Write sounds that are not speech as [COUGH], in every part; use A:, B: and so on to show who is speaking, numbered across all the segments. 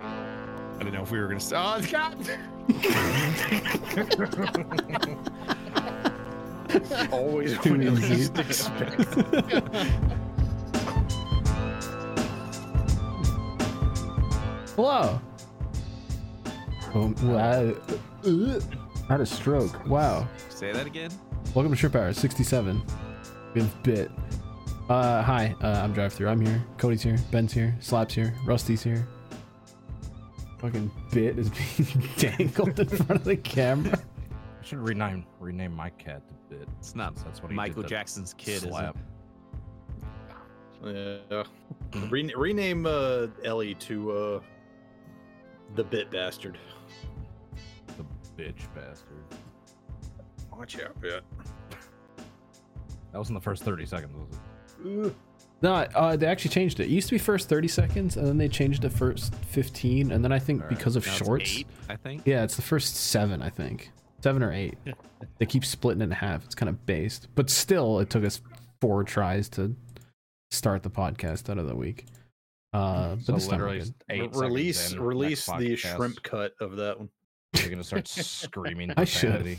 A: I didn't know if we were gonna. s- Oh, God!
B: Always
C: Tune in
B: least
C: here.
B: expect.
C: Hello. Oh, wow. Ugh. Had a stroke. Wow.
A: Say that again.
C: Welcome to Trip Hour 67. Good bit. Uh, hi, uh, I'm Drive Through. I'm here. Cody's here. Ben's here. Slap's here. Rusty's here. Fucking bit is being [LAUGHS] dangled in front of the camera.
D: I should rename rename my cat to Bit.
A: It's not
D: So that's what he
A: Michael
D: did to
A: Jackson's kid. Is it?
D: Slap.
B: Yeah.
C: Hmm.
B: Ren- rename uh, Ellie to uh, the bit bastard.
D: The bitch bastard.
B: Watch out, bit.
D: That was in the first 30 seconds, was it?
C: No, uh, they actually changed it. It used to be first 30 seconds, and then they changed the first 15, and then I think because of
A: Now it's
C: shorts.
A: eight, I think.
C: Yeah, it's the first seven, I think. Seven or
D: [LAUGHS]
C: eight. they keep splitting it in half. It's kind of based. But still, it took us four tries to start the podcast out of the week. Uh,
D: [LAUGHS]
C: but
D: So
C: this time we're
D: literally
C: good.
D: eight seconds
B: release
D: in,
B: release
D: next
B: the
D: podcast,
B: shrimp cut of that one.
D: You're gonna
B: [LAUGHS]
D: start screaming.
C: [LAUGHS] I should.
D: profanity.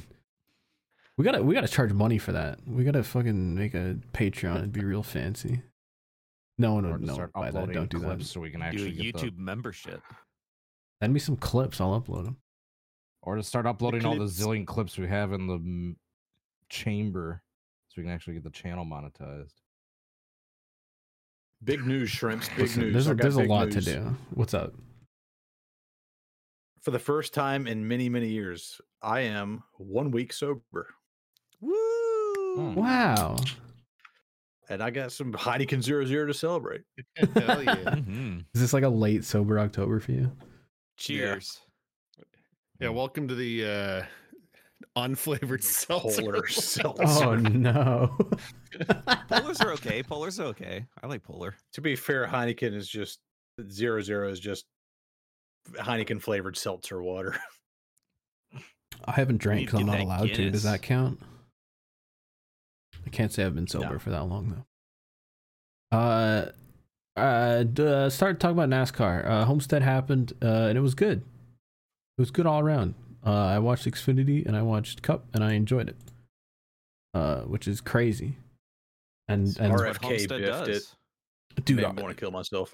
C: we gotta we gotta charge money for that. We gotta fucking make a Patreon and be real fancy. No one
D: Or
C: would
D: to
C: know
D: start
C: by that.
D: uploading
C: Don't do
D: clips
C: that.
D: so we can
A: Do a
D: actually get the-
A: YouTube membership.
C: Send me some clips. I'll upload them.
D: or to start uploading all the
B: clips.
D: zillion clips we have in the m- chamber, so we can actually get the channel monetized.
B: Big news, shrimps. Big
C: Listen,
B: news.
C: there's
B: I
C: a,
B: got
C: there's a
B: big
C: lot
B: news.
C: to do. What's up?
B: For the first time in many many years, I am one week sober,
A: Woo!
C: Hmm. Wow.
B: and I got some Heineken Zero Zero
C: [LAUGHS]
B: to celebrate.
E: Hell yeah.
A: Mhm.
C: Is this like a late sober October for you?
A: Cheers.
E: Yeah, welcome to the uh unflavored seltzer.
B: Polar seltzer.
C: Oh no.
A: [LAUGHS] Polars are [LAUGHS] okay. Polars are okay. I like polar.
B: To be fair, Heineken is just Zero Zero is just Heineken flavored seltzer water.
C: I haven't drank
A: need to
C: because I'm
A: get
C: not
A: that
C: allowed to. Does
A: Guinness.
C: that count? I can't say I've been sober for that long though. Uh, uh, d- uh, started talking about NASCAR. Uh, Homestead happened, uh, and it was good. It was good all around. Uh, I watched Xfinity and I watched Cup, and I enjoyed it. Uh, which is crazy. And
A: It's
C: and
A: what
B: RFK
A: Homestead
B: biffed it.
A: does. [LAUGHS]
C: dude,
B: [LAUGHS] Made me want to kill myself.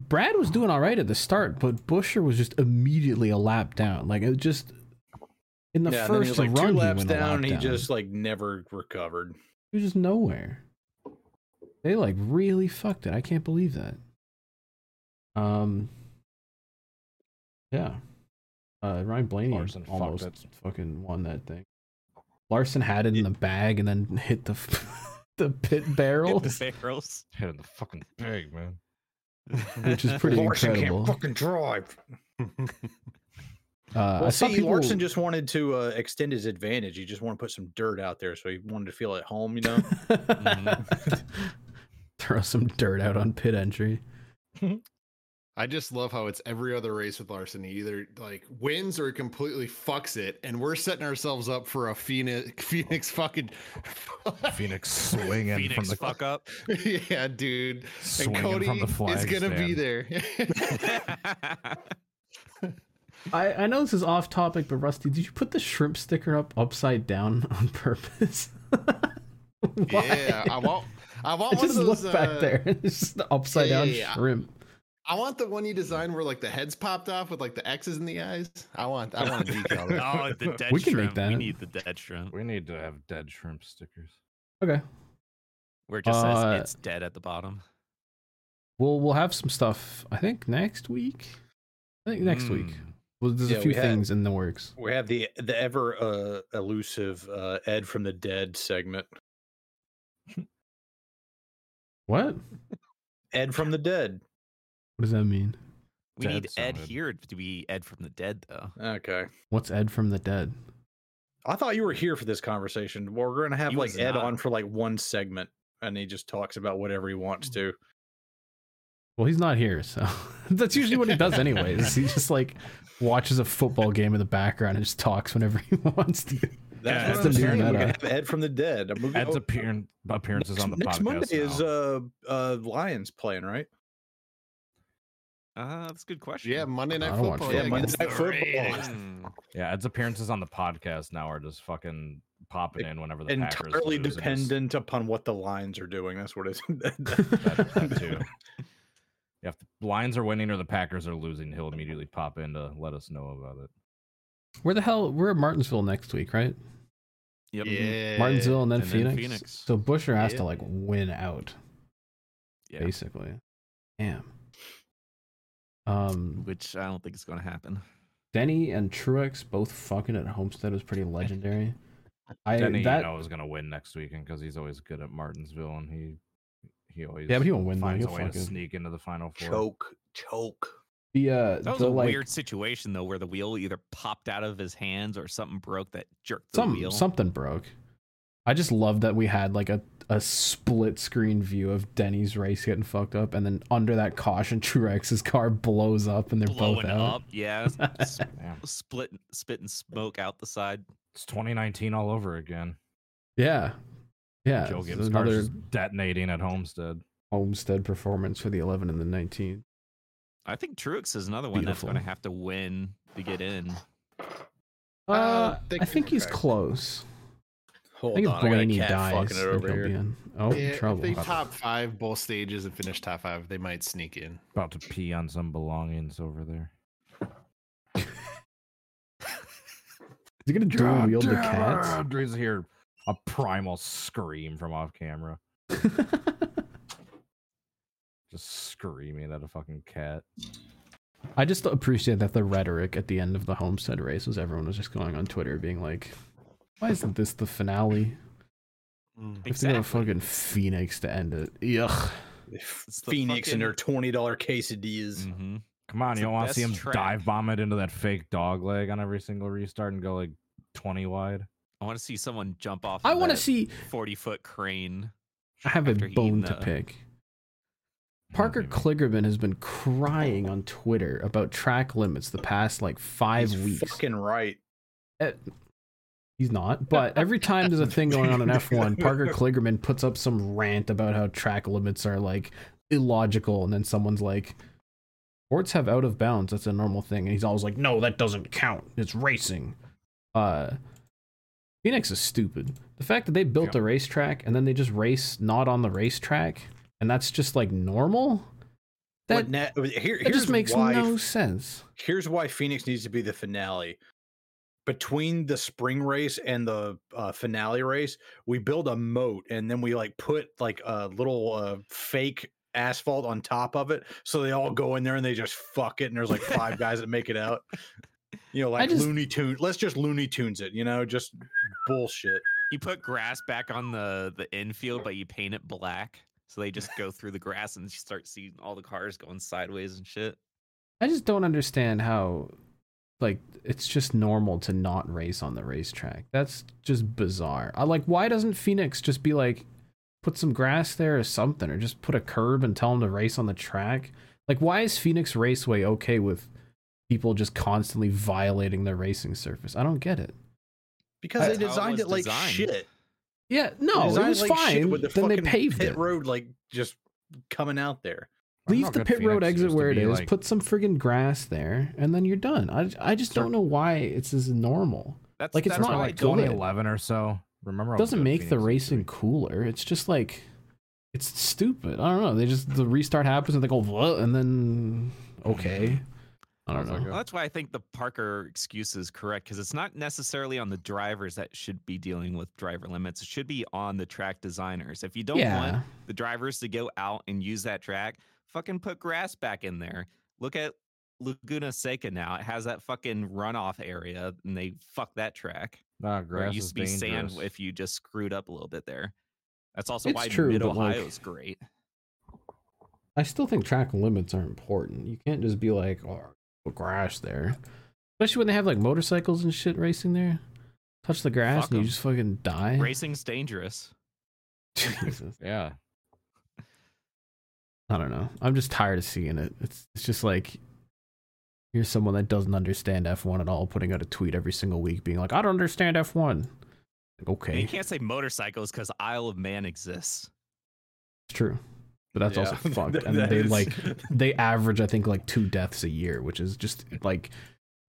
C: Brad was doing all right at the start, but Busher was just immediately a lap down. Like it just in the
B: yeah, and then he
C: first
B: was like
C: run,
B: two laps
C: he went a lap
B: down, and he
C: down.
B: just like never recovered.
C: He was just nowhere. They like really fucked it. I can't believe that. Um. Yeah. Uh, Ryan Blaney
D: Larson fucked
C: almost
D: it.
C: fucking won that thing. Larson had it in the bag and then [LAUGHS] hit the the pit barrel,
A: Hit the barrels.
D: Hit in the fucking pig, man.
A: [LAUGHS]
C: which is pretty
B: Larson
C: incredible.
B: can't fucking drive.
C: [LAUGHS] Uh,
B: Well,
C: I saw
B: see,
C: people-
B: Larson just wanted to uh, extend his advantage. He just wanted to put some dirt out there, so he wanted to feel at home. You know,
C: [LAUGHS] Throw some dirt out on pit entry.
E: I just love how it's every other race with Larson. He either like wins or he completely fucks it, and we're setting ourselves up for a Phoenix Phoenix fucking [LAUGHS]
A: [LAUGHS]
D: Phoenix swinging from
A: Phoenix
D: the
A: fuck
C: [LAUGHS]
A: up.
E: yeah, dude. And
D: swinging
E: Cody
D: from the flag
E: is gonna be
D: stand.
C: [LAUGHS]
E: there. [LAUGHS]
C: Oh, I, I know this is off topic, but Rusty, did you put the shrimp sticker up upside down [LAUGHS] on purpose? [LAUGHS] Why?
E: yeah, I want. I want
C: I
E: one
C: just
E: of
C: look
E: those.
C: back
E: uh,
C: there. [LAUGHS] It's just the upside
E: yeah,
C: down
E: yeah, yeah.
C: shrimp.
E: I want the one you designed where like the heads popped off with like the X's in the eyes. I want. I want a decal. there.
A: Oh, [LAUGHS] the dead
C: We can make
A: shrimp. We
C: that.
A: need the dead shrimp.
D: We need to have dead shrimp stickers.
C: Okay.
A: Where it just
C: Uh,
A: says it's dead at the bottom.
C: We'll we'll have some stuff. I think next week. I think next week.
A: Hmm.
E: Hmm.
D: Mm.
C: Well, there's
B: Yeah,
C: a
B: we
C: few
B: had-
C: things in the works.
B: we have the the ever uh, elusive uh, Ed from the Dead segment.
C: What? What
B: Ed from the Dead.
C: does that mean?
A: We need
D: Dead
A: Ed
D: sounded.
A: here to be Ed from the dead, though.
B: Okay,
C: What's Ed from the dead?
B: I thought you were here for this conversation. We're going to have
A: He
B: like
A: was
B: Ed
A: not.
B: on for like one segment, and he just talks about whatever he wants to.
C: Well, he's not here, so [LAUGHS] that's usually what he does, anyways. he just like watches a football game in the background and just talks whenever he [LAUGHS] wants to.
A: Yeah, it's
B: That's what I'm
A: the new
B: saying. We're going
C: meta.
B: to have Ed from the Dead. I'm gonna-
D: Ed's
B: oh,
D: appearance appearances on the
C: uh,
B: next uh,
D: podcast
B: Monday is
D: now.
B: uh uh Lions playing, right?
A: Uh, that's a good question.
E: Yeah, Monday Night
C: I don't watch
E: Football.
C: football. Yeah,
E: against
B: Monday Night
E: the
B: Football.
E: Raiders.
A: Mm.
D: Yeah, its appearances on the podcast now are just fucking popping in whenever the Packers
B: entirely
D: lose, and it's-
B: dependent upon what the lines are doing. That's what it
D: [LAUGHS]
B: [LAUGHS] is.
C: [LAUGHS]
D: That, that too. Yeah, if the Lions are winning or the Packers are losing, he'll immediately pop in to let us know about it.
C: Where the hell? We're at Martinsville next week, right?
A: Yep. Mm-hmm.
E: Yeah.
C: Martinsville and then,
A: and then
C: Phoenix.
A: Phoenix.
C: So Busher has
E: Yeah.
C: to like win out,
A: Yeah.
C: basically. Damn. Um,
A: Which I don't think is going to happen.
C: Denny and Truex both fucking at Homestead was pretty legendary. I
D: Denny,
C: that
D: you know, is going to win next weekend because he's always good at Martinsville, and he he always
C: Yeah, but he won't win, though.
D: Finds
C: He'll
D: a way to
C: fucking-
D: sneak into the final four.
B: choke, choke.
C: the uh
A: That was a
C: the like
A: weird situation though, where the wheel either popped out of his hands or something broke that jerked the
C: some
A: wheel.
C: something broke. I just love that we had like a a split screen view of Denny's race getting fucked up, and then under that caution, [LAUGHS] Truex's car blows up, and they're
A: blowing
C: both out.
A: up.
C: [LAUGHS]
A: Yeah, s-
D: Yeah.
A: split, spitting smoke out the side.
D: It's 2019 all over again.
C: Yeah, yeah.
D: Joe
C: this is
D: Gibbs cars
C: another
D: just detonating at Homestead.
C: Homestead performance for the 11 and the 19.
A: I think Truex is another one
C: Beautiful.
A: that's going to have to win to get in.
C: Uh,
E: Uh, they
C: I
E: could
C: think he's
E: correct.
C: close.
B: Hold
C: I think
B: on,
C: if Blaney
B: I got a cat
C: dies,
B: fucking it
C: then
B: over
C: he'll
B: here.
C: be in. Oh,
E: Yeah,
C: trouble.
E: If they top five both stages and finish top five, they might sneak in.
D: About to pee on some belongings over there.
C: Is he gonna dual wield the cats?
D: Andre's here. A primal scream from off camera.
C: [LAUGHS]
D: Just screaming at a fucking cat.
C: I just appreciate that the rhetoric at the end of the Homestead race was everyone was just going on Twitter being like, "Why isn't this the finale?
A: Mm.
C: If they have to go to fucking Phoenix to end it, ugh."
B: [LAUGHS]
A: It's the
B: Phoenix and their
A: fucking-
B: twenty dollar quesadillas.
C: Mm,
A: Mhm.
D: Come on,
A: It's
D: you
A: the
D: don't want to see him
A: best track.
D: dive bomb it into that fake dog leg on every single restart and go like 20 wide.
A: I want to see someone jump off.
C: I
A: of
C: want to
A: that
C: see.
A: 40 foot crane.
C: I have a
A: after he
C: bone
A: eaten
C: to
A: the-
C: pick. Parker Kligerman has been crying on Twitter about track limits the past like five
B: He's
C: weeks.
B: Fucking right.
C: He's not, but every time there's a thing going on in F1, Parker Kligerman puts up some rant about how track limits are like illogical, and then someone's like, "Sports have out of bounds. That's a normal thing," and he's always like, "No, that doesn't count. It's racing." Uh, Phoenix is stupid. The fact that they built
D: Yeah.
C: a racetrack and then they just race not on the racetrack, and that's just like normal. That
B: But na- oh, here,
C: that
B: here's
C: just makes
B: why
C: no sense.
B: here's why Phoenix needs to be the finale. Between the spring race and the uh, finale race, we build a moat and then we like put like a little uh, fake asphalt on top of it, so they all go in there and they just fuck it. And there's like five guys that make it out. You know, like
C: just-
B: Looney Tunes. Let's just Looney Tunes it. You know, just bullshit.
A: You put grass back on the the infield, but you paint it black, so they just go through the grass and you start seeing all the cars going sideways and shit.
C: I just don't understand how like it's just normal to not race on the racetrack. That's just bizarre. I like why doesn't Phoenix just be like put some grass there or something or just put a curb and tell them to race on the track? Like why is Phoenix Raceway okay with people just constantly violating their racing surface? I don't get it.
B: Because they
A: That's how it
B: designed
A: was
B: it like
A: designed.
B: shit.
C: Yeah,
B: They
C: no, it
B: designed
C: was
B: like shit
C: fine.
B: with the
C: then they
B: fucking
C: paved
B: pit
C: it.
B: road like just coming out there.
D: I don't know
C: Leave
D: how
C: the
D: good
C: pit road
D: Phoenix
C: exit
D: used to
C: where it
D: be,
C: is.
D: like-
C: Put some friggin' grass there, and then you're done. I, I just
D: Sort-
C: don't know why it's as normal.
A: That's
C: Like, it's
A: that's
C: not
A: why
C: like
A: I don't-
C: good.
D: 2011 or so. Remember, how
C: doesn't
D: good
C: make the
D: Phoenix used to
C: racing cooler. It's just like it's stupid. I don't know. They just the restart happens and they go "Whoa," and then okay. I don't
D: Mm-hmm. Sounds like
C: know.
A: Well, that's why I think the Parker excuse is correct because it's not necessarily on the drivers that should be dealing with driver limits. It should be on the track designers. If you don't
C: yeah,
A: want the drivers to go out and use that track, fucking put grass back in there. Look at Laguna Seca now. It has that fucking runoff area and they fuck that track.
D: be. Nah,
A: Where
D: grass
A: it used
D: is
A: to be
D: dangerous.
A: sand if you just screwed up a little bit there. That's also
C: It's
A: why
C: true,
A: Mid
C: but, like-
A: Ohio is great.
C: I still think track limits are important. You can't just be like, oh, put grass there, especially when they have like motorcycles and shit racing there. Touch the grass
A: Fuck
C: and
A: 'em.
C: you just fucking die.
A: Racing's dangerous.
C: [LAUGHS] Jesus.
D: Yeah,
C: I don't know. I'm just tired of seeing it. It's it's just like here's someone that doesn't understand F1 at all, putting out a tweet every single week, being like, "I don't understand F1." Like,
A: And You
C: okay,
A: can't say motorcycles because Isle of Man exists.
C: it's true. but that's also
B: Yeah. [LAUGHS]
C: fucked.
B: That-
C: And
B: that
C: they
B: is-
C: like they average, I think, like two deaths a year, which is just like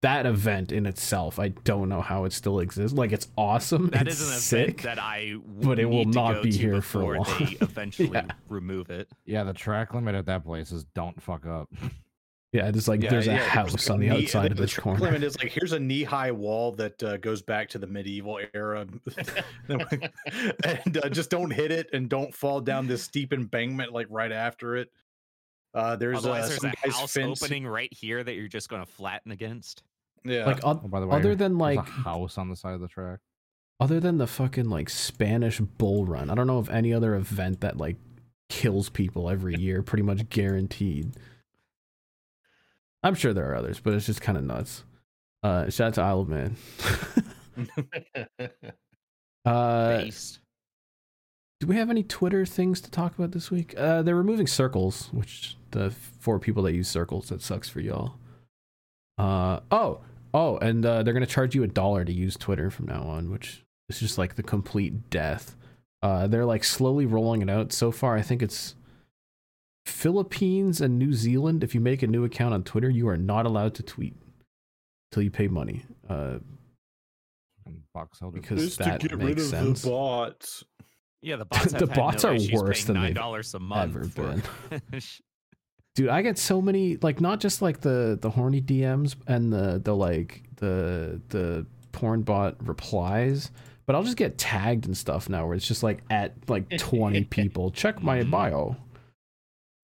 C: that event in itself. I don't know how it still exists. Like it's awesome.
A: That
C: it's
A: is an
C: sick.
A: event that I
C: but it will
A: need to
C: not
A: go
C: be
A: to
C: here
A: before
C: for long. [LAUGHS]
A: They eventually
C: Yeah.
A: remove it.
D: Yeah, the track limit at that place is don't fuck up.
C: yeah, just like
B: Yeah,
C: there's a
B: yeah,
C: house on the
B: knee-
C: outside of
B: the
C: this
B: track
C: corner.
B: Limit is like here's a knee high wall that uh, goes back to the medieval era, [LAUGHS] and uh, just don't hit it and don't fall down this steep embankment like right after it. Uh, there's,
A: Otherwise,
B: uh,
A: there's
B: some
A: a
B: guy's
A: house
B: fence-
A: opening right here that you're just going to flatten against.
B: Yeah,
C: Like oth-
D: Oh, by the way,
C: other than
D: there's a
C: like
D: house on the side of the track.
C: other than the fucking like Spanish bull run, I don't know of any other event that like kills people every year, pretty much guaranteed. I'm sure there are others, but it's just kind of nuts. Uh, shout out to Isle of Man. [LAUGHS] uh,
A: Based.
C: do we have any Twitter things to talk about this week? Uh, they're removing circles, which the four people that use circles, that sucks for y'all. Uh, oh, oh, and uh, they're gonna charge you a dollar to use Twitter from now on, which is just like the complete death. Uh, they're like slowly rolling it out. So far, I think it's Philippines and New Zealand. If you make a new account on Twitter, you are not allowed to tweet until you pay money. Uh,
D: And Box Elder.
C: Because- Just to that get rid makes of the sense.
B: bots.
A: Yeah,
C: [LAUGHS]
A: the bots.
C: The
A: Have had
C: bots
A: no
C: are
A: issues
C: worse
A: paying
C: than
A: nine
C: they've
A: dollars a month.
C: ever [LAUGHS]
A: for- [LAUGHS]
C: dude i get so many like not just like the the horny dms and the the like the the porn bot replies but i'll just get tagged and stuff now where it's just like at like 20 people check my
A: Mhm.
C: bio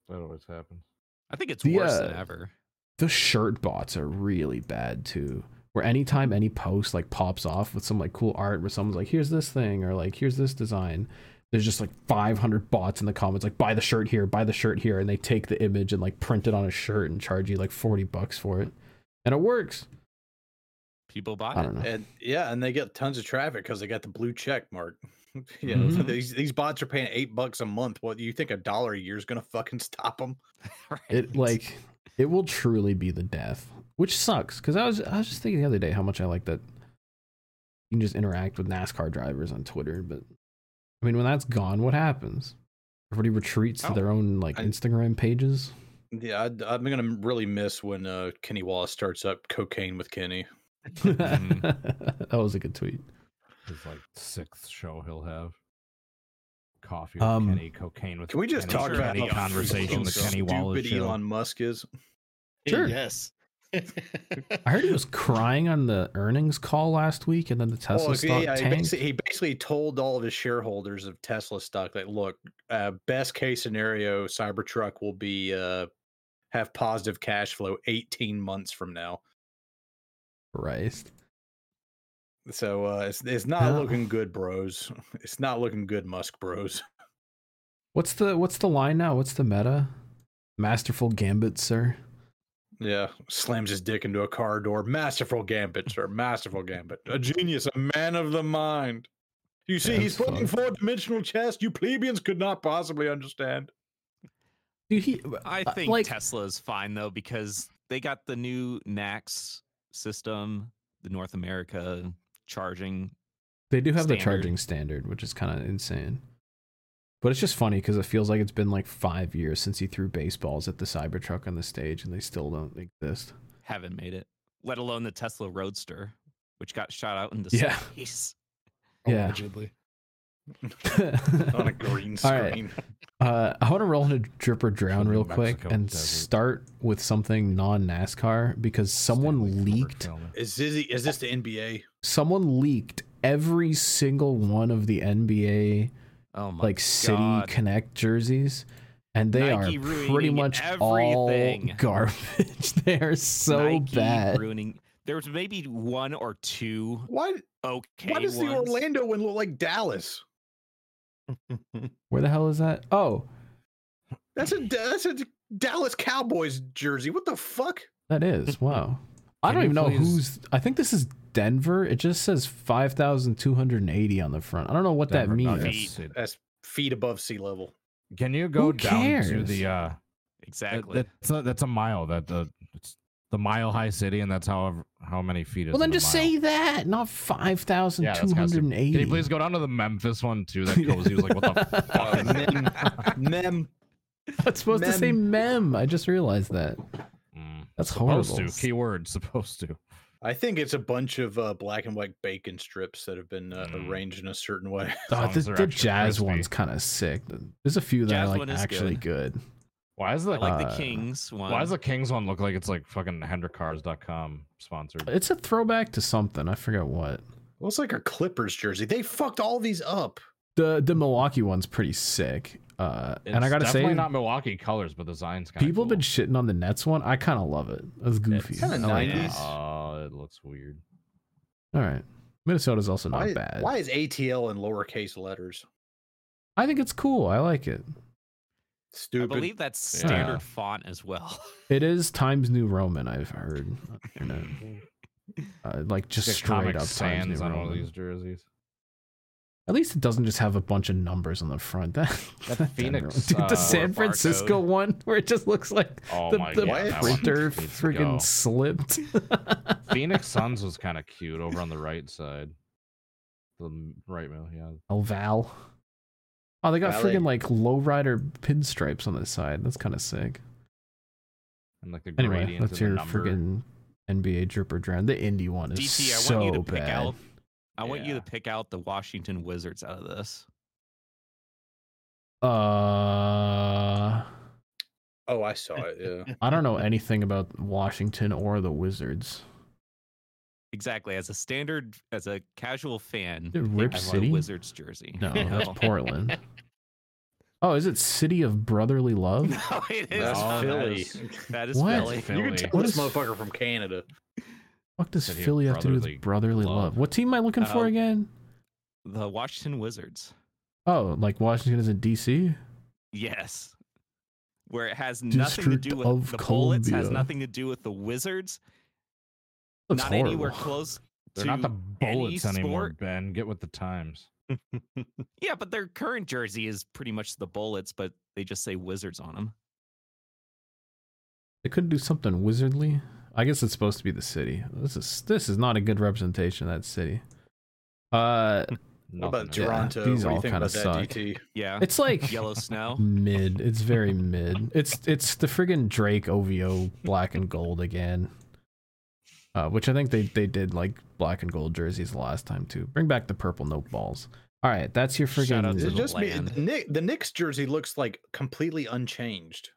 D: That always happens.
A: I think it's
C: The,
A: worse than
C: uh,
A: ever.
C: the shirt bots are really bad too where anytime any post like pops off with some like cool art where someone's like here's this thing or like here's this design there's just like 500 bots in the comments like buy the shirt here buy the shirt here and they take the image and like print it on a shirt and charge you like 40 bucks for it and it works
A: People bought
C: i don't know
B: And yeah, and they get tons of traffic because they got the blue check mark. [LAUGHS] you know,
C: Mhm.
B: these these bots are paying eight bucks a month. What you think a dollar a year is gonna fucking stop them?
A: it. [LAUGHS] Right.
C: it like it will truly be the death which sucks because i was i was just thinking the other day how much i like that you can just interact with nascar drivers on twitter but i mean when that's gone what happens everybody retreats to
A: Oh,
C: their own like
B: I-
C: instagram pages [LAUGHS]
B: Yeah, I'd, I'm gonna really miss when uh, Kenny Wallace starts up cocaine with Kenny.
C: that was a good tweet
D: His like sixth show he'll have. Coffee with
C: Um,
D: Kenny, cocaine with
B: Can we just
D: Kenny,
B: talk
A: sure
B: about
A: any
D: Kenny
B: how
A: the
D: conversation,
B: freaking
D: the Kenny
B: stupid
D: Wallace show?
B: Elon Musk is?
C: Sure.
E: Yes.
C: i heard he
E: [LAUGHS]
C: was crying on the earnings call last week and then the tesla
B: Well,
C: stock
B: Oh, yeah, he,
C: tanked.
B: basically, he basically told all of his shareholders of Tesla stock that look, uh, best case scenario, Cybertruck will be uh, have positive cash flow 18 months from now.
C: christ
B: So uh, it's it's not
C: Yeah.
B: looking good, bros. It's not looking good, Musk bros.
C: what's the what's the line now what's the meta masterful gambit sir
B: Yeah, slams his dick into a car door. Masterful gambit, sir. Masterful gambit. A genius, a man of the mind. You see, he's
C: That's
B: putting
C: fun.
B: four-dimensional chess you plebeians could not possibly
C: [LAUGHS]
B: understand.
C: dude he
A: I
C: uh,
A: think
C: like-
A: Tesla is fine though because they got the new NACS system, the North America charging.
C: They do have the
A: standard.
C: charging standard, which is kind of insane. But it's just funny because it feels like it's been like five years since he threw baseballs at the Cybertruck on the stage, and they still don't exist.
A: Haven't made it, let alone the Tesla Roadster, which got shot out into
C: Yeah.
A: space. [LAUGHS]
C: Yeah.
E: Allegedly.
C: [LAUGHS]
B: On a green
C: All right.
B: screen.
C: Uh, I want to roll into drip or drown
D: From
C: real quick
D: Mexico
C: and
D: desert.
C: start with something non NASCAR because someone
D: Stanley Kubrick
C: leaked
D: film.
B: Is this, is this the NBA?
C: someone leaked every single one of the NBA
A: Oh my!
C: like City
A: God.
C: Connect jerseys. And they
A: Nike
C: are pretty
A: ruining
C: much all
A: everything.
C: [LAUGHS] garbage. they are so
A: Nike
C: bad.
A: ruining. There was maybe one or two
B: Why,
A: okay.
B: why does the
A: ones.
B: Orlando one look like Dallas?
C: Where the hell is that? Oh, [LAUGHS]
B: That's a that's a Dallas Cowboys jersey. What the fuck?
C: that
D: [LAUGHS]
C: is. Wow. I
D: Can
C: don't
D: you
C: even know
D: please-
C: who's. I think this is Denver. It just says 5,280 on the front. I don't know what
D: Denver
C: that means.
D: Nuggets. It-
B: That's feet above sea level.
D: Can you go
C: Who
D: down to
C: cares?
D: the uh that-
A: Exactly.
D: that's a, that's a mile that the it's the mile high city and that's how how many feet is
C: Well, then
D: in a
C: just
D: mile.
C: say that, not
D: that's kinda stupid.
C: 5,280.
D: Can
C: [LAUGHS]
D: you
B: [LAUGHS]
D: please go down to the Memphis one too? That goes. He was like, "What the fuck?" is that?"
B: Mem. Mem.
C: I'm supposed to say
B: Mem.
C: mem. I just realized that.
D: Mm.
C: That's
D: supposed
C: horrible.
D: to. Keyword [LAUGHS] supposed to.
B: I think it's a bunch of uh, black and white bacon strips that have been uh,
D: Mm.
B: arranged in a certain way.
C: Oh,
D: Songs
C: the,
D: are
C: the
D: extra
C: jazz
D: crispy.
C: one's kind of sick. There's a few that
A: Jazz
C: are
A: one
C: like
A: is
C: actually good.
D: Why is
A: I
D: the
A: like
C: Uh,
A: the Kings one.
D: Why does the Kings one look like it's like fucking HendrickCars.com sponsored?
C: It's a throwback to something. I forget what.
B: Looks like a Clippers jersey. They fucked all these up.
C: The the Milwaukee one's pretty sick. Uh, and
D: It's
C: I gotta say,
D: definitely not Milwaukee colors, but the design's kind of
C: people have been shitting on the Nets one. I kind of love it. That's goofy.
B: kinda
C: I like it.
B: nineties.
D: Oh, it looks weird.
C: All right. Minnesota's also not
B: why,
C: bad.
B: why is ATL in lowercase letters?
C: I think it's cool. I like it.
A: I
B: Stupid.
A: believe that's
D: Yeah.
A: standard font as well. [LAUGHS]
C: It is Times New Roman. I've heard.
D: [LAUGHS]
C: You know, uh, like just
D: Get
C: straight
D: Comic
C: up Times
D: Sans
C: New
D: on one
C: Roman.
D: of these jerseys.
C: At least it doesn't just have a bunch of numbers on the front. [LAUGHS] That,
D: [LAUGHS] That
C: doesn't
D: Phoenix,
C: ruin- dude, the
D: uh,
C: San
A: barcode.
C: Francisco one, where it just looks like
D: Oh
C: the,
D: my
C: the
D: god, that one
C: printer
D: needs to go.
C: friggin' slipped. [LAUGHS]
D: Phoenix Suns was kind of cute over on the right side. The m- right middle, yeah.
C: Oh, Val. Oh, they got
B: Valet.
C: friggin' like lowrider pinstripes on the side. That's kind of sick.
D: And like the
C: Anyway,
D: gradient
C: that's
D: and
C: your
D: the number.
C: friggin' NBA dripper drown. The indie one is
A: DT, I
C: so
A: want you to pick
C: bad.
A: out. I want you
D: Yeah.
A: to pick out the Washington Wizards out of this.
C: Uh,
B: oh, I saw it.
A: [LAUGHS]
B: Yeah.
C: I don't know anything about Washington or the Wizards.
A: Exactly. As a standard, as a casual fan,
C: Dude,
A: I
C: Rip
A: love a
C: City?
A: Wizards jersey. [LAUGHS]
C: No, that's Portland. Oh, is it City of Brotherly Love?
A: [LAUGHS] No, it is.
B: That's
A: not.
B: Philly.
A: That is
C: What?
A: Philly.
D: Philly.
B: You can tell
C: What
B: this
C: is-
B: motherfucker from Canada.
C: Fuck does
D: City of
C: Philly have to do
D: Brotherly
C: with Brotherly Love?
D: Love.
C: What team am I looking for
A: Uh,
C: again?
A: The Washington Wizards.
C: Oh, like Washington is in D.C.
A: Yes. Where it has nothing to
C: District
A: do with
C: of
A: the bullets, has
C: Columbia.
A: nothing to do with the Wizards.
C: Looks
A: not
C: horrible.
A: anywhere close.
D: They're
A: to
D: not the
A: any
D: bullets anymore,
A: sport.
D: Ben. Get with the times.
A: Yeah, but their current jersey is pretty much the bullets, but they just say Wizards on them.
C: They couldn't do something wizardly. I guess it's supposed to be the city. This is this is not a good representation of that city. Uh,
B: What about
D: Nothing.
C: Yeah,
B: Toronto?
C: these
B: what do
C: all
B: you think
C: kinda
B: about
C: suck.
B: that, DT?
A: Yeah.
C: it's like
A: Yellow snow.
C: mid. It's very mid. It's it's the friggin' Drake OVO black and gold again. Uh, which I think they they did like black and gold jerseys last time too. Bring back the purple note balls. All right, that's your friggin'
A: Shout out to
B: It's
A: the
B: just me,
A: land.
B: the, Knick, the Knicks jersey looks like completely unchanged.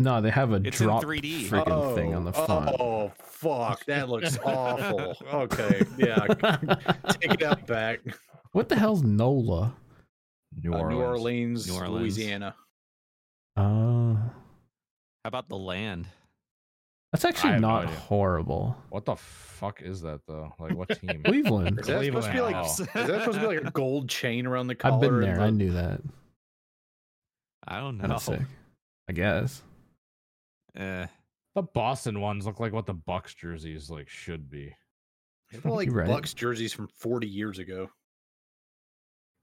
C: No, they have a
A: It's in
C: drop
A: 3D.
C: friggin' thing on the front.
B: Oh fuck, that looks
A: [LAUGHS]
B: awful. Okay, [LAUGHS]
C: [LAUGHS]
B: yeah, take it out back.
C: what the hell's NOLA?
D: New
B: Uh,
D: Orleans.
B: New Orleans,
A: New Orleans.
C: [LAUGHS]
B: Louisiana.
C: Uh,
A: How about the land?
C: that's actually
D: have no
C: not
D: idea.
C: horrible.
D: What the fuck is that though?
C: [LAUGHS]
D: Like what team?
C: Cleveland.
B: [LAUGHS] Is that supposed to
A: [LAUGHS]
B: be like?
D: Cleveland.
B: Is that supposed to be like a gold chain around the collar?
C: I've been
B: and
C: there.
B: the-
C: I knew that.
A: I don't
C: Kinda
A: know.
C: sick. I guess.
A: Eh,
D: the Boston ones look like what the Bucks jerseys like should be.
B: They were like
C: You're right.
B: Bucks jerseys from 40 years ago.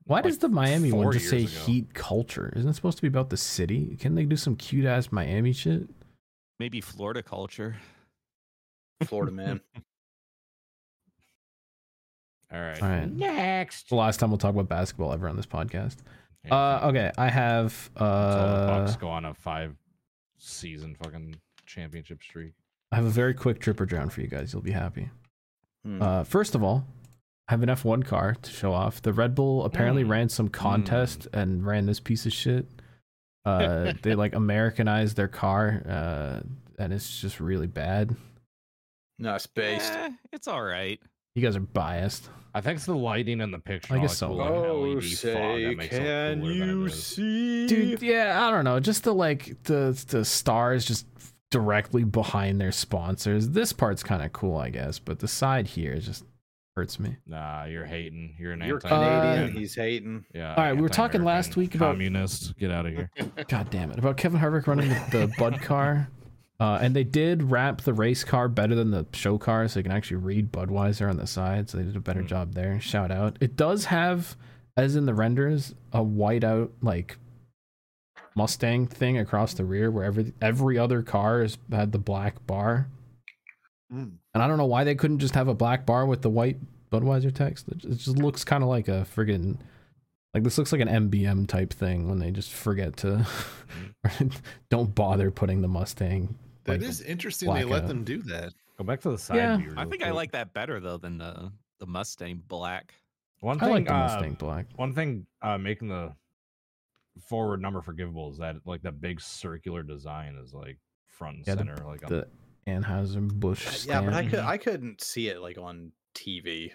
C: Why
D: Like,
C: does the Miami one
D: four
C: just say
D: years ago.
C: heat culture? Isn't it supposed to be about the city? Can they do some cute ass Miami shit?
A: maybe Florida culture.
B: Florida man.
D: All right.
C: All right.
D: Next.
C: It's the last time we'll talk about basketball ever on this podcast.
D: Yeah,
C: Uh, okay, I have.
D: until the
C: Uh,
D: Bucks go on a five season fucking championship streak.
C: I have a very quick trip or drown for you guys. You'll be happy.
B: Hmm.
C: Uh, first of all, I have an F1 car to show off. The Red Bull apparently
D: Mm.
C: ran some contest
D: Hmm.
C: and ran this piece of shit.
D: [LAUGHS]
C: Uh, they like Americanized their car, uh, and it's just really bad.
B: no, spaced.
A: Eh, it's all right.
C: You guys are biased.
D: I think it's the lighting in the picture.
C: I
D: on,
C: guess
D: like,
B: Oh,
C: so.
D: the little LED E fog that makes it look cooler than it is.
B: see?
C: Dude, yeah, I don't know. Just the like the the stars just directly behind their sponsors. This part's kind of cool, I guess, but the side here just hurts me.
D: Nah, you're hating. You're an
B: You're
D: anti.
B: Canadian.
C: Uh,
B: he's hating.
D: yeah.
C: All right, we were talking last
D: anti-American
C: week about-
D: communist. Get out of
B: [LAUGHS]
D: here.
C: God damn it. About Kevin Harvick running the, the Bud car. Uh, and they did wrap the race car better than the show car, so you can actually read Budweiser on the side. So they did a better
D: Mm.
C: job there. Shout out. It does have, as in the renders, a white out like Mustang thing across the rear where every every other car has had the black bar.
E: Mm.
C: And I don't know why they couldn't just have a black bar with the white Budweiser text. It it just looks kind of like a friggin' Like this looks like an MBM type thing when they just forget to [LAUGHS] don't bother putting the Mustang.
E: That
C: like,
E: is interesting. They let
C: blackout.
E: them do that.
D: Go back to the side
C: Yeah.
D: view.
A: I
D: real
A: think I
D: quick.
A: like that better though than the the Mustang Black.
D: one
C: I
D: thing.
C: like the
D: uh,
C: Mustang Black.
D: one thing uh, making the forward number forgivable is that like that big circular design is like front and
C: Yeah, the-
D: center. like on-
C: The Anheuser Busch.
B: Uh, Yeah, but I
C: stand.
B: could I couldn't see it like on TV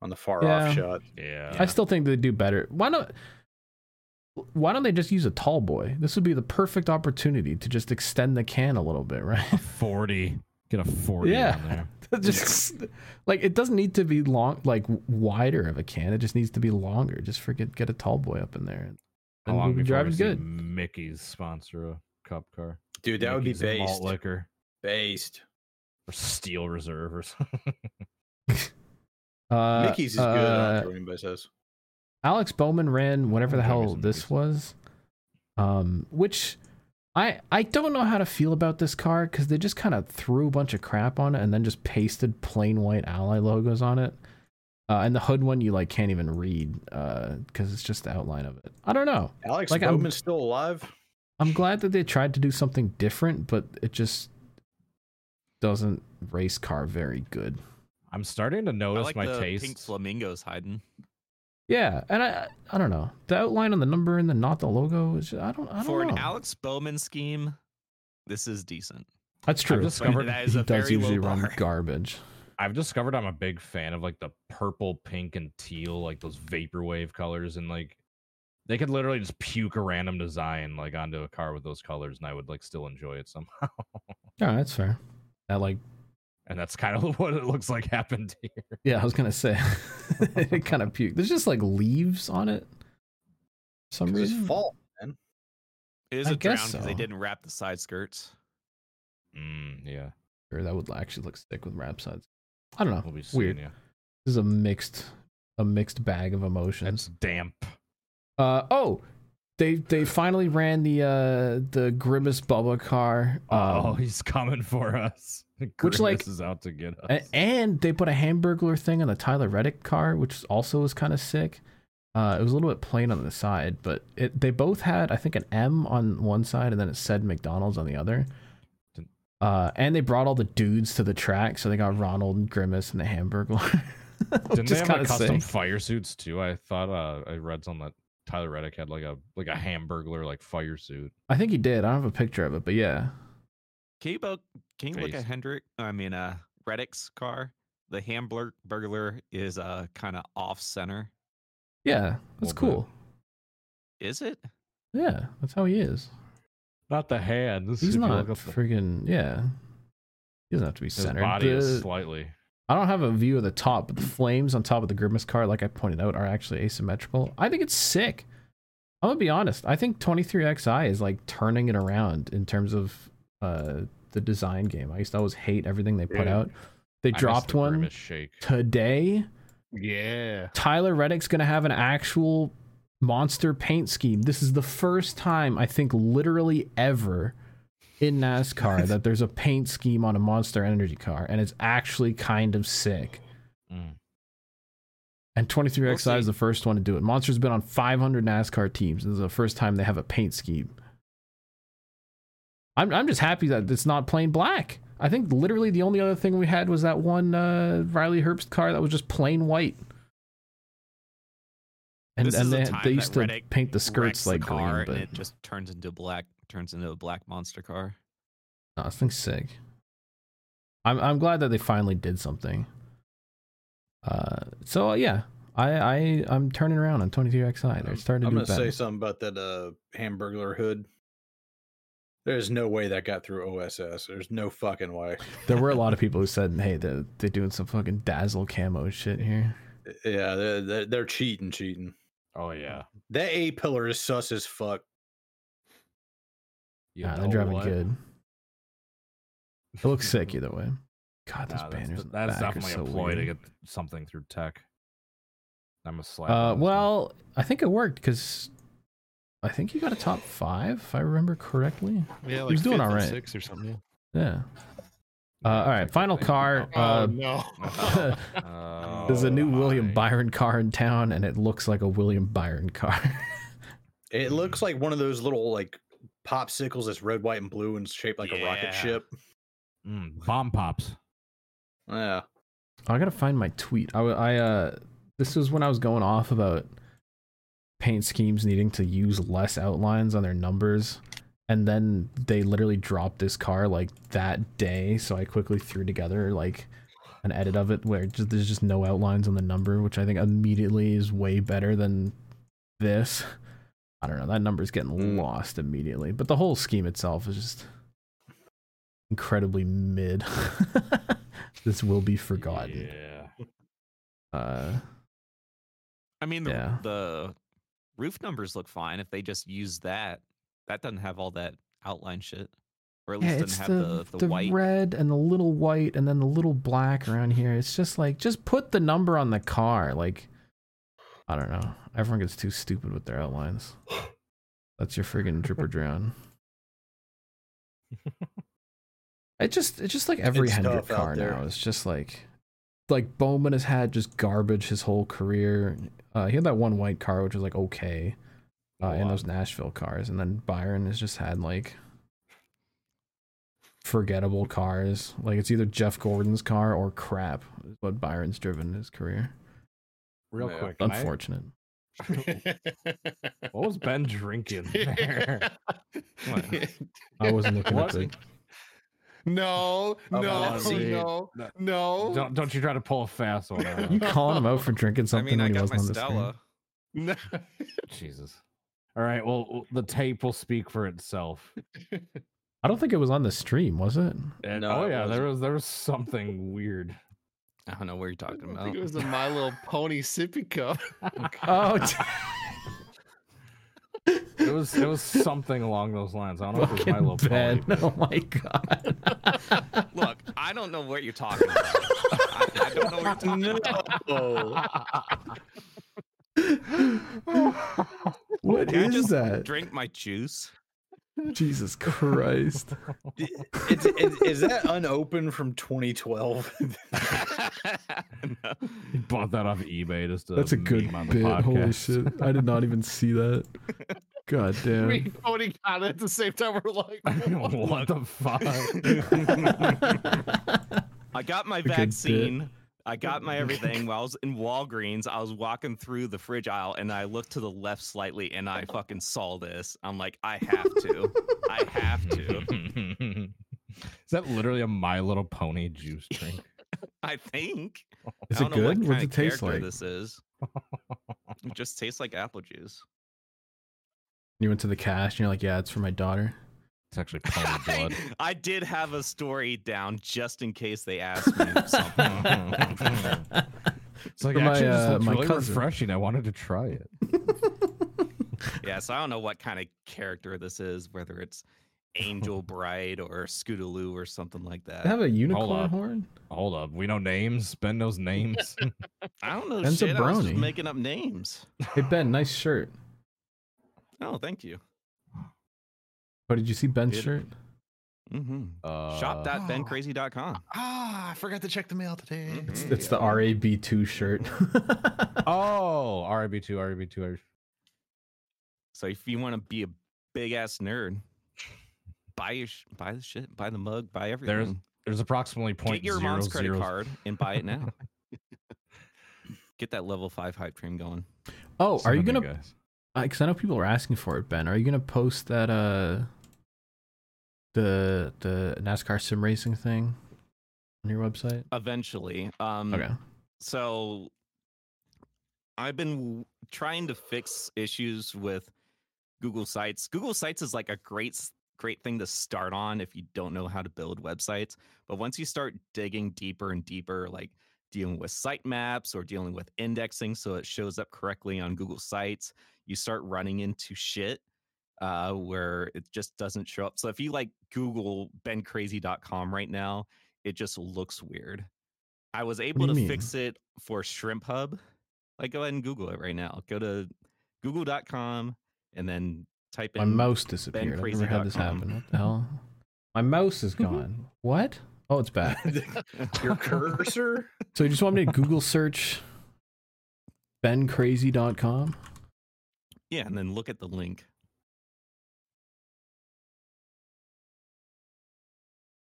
B: on the far
C: Yeah.
B: off shot.
D: yeah.
C: I still think they do better. Why not? Why don't they just use a tall boy? This would be the perfect opportunity to just extend the can a little bit, [LAUGHS] right?
D: [LAUGHS] forty. Get a forty
C: Yeah.
D: on there.
C: just like it doesn't need to be long, like wider of a can. It just needs to be longer. Just forget get a tall boy up in there.
D: How
C: And
D: long
C: we'll be
D: before we
C: driving
D: see
C: good.
D: Mickey's sponsor a cup car.
B: Dude, that would be
D: Mickey's malt
B: based.
D: liquor
B: Based.
D: or Steel Reserve or [LAUGHS] something.
C: Uh,
B: Mickey's is
C: uh,
B: good. I don't care what anybody says.
C: Alex Bowman ran whatever the
D: Okay,
C: hell
D: reasonable
C: this
D: reason.
C: was, um, which I I don't know how to feel about this car because they just kind of threw a bunch of crap on it and then just pasted plain white alloy logos on it, uh, and the hood one you like can't even read because it's just the outline of it. I don't know.
B: Alex
C: like, I'm-
B: Bowman's still alive.
C: I'm glad that they tried to do something different, but it just doesn't race car very good.
D: I'm starting to
A: I
D: notice
A: like
D: Oh, my
A: the
D: taste.
A: pink flamingos hiding.
C: Yeah, and I I don't know the outline on the number and the not the logo. Is I don't I don't
A: For
C: know.
A: an Alex Bowman scheme, this is decent.
C: That's true.
D: I've discovered
A: that is a
C: he does
A: very low
C: usually run
A: bar. [LAUGHS]
C: garbage.
D: I've discovered I'm a big fan of like the purple, pink, and teal, like those vaporwave colors, and like they could literally just puke a random design like onto a car with those colors, and I would like still enjoy it somehow.
C: Yeah, Oh, that's fair. That like
D: [LAUGHS] and that's kind of [LAUGHS] what it looks like happened [LAUGHS] here.
C: yeah, I was gonna say [LAUGHS] it kind of puke. There's just like leaves on it. For some
B: It's
C: reason.
B: his fault.
A: It is
C: I
A: a
C: guess
A: drown because they
C: so.
A: didn't wrap the side skirts.
D: Mm, yeah,
C: Or that would actually look sick with wrap sides. I don't know.
D: we'll be seeing
C: Weird.
D: you.
C: This is a mixed a mixed bag of emotions.
D: That's damp.
C: Uh oh, they they finally ran the uh the grimace Bubba car.
D: Oh,
C: um,
D: he's coming
C: [LAUGHS]
D: for us. [LAUGHS] Grimace
C: like-
D: is out to get us.
C: a- and they put a Hamburglar thing on the Tyler Reddick car, which also was kind of sick. Uh, it was a little bit plain on the side, but it they both had I think an M on one side and then it said McDonald's on the other.
D: Didn't-
C: Uh, and they brought all the dudes to the track, so they got Ronald and Grimace and the Hamburglar.
D: [LAUGHS]
C: [LAUGHS]
D: Didn't
C: Just
D: they have
C: kinda
D: like, custom
C: sick.
D: fire suits too? I thought uh, I read something that Tyler Reddick had like a like a hamburglar like fire suit.
C: I think he did. I don't have a picture of it, but yeah,
A: Can you, bo- can you look at
D: Face.
A: Hendrick? I mean, uh, Reddick's car. The Hamburg burglar is uh kind of off center.
C: yeah, that's
D: Little bit.
C: cool.
A: Is it?
C: Yeah, that's how he is.
D: Not the hands.
C: He's
D: if you
C: not
D: look up the-
C: friggin' yeah. He doesn't have to be
D: His
C: centered.
D: body is
C: The-
D: slightly.
C: I don't have a view of the top, but the flames on top of the grimace car, like I pointed out, are actually asymmetrical. I think it's sick. I'm gonna be honest. I think 23xi is like turning it around in terms of uh the design game. I used to always hate everything they put
D: Dude,
C: out. They
D: I miss
C: dropped
D: the
C: one
D: Grimace Shake.
C: today.
E: Yeah.
C: Tyler Reddick's gonna have an actual monster paint scheme. This is the first time I think literally ever in
D: [LAUGHS]
C: NASCAR that there's a paint scheme on a Monster Energy car, and it's actually kind of sick.
D: Mm.
C: And 23XI
A: We'll see.
C: is the first one to do it. Monster's been on 500 NASCAR teams. This is the first time they have a paint scheme. I'm I'm just happy that it's not plain black. I think literally the only other thing we had was that one uh, Riley Herbst car that was just plain white. And,
A: This
C: and
A: is the
C: they,
A: time
C: they
A: that
C: used to
A: Reddick
C: paint the
A: Wrecks
C: skirts like
A: the car,
C: green, but
A: and it just turns into black. Turns into a black monster car.
C: no, this thing's sick. I'm I'm glad that they finally did something. Uh, so yeah, I I I'm turning around on 23xi. They're
B: I'm-
C: starting to
B: I'm
C: do
B: gonna
C: better.
B: say something about that uh hamburglar hood. There's no way that got through OSS. There's no
C: [LAUGHS]
B: fucking way.
C: There were a lot of people who said, "Hey, they're, they're doing some fucking dazzle camo shit here."
B: Eh, Yeah, they're, they're- they're cheating, cheating.
D: Oh yeah.
B: That A pillar is sus as fuck.
D: You
C: Nah, they're
D: know
C: driving
D: what? [LAUGHS]
C: good. It looks sick either way. God, those
D: Nah, that's
C: banners. on the
D: that's
C: back are
D: definitely
C: so
D: a ploy to
C: weird.
D: get something through tech. I'm a slap.
C: Uh,
D: on this one.
C: well, I think it worked because I think he got a top five, if I remember correctly.
E: Yeah, like
C: was doing
E: fifth and
C: alright.
E: six or something.
C: Yeah. Uh, all right, final car.
E: Oh
C: Uh,
E: no! [LAUGHS]
C: [LAUGHS]
D: um,
C: There's
D: Oh,
C: a new William Byron
D: Byron.
C: car in town, and it looks like a William Byron car. [LAUGHS]
B: It
C: Mm-hmm.
B: looks like one of those little like popsicles that's red, white, and blue and shaped like a
A: Yeah.
B: rocket ship.
D: Mm, bomb pops.
B: Yeah.
C: I gotta find my tweet. I, w- I, uh, this was when I was going off about paint schemes needing to use less outlines on their numbers, and then they literally dropped this car like that day. So I quickly threw together like an edit of it where just, there's just no outlines on the number, which I think immediately is way better than this. I don't know. That number's getting
B: Mm.
C: lost immediately, but the whole scheme itself is just incredibly mid. [LAUGHS] this will be forgotten.
D: Yeah.
C: Uh,
A: I mean, the,
C: Yeah.
A: the roof numbers look fine if they just use that. That doesn't have all that outline shit, or at
C: yeah,
A: least
C: it's
A: doesn't have
C: the,
A: the,
C: the
A: white.
C: red and the little white and then the little black around here. It's just like just put the number on the car. Like I don't know. Everyone gets too stupid with their outlines. That's your friggin' drip or
A: [LAUGHS]
C: drown. It just it's just like every
B: It's
C: Hendrick
B: tough out
C: car
B: there.
C: now. It's just like like Bowman has had just garbage his whole career. Uh, he had that one white car which was like okay,
A: Oh,
C: uh, and those Nashville cars, and then Byron has just had like forgettable cars. Like it's either Jeff Gordon's car or crap. Is what Byron's driven in his career.
D: Real
E: Yeah.
D: quick. can I-
C: Unfortunate.
D: what was
C: [LAUGHS]
D: Ben drinking there?
C: I
A: [LAUGHS]
C: wasn't looking
D: What?
C: at the.
E: no, no,
D: Honestly,
E: no,
D: no.
E: no,
D: Don't don't you try to pull a fast one. out.
C: Oh. You calling him out for
A: I
C: drinking something
A: mean, I
C: when he
A: got my
C: wasn't on the screen?
A: Stella.
E: no.
D: [LAUGHS] Jesus. All right. Well, w- the tape will speak for itself.
C: I don't think it was on the stream,
A: [LAUGHS]
C: was it?
D: And-
B: No,
D: oh
B: it [LAUGHS]
D: yeah, there was there was something weird.
A: I don't know what you're
E: [LAUGHS] I
A: talking
E: don't
A: about.
E: think it was a My Little Pony sippy cup.
C: Oh, t-
D: It was it was something along those lines. I don't know if it was my
C: fucking
D: little
C: Ben.
D: pony.
C: [LAUGHS] Oh my god.
A: Look, I don't know what you're talking about. I, I don't know what you're
C: [LAUGHS]
A: talking about.
B: Oh,
C: What
A: Can I
C: is
A: just
C: that?
A: Drink my juice. [LAUGHS]
C: Jesus Christ.
B: it's, it's, is that unopened from 2012?
A: No.
D: He bought that off eBay just to
C: That's a good
D: meme on the
C: bit.
D: [LAUGHS]
C: Holy
D: podcast.
C: shit. I did not even
A: [LAUGHS]
C: see that. God damn.
E: [LAUGHS] We Cody got it at the same time. We're like,
D: what the fuck?
A: I got my
C: good bit.
A: vaccine. I got
C: [LAUGHS]
A: my everything. While I was in Walgreens, I was walking through the fridge aisle and I looked to the left slightly and I fucking saw this. I'm like, I have to. I have to.
D: [LAUGHS] Is that literally a My Little Pony juice drink?
A: I think.
C: Is
A: I
C: it
A: don't know what
C: good? What's
A: kind
C: it
A: of
C: taste
A: character
C: like?
A: This is. It just tastes like apple juice.
C: You went to the cash and you're like, yeah, it's for my daughter.
D: It's actually pony blood.
A: [LAUGHS] I did have a story down just in case they asked
D: [LAUGHS]
A: me something.
D: it's like
C: For my,
D: actually it just
C: uh,
D: looks
C: my
D: really
C: cousin.
D: refreshing. I wanted to try it.
A: yeah, so I don't know what kind of character this is, whether it's Angel Bride or Scootaloo or something like that.
C: They have a unicorn
D: up.
C: horn?
D: Hold up, we know names. Ben
A: [LAUGHS]
D: knows names.
A: I don't know.
C: Ben's a
A: shit. I was just
C: brony.
A: making up names.
C: Hey, Ben, nice shirt.
A: Oh, thank you.
C: But Oh, did you see Ben's
A: It-
C: shirt?
A: Mm-hmm.
D: Uh,
A: Shop.bencrazy.com.
E: ah, I forgot to check the mail today.
A: It's-
C: It's
E: [LAUGHS]
C: the RAB2 shirt. [LAUGHS]
D: Oh, RIB two, RIB two.
A: So if you want to be a big ass nerd, buy your sh- buy the shit, buy the mug, buy everything.
D: There's approximately
A: Get
D: point
A: your
D: zero
A: mom's credit
D: zero-
A: card and buy it
D: [LAUGHS]
A: now. Get that level five hype train going.
C: oh, are
D: Son
C: you
D: of a
C: gonna
D: guys.
C: because I know people are asking for it, Ben. Are you gonna post that uh the the NASCAR sim racing thing on your website?
A: Eventually,
D: Mm,
A: um,
C: Okay.
A: so I've been w- trying to fix issues with Google Sites. Google Sites is like a great s- great thing to start on if you don't know how to build websites. But once you start digging deeper and deeper, like dealing with sitemaps or dealing with indexing so it shows up correctly on Google Sites, you start running into shit uh, where it just doesn't show up. So if you like Google bencrazy.com right now, it just looks weird. I was able
C: you
A: to
C: mean?
A: fix it for Shrimp Hub. Like, go ahead and Google it right now. Go to google.com and then type in
C: My mouse disappeared. I've never had this
D: [LAUGHS]
A: BenCrazy.com.
C: happen. What the hell? My mouse is gone. what? Oh, it's
D: [LAUGHS]
C: back.
B: [LAUGHS] Your cursor?
C: So you just want me to Google search bencrazy.com?
A: [LAUGHS] Yeah, and then look at the link.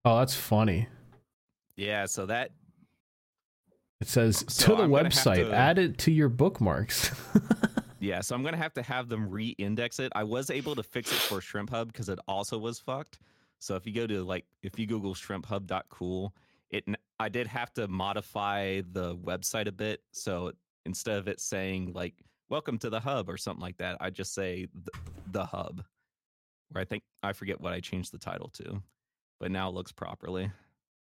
C: Oh, that's funny.
A: Yeah, so that
C: It says
A: So
C: to the
A: I'm gonna have
C: website,
A: to-
C: add it to your bookmarks. [LAUGHS]
A: yeah, so I'm gonna have to have them re-index it. I was able to fix it for Shrimp Hub because it also was fucked. So if you go to like if you Google shrimphub.cool, it n- I did have to modify the website a bit. So instead of it saying like "Welcome to the hub" or something like that, I just say th- "the hub," where I think I forget what I changed the title to, but now it looks properly.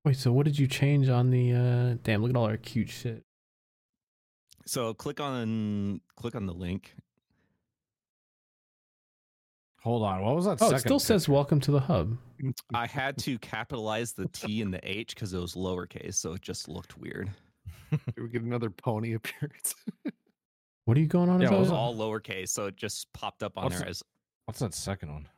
C: Wait, so what did you change on the uh damn look at all our cute shit.
A: So click on click on the link.
D: Hold on. What was that?
C: Oh,
D: second
C: it still says
D: picture?
C: welcome to the hub.
A: I had to capitalize the T and the H because it was lowercase, so it just looked weird.
E: Did we get another pony appearance?
C: What are you going on
D: Yeah, it
A: It
C: about?
A: was all lowercase, so it just popped up on
D: What's
A: there as
D: What's that second one?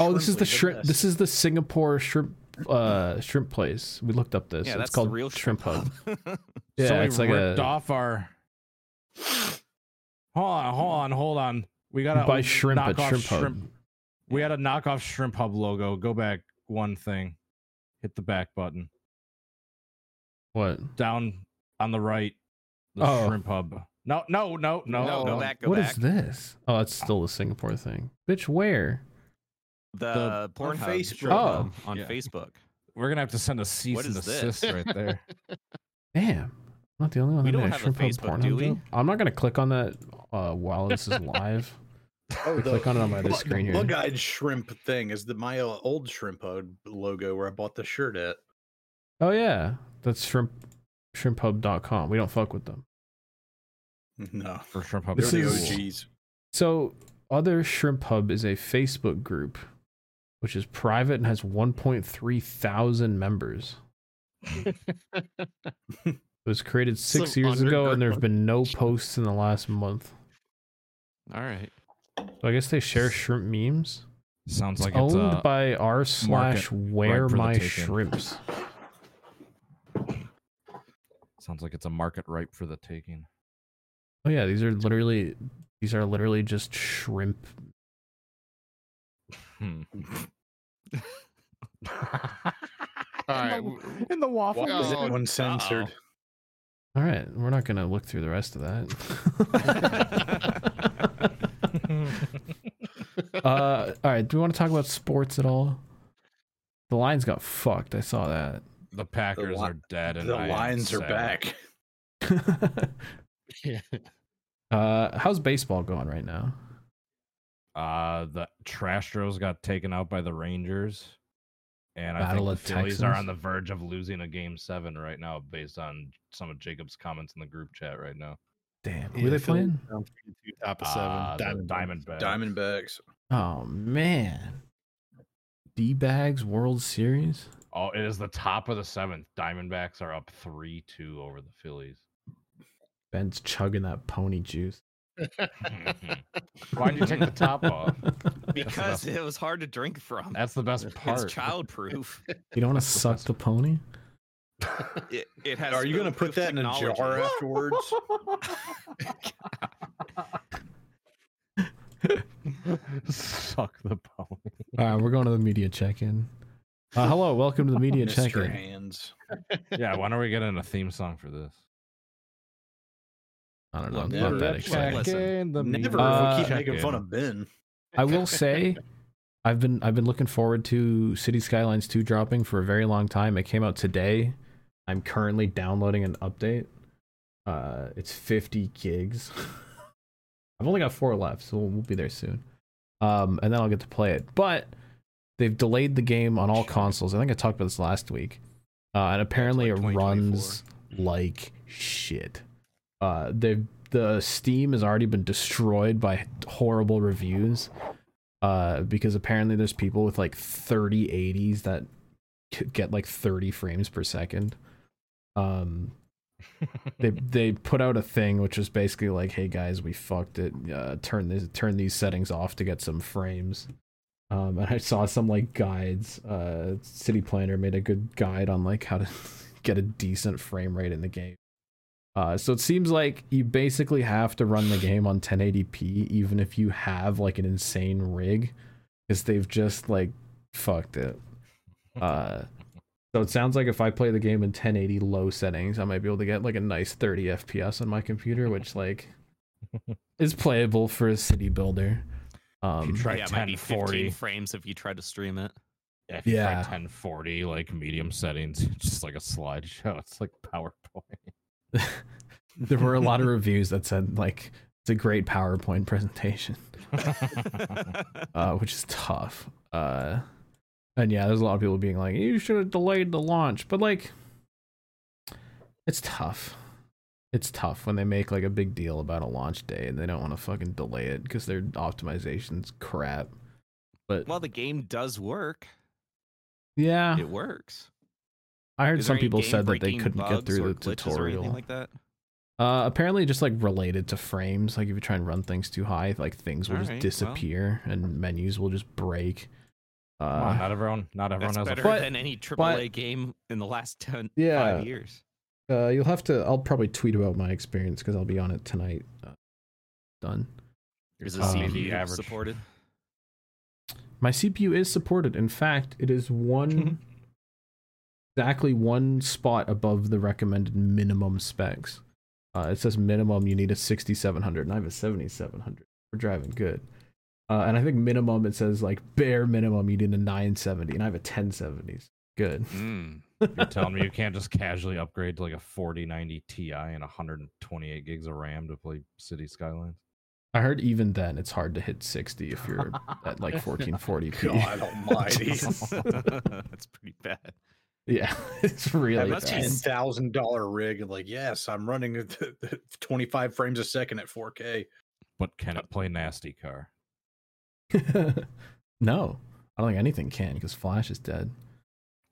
C: oh, this is the
B: Shrimply, look
C: shrimp
B: at
C: this is the Singapore shrimp uh shrimp place. We looked up this.
A: yeah,
C: it's
A: that's
C: called
A: the real
C: shrimp hub.
A: [LAUGHS] hub.
C: [LAUGHS] Yeah,
D: so
C: it's
D: we
C: like
D: ripped
C: a
D: off our. Hold on, hold on, hold on. We gotta
C: buy shrimp at
D: knock off
C: shrimp hub.
D: We gotta knock off Shrimp Hub logo. Go back one thing. Hit the back button
C: What?
D: down on the right. The
C: Oh.
D: Shrimp Hub. No, no, no, no.
A: no,
D: no.
A: go back, go
C: What is
A: back.
C: this? Oh, it's still the Singapore thing. Bitch, where?
A: The, porn hub
B: Facebook.
A: shrimp
C: Oh.
A: hub on
D: Yeah.
A: Facebook.
D: We're gonna have to send a cease
A: What
D: and
A: is this?
D: desist
C: [LAUGHS]
D: right there.
C: Damn. I'm not the only one
A: We
C: that
A: don't
C: made
A: have a
C: shrimp hub
A: Facebook,
C: Pornhub
A: do we?
C: joke. I'm not gonna click on that uh, while this is live.
B: Oh,
C: click on it on my other screen here.
B: Bug-eyed shrimp thing is the my uh, old shrimp hub logo where I bought the shirt at. [LAUGHS]
C: Oh yeah, that's shrimp shrimphub.com. We don't fuck with them.
B: No,
D: For Shrimp Hub.
C: This
B: they're the
C: is-
B: OGs.
C: So, Other Shrimp Hub is a Facebook group, which is private and has 1.3 thousand members.
A: [LAUGHS]
C: It was created six
E: Some
C: years ago, and there have been
E: underground
C: no posts in the last month.
A: All right.
C: So I guess they share shrimp memes.
D: Sounds
C: It's
D: like it's
C: owned
D: uh,
C: by r slash where
D: for the
C: my
D: taking.
C: shrimps.
D: sounds like it's a market ripe for the taking.
C: Oh yeah, these are literally these are literally just shrimp. [LAUGHS]
D: Hmm.
E: All right.
D: In
E: w-
D: In the waffle.
B: Why is
E: Oh,
C: [LAUGHS]
B: that one censored?
C: All right, we're not gonna look through the rest of
D: [LAUGHS]
C: that. uh, all right, do we want to talk about sports at all? The Lions got fucked. I saw that.
D: [LAUGHS] The Packers
B: li-
D: are dead, and
B: The
D: I am
B: lines are
D: sad.
B: back.
E: Yeah.
C: uh, how's baseball going right now?
D: Uh, the Trastros got taken out by the Rangers, and I
C: Battle
D: think
C: of
D: the Phillies are
C: Texas?
D: on the verge of losing a game seven right now, based on some of Jacob's comments in the group chat right now.
C: Damn, who
E: Yeah,
C: are they
E: Phillies
C: playing?
E: down 3-2, Top of seven.
D: Uh, the
E: [LAUGHS] Diamondbacks.
D: Diamondbacks.
B: Diamondbacks.
C: Oh man, D bags World Series.
D: Oh, it is the top of the seventh. Diamondbacks are up three two over the
C: [LAUGHS]
D: Phillies. [LAUGHS]
C: Ben's chugging that pony juice.
D: Why'd you take the top off?
A: Because it was hard to drink from.
D: That's the best part.
A: It's childproof.
C: You don't want to suck the pony.
A: It, it has.
B: Are you going to put
A: foolproof
B: that in a
A: technology. [LAUGHS]
B: jar [LAUGHS] afterwards?
D: Suck the pony.
C: All right, we're going to the media check-in. Uh, hello, welcome to the
B: [LAUGHS]
C: media
B: Mr.
C: check-in.
B: Hands.
D: Yeah, why don't we get in a theme song for this?
C: I don't know. I'm
B: Never
C: not that
A: check-in.
C: excited.
D: the
B: Never.
C: Uh,
B: we keep making fun of Ben.
C: I will say, I've been I've been looking forward to City Skylines 2 dropping for a very long time. It came out today. I'm currently downloading an update. Uh, it's 50 gigs. [LAUGHS] I've only got four left, so we'll, we'll be there soon. Um, and then I'll get to play it. But they've delayed the game on all consoles. I think I talked about this last week. Uh, and apparently
D: like
C: it
D: 2024.
C: runs like shit. Uh, they the Steam has already been destroyed by horrible reviews. Uh, because apparently there's people with like 30 80s that c- get like 30 frames per second. Um,
D: [LAUGHS]
C: they they put out a thing which was basically like, "Hey guys, we fucked it. Uh, turn this turn these settings off to get some frames." Um, and I saw some like guides. Uh, City Planner made a good guide on like how to [LAUGHS] get a decent frame rate in the game. Uh, so it seems like you basically have to run the game on 1080p, even if you have like an insane rig, because they've just like fucked it. Uh, so it sounds like if I play the game in 1080 low settings, I might be able to get like a nice 30 FPS on my computer, which
D: [LAUGHS]
C: like is playable for a city builder.
D: you
C: Um,
D: try
A: yeah, it might be
D: 1040.
A: 15 frames if you try to stream
B: [LAUGHS]
A: it. [LAUGHS]
D: Yeah, if you try
C: Yeah.
D: 1040, like medium settings, [LAUGHS] it's just like a slideshow. [LAUGHS] It's like PowerPoint.
C: [LAUGHS] there were a lot of reviews that said like it's a great PowerPoint presentation,
A: [LAUGHS]
C: uh, which is tough. Uh, and yeah, there's a lot of people being like, you should have delayed the launch, but like, it's tough. It's tough when they make like a big deal about a launch day and they don't want to fucking delay it because their optimization's crap. But
A: well, the game does work.
C: yeah,
A: It works.
C: I heard
A: Is there
C: some
A: any
C: people said that they
A: game-breaking
C: couldn't get
A: bugs
C: through
A: or
C: the
A: glitches or
C: tutorial.
A: anything like that.
C: Uh, apparently, just like related to frames, like if you try and run things too high, like things will just
A: Alright, well.
C: disappear and menus will just break.
D: Come on,
C: Uh,
D: not everyone, not everyone
A: That's
D: has
A: better
D: a
C: But-
A: than any AAA game in the last 10,
C: Yeah.
A: five years.
C: uh, you'll have to. I'll probably tweet about my experience because I'll be on it tonight. Uh, done.
A: Is the
C: Um,
A: CPU
D: average.
C: [LAUGHS]
A: supported?
C: My CPU is supported. In fact, it is
A: Mm-hmm.
C: one exactly one spot above the recommended minimum specs. Uh, it says minimum you need a 6700, and I have a 7700. We're driving good. Uh, and I think minimum it says like bare minimum you need a 970, and I have a 1070. Good.
A: Mm.
B: [LAUGHS]
D: You're telling me you can't just casually upgrade to like a 4090 Ti and 128 gigs of RAM to play City Skylines?
C: I heard even then it's hard to hit 60 if
A: [LAUGHS]
C: you're at like 1440p.
B: God almighty.
A: That's pretty bad.
C: [LAUGHS] Yeah, [LAUGHS] it's
B: [LAUGHS]
C: really.
A: must be
C: bad.
B: ten
A: Jeez.
B: thousand dollar rig and like yes i'm running [LAUGHS] at the- the 25 frames a second at 4k
D: But can it play Nasty Car?
C: [LAUGHS] no, I don't think anything can because Flash is dead.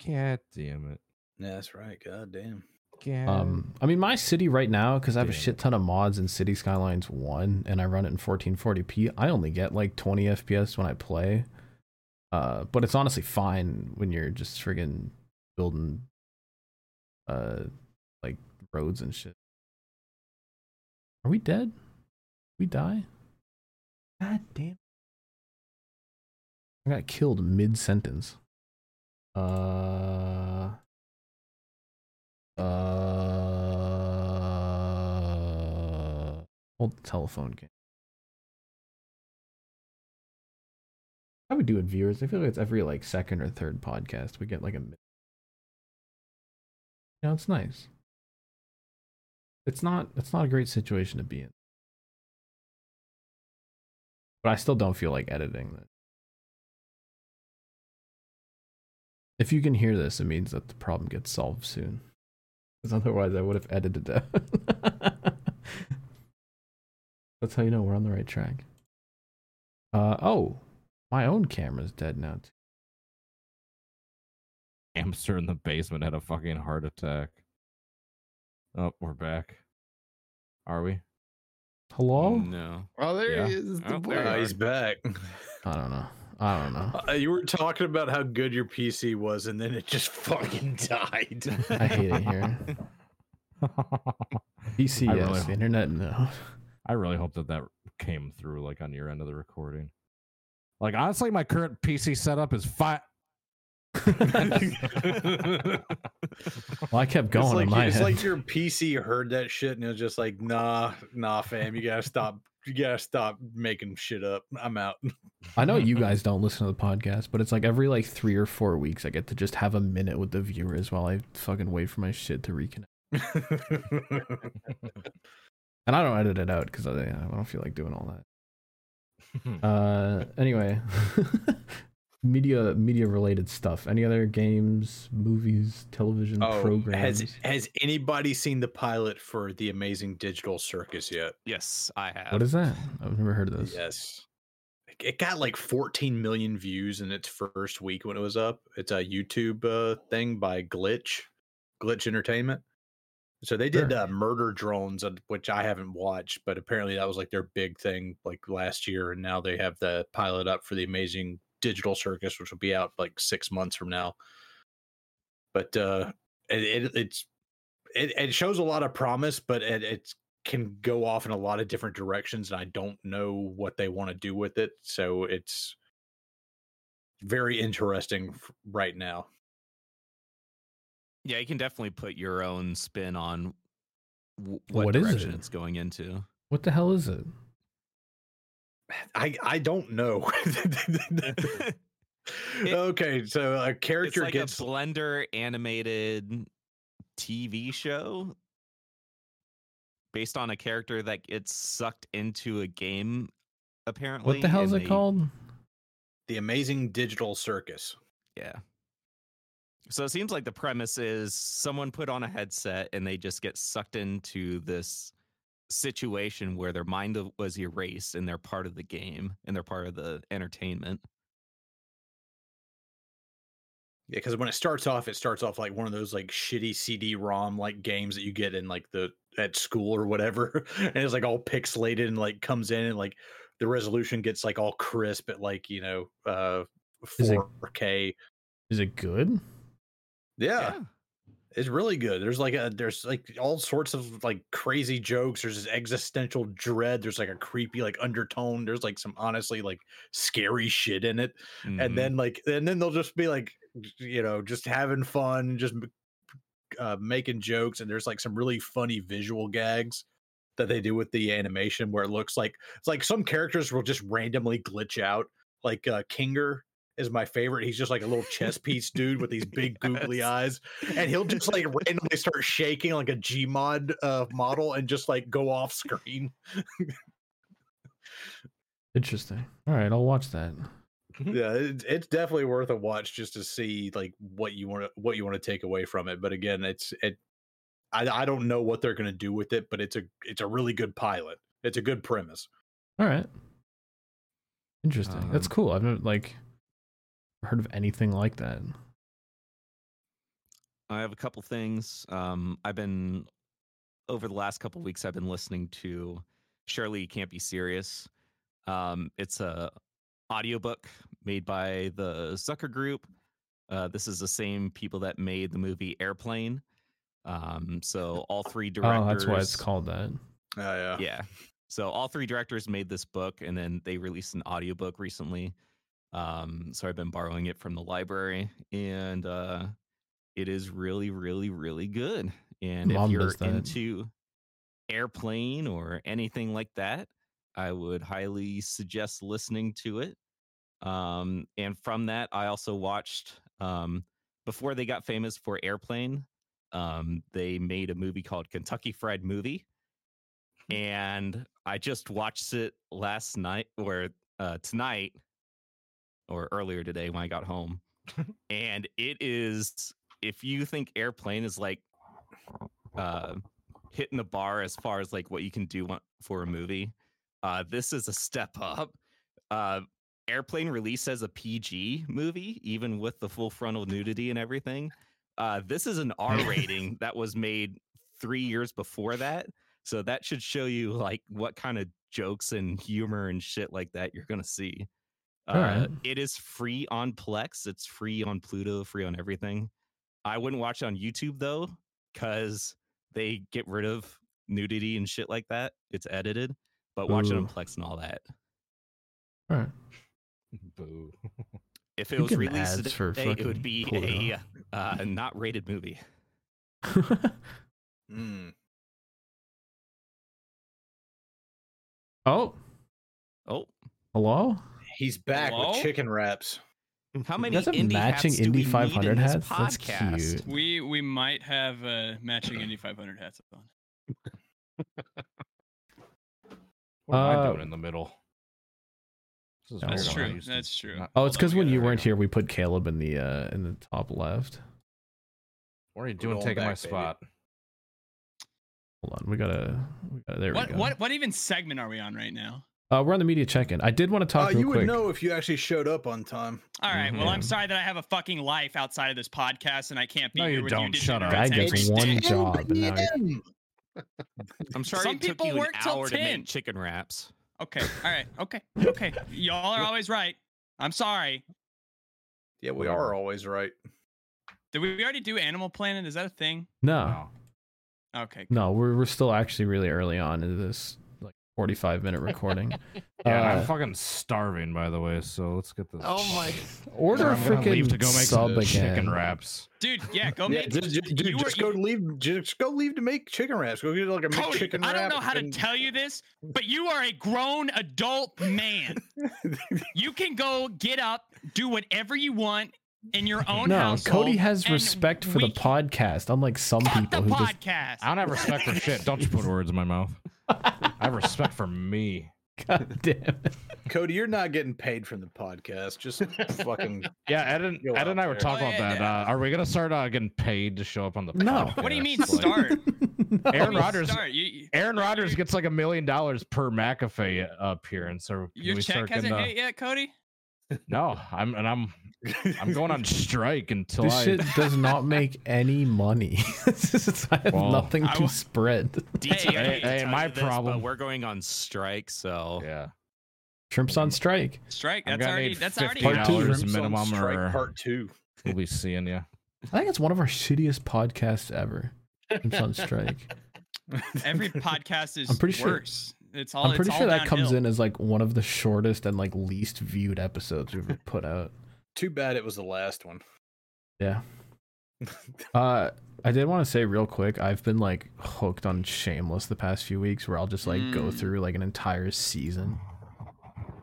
D: God damn it.
B: yeah that's right god damn
D: God.
C: Um, I mean, my city right now, because I have a
D: Damn.
C: shit ton of mods in City Skylines 1 and I run it in 1440p, I only get like 20 FPS when I play. Uh, but it's honestly fine when you're just friggin' building uh, like roads and shit. Are we dead? We die? God damn. I got killed mid sentence. Uh. Uh, old telephone game. I would do it, viewers. I feel like it's every like second or third podcast we get like a. mi- You know, it's nice. It's not. It's not a great situation to be in. But I still don't feel like editing that. If you can hear this, it means that the problem gets solved soon. Because otherwise, I would have edited that. [LAUGHS] That's how you know we're on the right track. Uh, oh, my own camera's dead now. Too.
D: hamster in the basement had a fucking heart attack. Oh, we're back. Are we?
C: Hello?
A: No.
E: [LAUGHS] Oh, there
D: Yeah.
E: he is. The
A: Oh,
E: boy.
A: there
B: Uh,
A: you
B: he's back [LAUGHS]
C: I don't know. I don't know.
B: Uh, you were talking about how good your pc was and then it just [LAUGHS] fucking [LAUGHS] died
C: I hate it
B: [LAUGHS]
C: here. PC,
D: I really
C: yes.
D: hope-
C: the internet,
B: [LAUGHS]
C: no.
D: [LAUGHS] I really hope that that came through like on your end of the recording. Like honestly, my current PC setup is [LAUGHS] fine.
C: Well, I kept going
B: it's like,
C: in my
B: it's
C: head.
B: like your pc heard that shit and it was just like nah nah fam you gotta stop you gotta stop making shit up i'm out [LAUGHS]
C: I know you guys don't listen to the podcast, but it's like every like three or four weeks, I get to just have a minute with the viewers while I fucking wait for my shit to reconnect. And I don't edit it out because I, I don't feel like doing all that. Uh, anyway, [LAUGHS] media media related stuff. Any other games, movies, television
B: oh
C: programs?
B: has has anybody seen the pilot for the amazing digital circus yet
A: yes, I have.
C: what is that? I've never heard of this.
B: Yes. It- It got like 14 million views in its first week when it was up. It's a YouTube uh, thing by Glitch, Glitch Entertainment. So they did
C: Sure.
B: uh, Murder Drones, uh, which I haven't watched, but apparently that was like their big thing like last year. And now they have the pilot up for the amazing digital circus, which will be out like six months from now. But uh, it, it it's it, it shows a lot of promise, but it it's, can go off in a lot of different directions, and I don't know what they want to do with it. So it's very interesting f- right now. [SIGHS]
A: Yeah, you can definitely put your own spin on w- what,
C: What is
A: direction
C: it?
A: it's going into.
C: What the hell is it?
B: I I don't
A: [LAUGHS]
B: know. [LAUGHS] okay, so a
A: it's
B: character
A: like
B: gets
A: a Blender animated TV show based on a character that gets sucked into a game. Apparently,
C: What the hell is
A: and
C: it
A: they-
C: called?
B: the amazing digital circus.
A: Yeah. So it seems like the premise is someone put on a headset and they just get sucked into this situation where their mind of- was erased and they're part of the game and they're part of the entertainment.
B: Yeah, because when it starts off, it starts off like one of those like shitty CD-ROM like games that you get in like the at school or whatever, [LAUGHS] and it's like all pixelated and like comes in and like the resolution gets like all crisp at like you know uh
C: Is it-
B: 4K.
C: Is it good?
B: Yeah, it's really good. There's like a there's like all sorts of like crazy jokes. There's this existential dread. There's like a creepy like undertone. There's like some honestly like scary shit in it.
A: Mhm.
B: and then like and then they'll just be like you know just having fun just m- uh, making jokes and there's like some really funny visual gags that they do with the animation where it looks like it's like some characters will just randomly glitch out like uh kinger is my favorite he's just like a little chess piece dude with these big googly
A: Yes.
B: eyes and he'll [LAUGHS] just like randomly start shaking like a gmod uh model and just like go off screen
C: Interesting. All right, I'll watch that.
B: yeah it, it's definitely worth a watch just to see like what you want to what you want to take away from it but again it's it i, I don't know what they're going to do with it but it's a it's a really good pilot it's a good premise
C: All right. Interesting. That's
A: Um,
C: cool. I've never like heard of anything like that. Oh,
A: I have a couple things. Um, I've been over the last couple weeks. I've been listening to Shirley You Can't Be Serious. Um, it's a audiobook made by the Zucker Group. Uh, this is the same people that made the movie Airplane. Um, so all three directors.
C: Oh, that's why it's called that. [LAUGHS]
B: uh, yeah
A: [LAUGHS] Yeah. So all three directors made this book, and then they released an audiobook recently. Um, so I've been borrowing it from the library, and uh, it is really, really, really good. And
C: Mom
A: if
C: does
A: you're
C: that.
A: into airplane or anything like that, I would highly suggest listening to it. Um, and from that, I also watched um, before they got famous for Airplane. Um, they made a movie called Kentucky Fried Movie,
C: Mm-hmm.
A: and I just watched it last night or uh, tonight or earlier today when I got
C: [LAUGHS]
A: home. and it is if you think Airplane is like uh, hitting the bar as far as like what you can do on- for a movie, uh, this is a step up. Uh, Airplane released as a PG movie, even with the full frontal nudity and everything. Uh, this is an
C: [LAUGHS]
A: R rating that was made three years before that. So that should show you like what kind of jokes and humor and shit like that you're gonna see.
C: All right.
A: Uh, It is free on Plex. It's free on Pluto. Free on everything. I wouldn't watch it on YouTube though, because they get rid of nudity and shit like that. It's edited. But watch it on
C: Ooh.
A: Plex and all that.
C: All right.
D: Boo.
A: If it
C: You
A: was
C: can
A: released
C: ads for
A: today, it
C: fucking
A: would be
C: Pluto.
A: a uh, not rated movie.
B: Mm.
C: oh, [LAUGHS]
A: Oh,
C: hello.
B: he's back with
F: Hello?
B: chicken wraps
A: how many
C: That's a
A: indie
C: matching
A: hats do we
C: Indy
A: need
C: 500
A: in this
C: hats. That's
A: podcast?
C: cute.
F: We we might have uh, matching Indy 500 hats on.
D: What am I
C: Uh,
D: doing in the middle? This is
C: That's
D: weird. I'm not
F: true,
D: used to
F: that's true.
D: not
C: Oh, it's
D: all
C: because when
D: together
C: you
D: right
C: weren't
D: now.
C: here, we put Caleb in the uh in the top left.
D: What are you
B: We're
D: doing
B: going
D: taking my
B: back, baby.
D: spot?
C: Hold on, we gotta. We gotta there
F: What
C: we go.
F: what what even segment are we on right now?
C: Uh, we're on the media check-in. I did want to
B: uh,
C: talk. real
B: you would
C: quick.
B: know if you actually showed up on time
F: All right, Well, I'm
C: Mhm.
F: sorry that I have a fucking life outside of this podcast and I can't be
D: Mm-hmm. No,
F: here
D: you
F: with you.
D: don't.
F: to
D: Shut up.
F: generate
C: I get
F: every
C: one
F: day.
C: job, and now you're-
A: I'm sorry
F: Some
A: it took
F: people
A: you
F: work
A: an
F: till
A: hour to
F: 10.
A: make chicken wraps.
F: Okay. All right. Okay. Okay. Y'all are always right. I'm sorry.
B: Yeah, we are always right.
F: Did we already do Animal Planet? Is that a thing?
D: Oh.
C: No,
F: Okay.
C: no, we're we're still actually really early on in this like 45
D: [LAUGHS]
C: minute recording.
D: Yeah, and I'm
C: Uh,
D: fucking starving, by the way. So let's get this.
E: Oh my!
C: order
D: I'm gonna leave
C: freaking
D: to go make
C: sub
D: some
C: again.
D: chicken wraps.
F: Dude, yeah, go
B: yeah,
F: make
B: just, just, dude,
F: you were-
B: just go leave. Just go leave to make chicken wraps. Go get like a
F: Cody,
B: chicken
F: I
B: wrap.
F: don't know how to
B: and-
F: tell you this, but you are a grown adult
B: [LAUGHS]
F: man. you can go get up, do whatever you want in your own
C: No,
F: house.
C: Cody has
F: and
C: respect for
F: we
C: the
F: can-
C: podcast, unlike some
F: Fuck
C: people
F: the
C: who just
F: podcast.
D: I don't have respect for shit. Don't
C: [LAUGHS]
D: you put words in my mouth. I have respect for me.
C: God [LAUGHS] damn it.
B: Cody, you're not getting paid from the podcast.
F: [LAUGHS]
B: Just fucking.
D: Yeah, Ed and,
B: Go
D: Ed and
B: out
D: I were
B: there.
D: talking
F: Oh,
D: about
F: yeah,
D: that.
F: yeah.
D: Uh, are we gonna start uh, getting paid to show up on the?
C: No.
D: podcast?
F: what do you mean
D: Like,
F: start?
C: No.
F: What do
C: [LAUGHS]
D: Aaron
F: you mean
D: Rodgers.
F: start? You- you-
D: Aaron Rodgers
F: Your-
D: gets like a million dollars per McAfee appearance. Or can
F: Your
D: we
F: check
D: start getting,
F: hasn't
D: uh,
F: hit yet, Cody?
D: No, I'm and I'm I'm
C: [LAUGHS]
D: going on strike until
C: This
D: I.
C: shit does not make any money. [LAUGHS] This is- I have
D: Well,
C: nothing
F: I
C: to
F: wa-
C: spread.
A: DT, I
D: Hey,
A: hate to
D: hey,
A: tell
D: my
A: you this, but
D: problem.
A: we're going on strike, so
D: Yeah.
C: Shrimp's
D: [LAUGHS]
C: on strike.
F: Strike.
D: I'm
F: That's
D: gonna
F: already
D: need
F: that's already
D: $15
C: Part
F: out.
C: two.
D: dollars
B: Shrimps on
D: minimum
B: strike
D: or-
B: part two.
D: We'll be seeing you.
C: I think it's one of our shittiest podcasts ever. Shrimp's on strike.
F: Every podcast
C: [LAUGHS]
F: is
C: I'm pretty sure-
F: worse. It's all
C: I'm pretty
F: it's
C: sure
F: all
C: that comes
F: downhill.
C: in as like one of the shortest and like least viewed episodes we've [LAUGHS] ever put out.
B: [LAUGHS] Too bad it was the last one.
C: Yeah. Uh, I did want to say real quick, I've been like hooked on Shameless the past few weeks, where I'll just like go
F: Mm.
C: through like an entire season.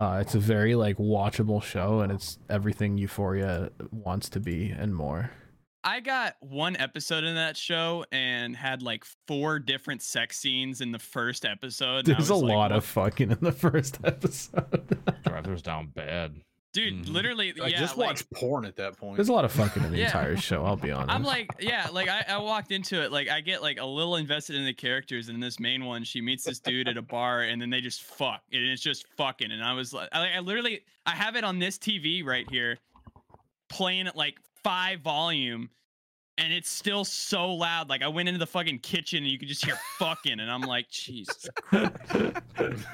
C: Uh, it's a very like watchable show, and it's everything Euphoria wants to be and more.
F: I got one episode in that show and had like four different sex scenes in the first episode. and I
C: There's a
F: was like,
C: lot
F: "What
C: of fucking in the [LAUGHS] first episode.
D: Drivers down
F: [LAUGHS]
D: bad.
F: dude
C: Mm-hmm.
A: Mhm.
F: literally
B: I
F: yeah
B: just
F: like,
B: watched porn at that point.
C: There's a lot of fucking in the
F: [LAUGHS] Yeah.
C: entire show. I'll be honest.
F: i'm like yeah like I, I walked into it like i get like a little invested in the characters and this main one she meets this dude at a bar and then they just fuck and it's just fucking and i was like i, I literally i have it on this tv right here playing at like five volume and it's still so loud like i went into the fucking kitchen and you could just hear fucking and i'm like jesus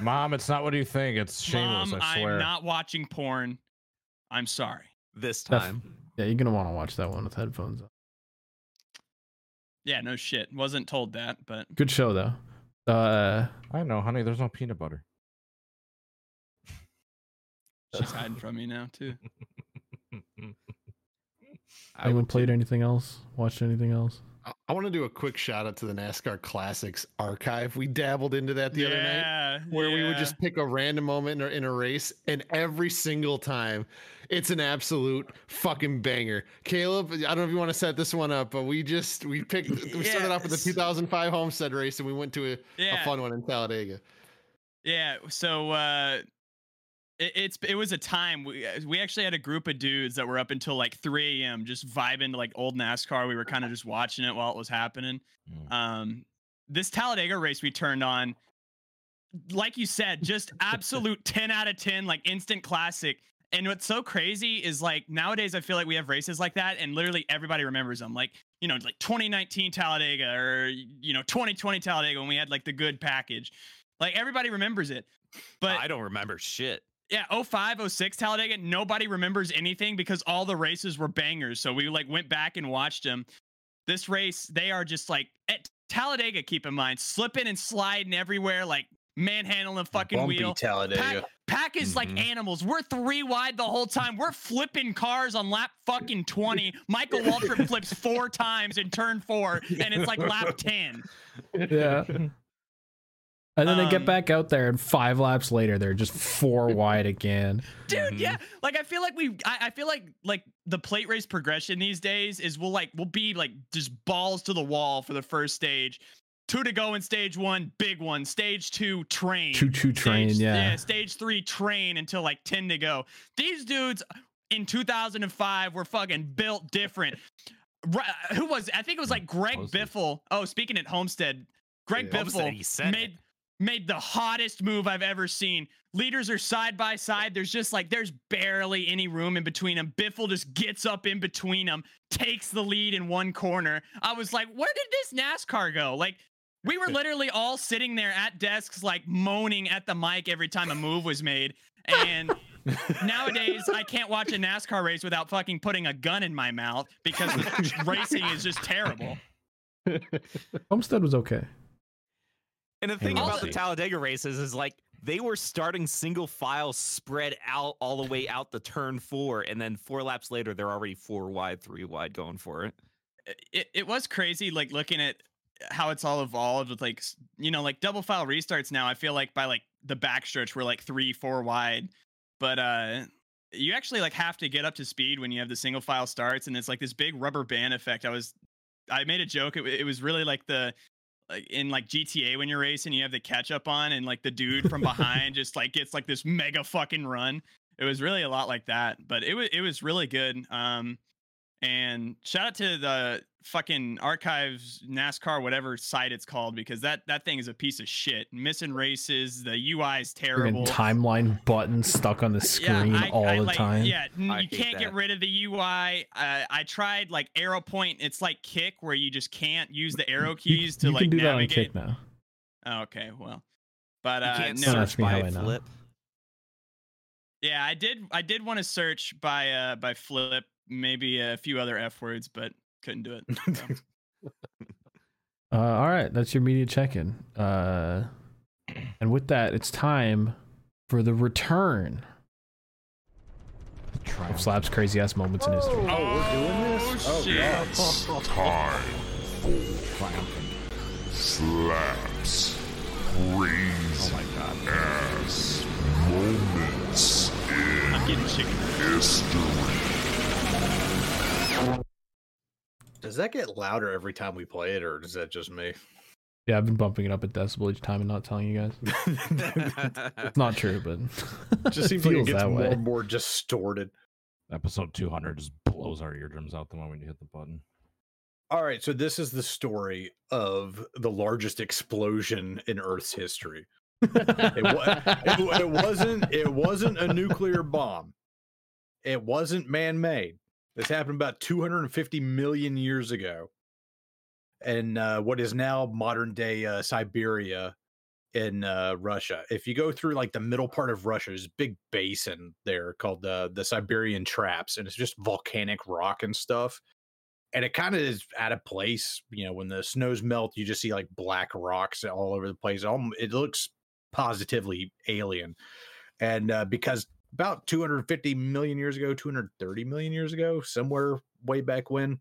D: Mom, it's not what you think. It's shameless,
F: mom
D: I swear.
F: i'm not watching porn i'm sorry
A: this
C: That's-
A: time.
C: yeah, you're gonna want to watch that one with headphones. on.
F: yeah no shit wasn't told that but
C: Good show though. Uh,
D: I know, honey, there's no peanut butter.
F: she's
E: [LAUGHS]
F: hiding from me now too
C: [LAUGHS]
A: I
C: anyone
A: would
C: played anything else? Watched anything
F: [LAUGHS]
C: else?
E: I, want to do a quick shout out to the NASCAR Classics archive. We dabbled into that the other night. where we would
F: yeah.
E: just pick a random moment in a, in a race, and every single time, it's an absolute fucking banger. Caleb, I don't know if you want to set this one up, but we just we picked. We started off with the
F: Yes.
E: 2005 Homestead race, and we went to a,
F: yeah
E: a fun one in Talladega.
F: yeah so uh it, it's it was a time we uh, we actually had a group of dudes that were up until like 3 a.m just vibing to like old nascar we were kind of just watching it while it was happening
D: Mm.
F: um this talladega race we turned on like you said just absolute 10 out of 10 like instant classic and what's so crazy is like nowadays i feel like we have races like that and literally everybody remembers them like you know like 2019 talladega or you know 2020 talladega when we had like the good package like everybody remembers it but
A: I don't remember shit.
F: yeah, 05, 06 Talladega, nobody remembers anything because all the races were bangers. So we like went back and watched them. This race, they are just like at Talladega, keep in mind, slipping and sliding everywhere, like manhandling the fucking
B: Bumpy
F: wheel.
B: Talladega.
F: Pack, pack is
A: Mhm.
F: like animals. We're three wide the whole time. We're flipping cars on lap fucking 20. Michael Waltrip flips four times in turn four, and it's like lap 10.
C: Yeah. And then they get
F: Um,
C: back out there, and five laps later, they're just
F: [LAUGHS]
C: four wide again.
F: dude
A: Mhm.
F: yeah like i feel like we I, I feel like like the plate race progression these days is we'll like we'll be like just balls to the wall for the first stage two to go in stage one big one stage two train
C: Choo choo train,
F: stage,
C: yeah.
F: stage three train until like 10 to go these dudes in 2005 were fucking built different Ri- who was it? i think it was like greg
D: Close.
F: biffle oh speaking at homestead greg
E: Yeah.
A: Almost said
F: biffle
A: he said
F: made made the hottest move I've ever seen. Leaders are side by side. There's just like there's barely any room in between them. Biffle just gets up in between them, takes the lead in one corner. I was like, where did this NASCAR go? Like we were literally
A: [LAUGHS]
F: all sitting there at desks, like moaning at the mic every time a move was made. And nowadays I can't watch a NASCAR race without fucking putting a gun in my mouth
A: [LAUGHS]
F: because the racing is just terrible.
C: Homestead was okay.
A: And the thing about
F: Also-
A: the Talladega races is like they were starting single file spread out all the way out the turn four, and then four laps later they're already four wide, three wide going for it.
F: it, it was crazy like looking at how it's all evolved with like s- you know like double file restarts now i feel like by like the backstretch we're like three four wide but uh you actually like have to get up to speed when you have the single file starts and it's like this big rubber band effect i was i made a joke it, wa- it was really like the like in like gta when you're racing you have the catch up on and like the dude from behind just like gets like this mega fucking run it was really a lot like that but it was it was really good um and shout out to the fucking archives NASCAR whatever site it's called because that that thing is a piece of shit. Missing races, the UI is terrible.
C: Friggin' timeline button stuck on the screen
F: I-
C: all
F: I,
C: the
F: like,
C: time.
F: Yeah, n-
A: I
F: you
A: hate
F: can't get
A: that.
F: rid of the UI. Uh, I tried like arrow point. It's like kick where you just can't use the arrow
C: You-
F: keys
C: you
F: to
C: can
F: like
C: do
F: navigate.
C: that on Kick now.
F: Oh, okay, well, but
A: You
F: uh,
A: can't
F: no,
C: ask
A: search
C: me how
A: by
C: I know. [LAUGHS]
A: flip.
F: yeah, I did. I did want to search by uh by flip, maybe a few other f words, but couldn't do it. so.
C: [LAUGHS] Uh, all right, that's your media check-in. Uh, and with that, it's time for the return of Slap's crazy ass moments in history.
B: Oh, we're doing this?
F: Oh, shit.
C: [LAUGHS]
G: Time for slaps, crazy ass moments in
F: I'm getting chicken.
G: history.
B: Does that get louder every time we play it, or is that just [LAUGHS] me?
C: Yeah, I've been bumping it up a decibel each time and not telling you guys. It's not true, but
B: just seems like [LAUGHS] it
C: feels
B: gets
C: that
B: more
C: way.
B: and more distorted.
D: Episode 200 just blows our eardrums out the moment you hit the button.
B: All right, so this is the story of the largest explosion in Earth's history. It, wa- it, wa- it wasn't. It wasn't a nuclear bomb. It wasn't man-made. This happened about 250 million years ago, in uh, what is now modern-day uh, Siberia, in uh, Russia. If you go through like the middle part of Russia, there's a big basin there called uh, the the Siberian Traps, and it's just volcanic rock and stuff. And it kind of is out of place, you know. When the snows melt, you just see like black rocks all over the place. Alm- It looks positively alien. And uh, because about 250 million years ago, 230 million years ago, somewhere way back when,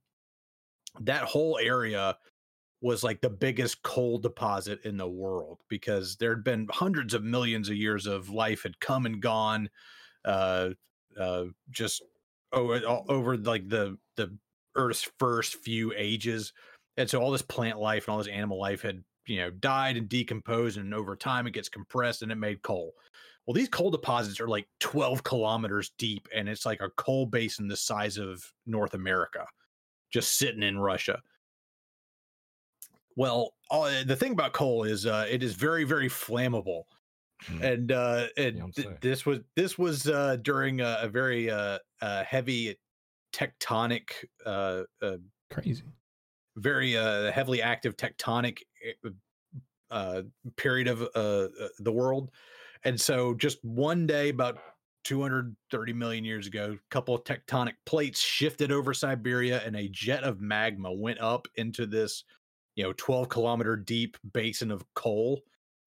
B: that whole area was like the biggest coal deposit in the world because there had been hundreds of millions of years of life had come and gone, uh, uh, just over all- over like the the Earth's first few ages, and so all this plant life and all this animal life had you know died and decomposed, and over time it gets compressed and it made coal. Well, these coal deposits are like 12 kilometers deep, and it's like a coal basin the size of North America, just sitting in Russia. Well, all, eh, the thing about coal is uh, it is very, very flammable,
D: Hmm.
B: and uh, and
D: Yeah, I'm
B: th-
D: sorry.
B: this was this was uh, during a, a very uh, uh, heavy tectonic uh, uh,
C: crazy.
B: very uh, heavily active tectonic uh, uh, period of uh, uh, the world. And so, just one day, about 230 million years ago, a couple of tectonic plates shifted over Siberia, and a jet of magma went up into this, you know, 12 kilometer deep basin of coal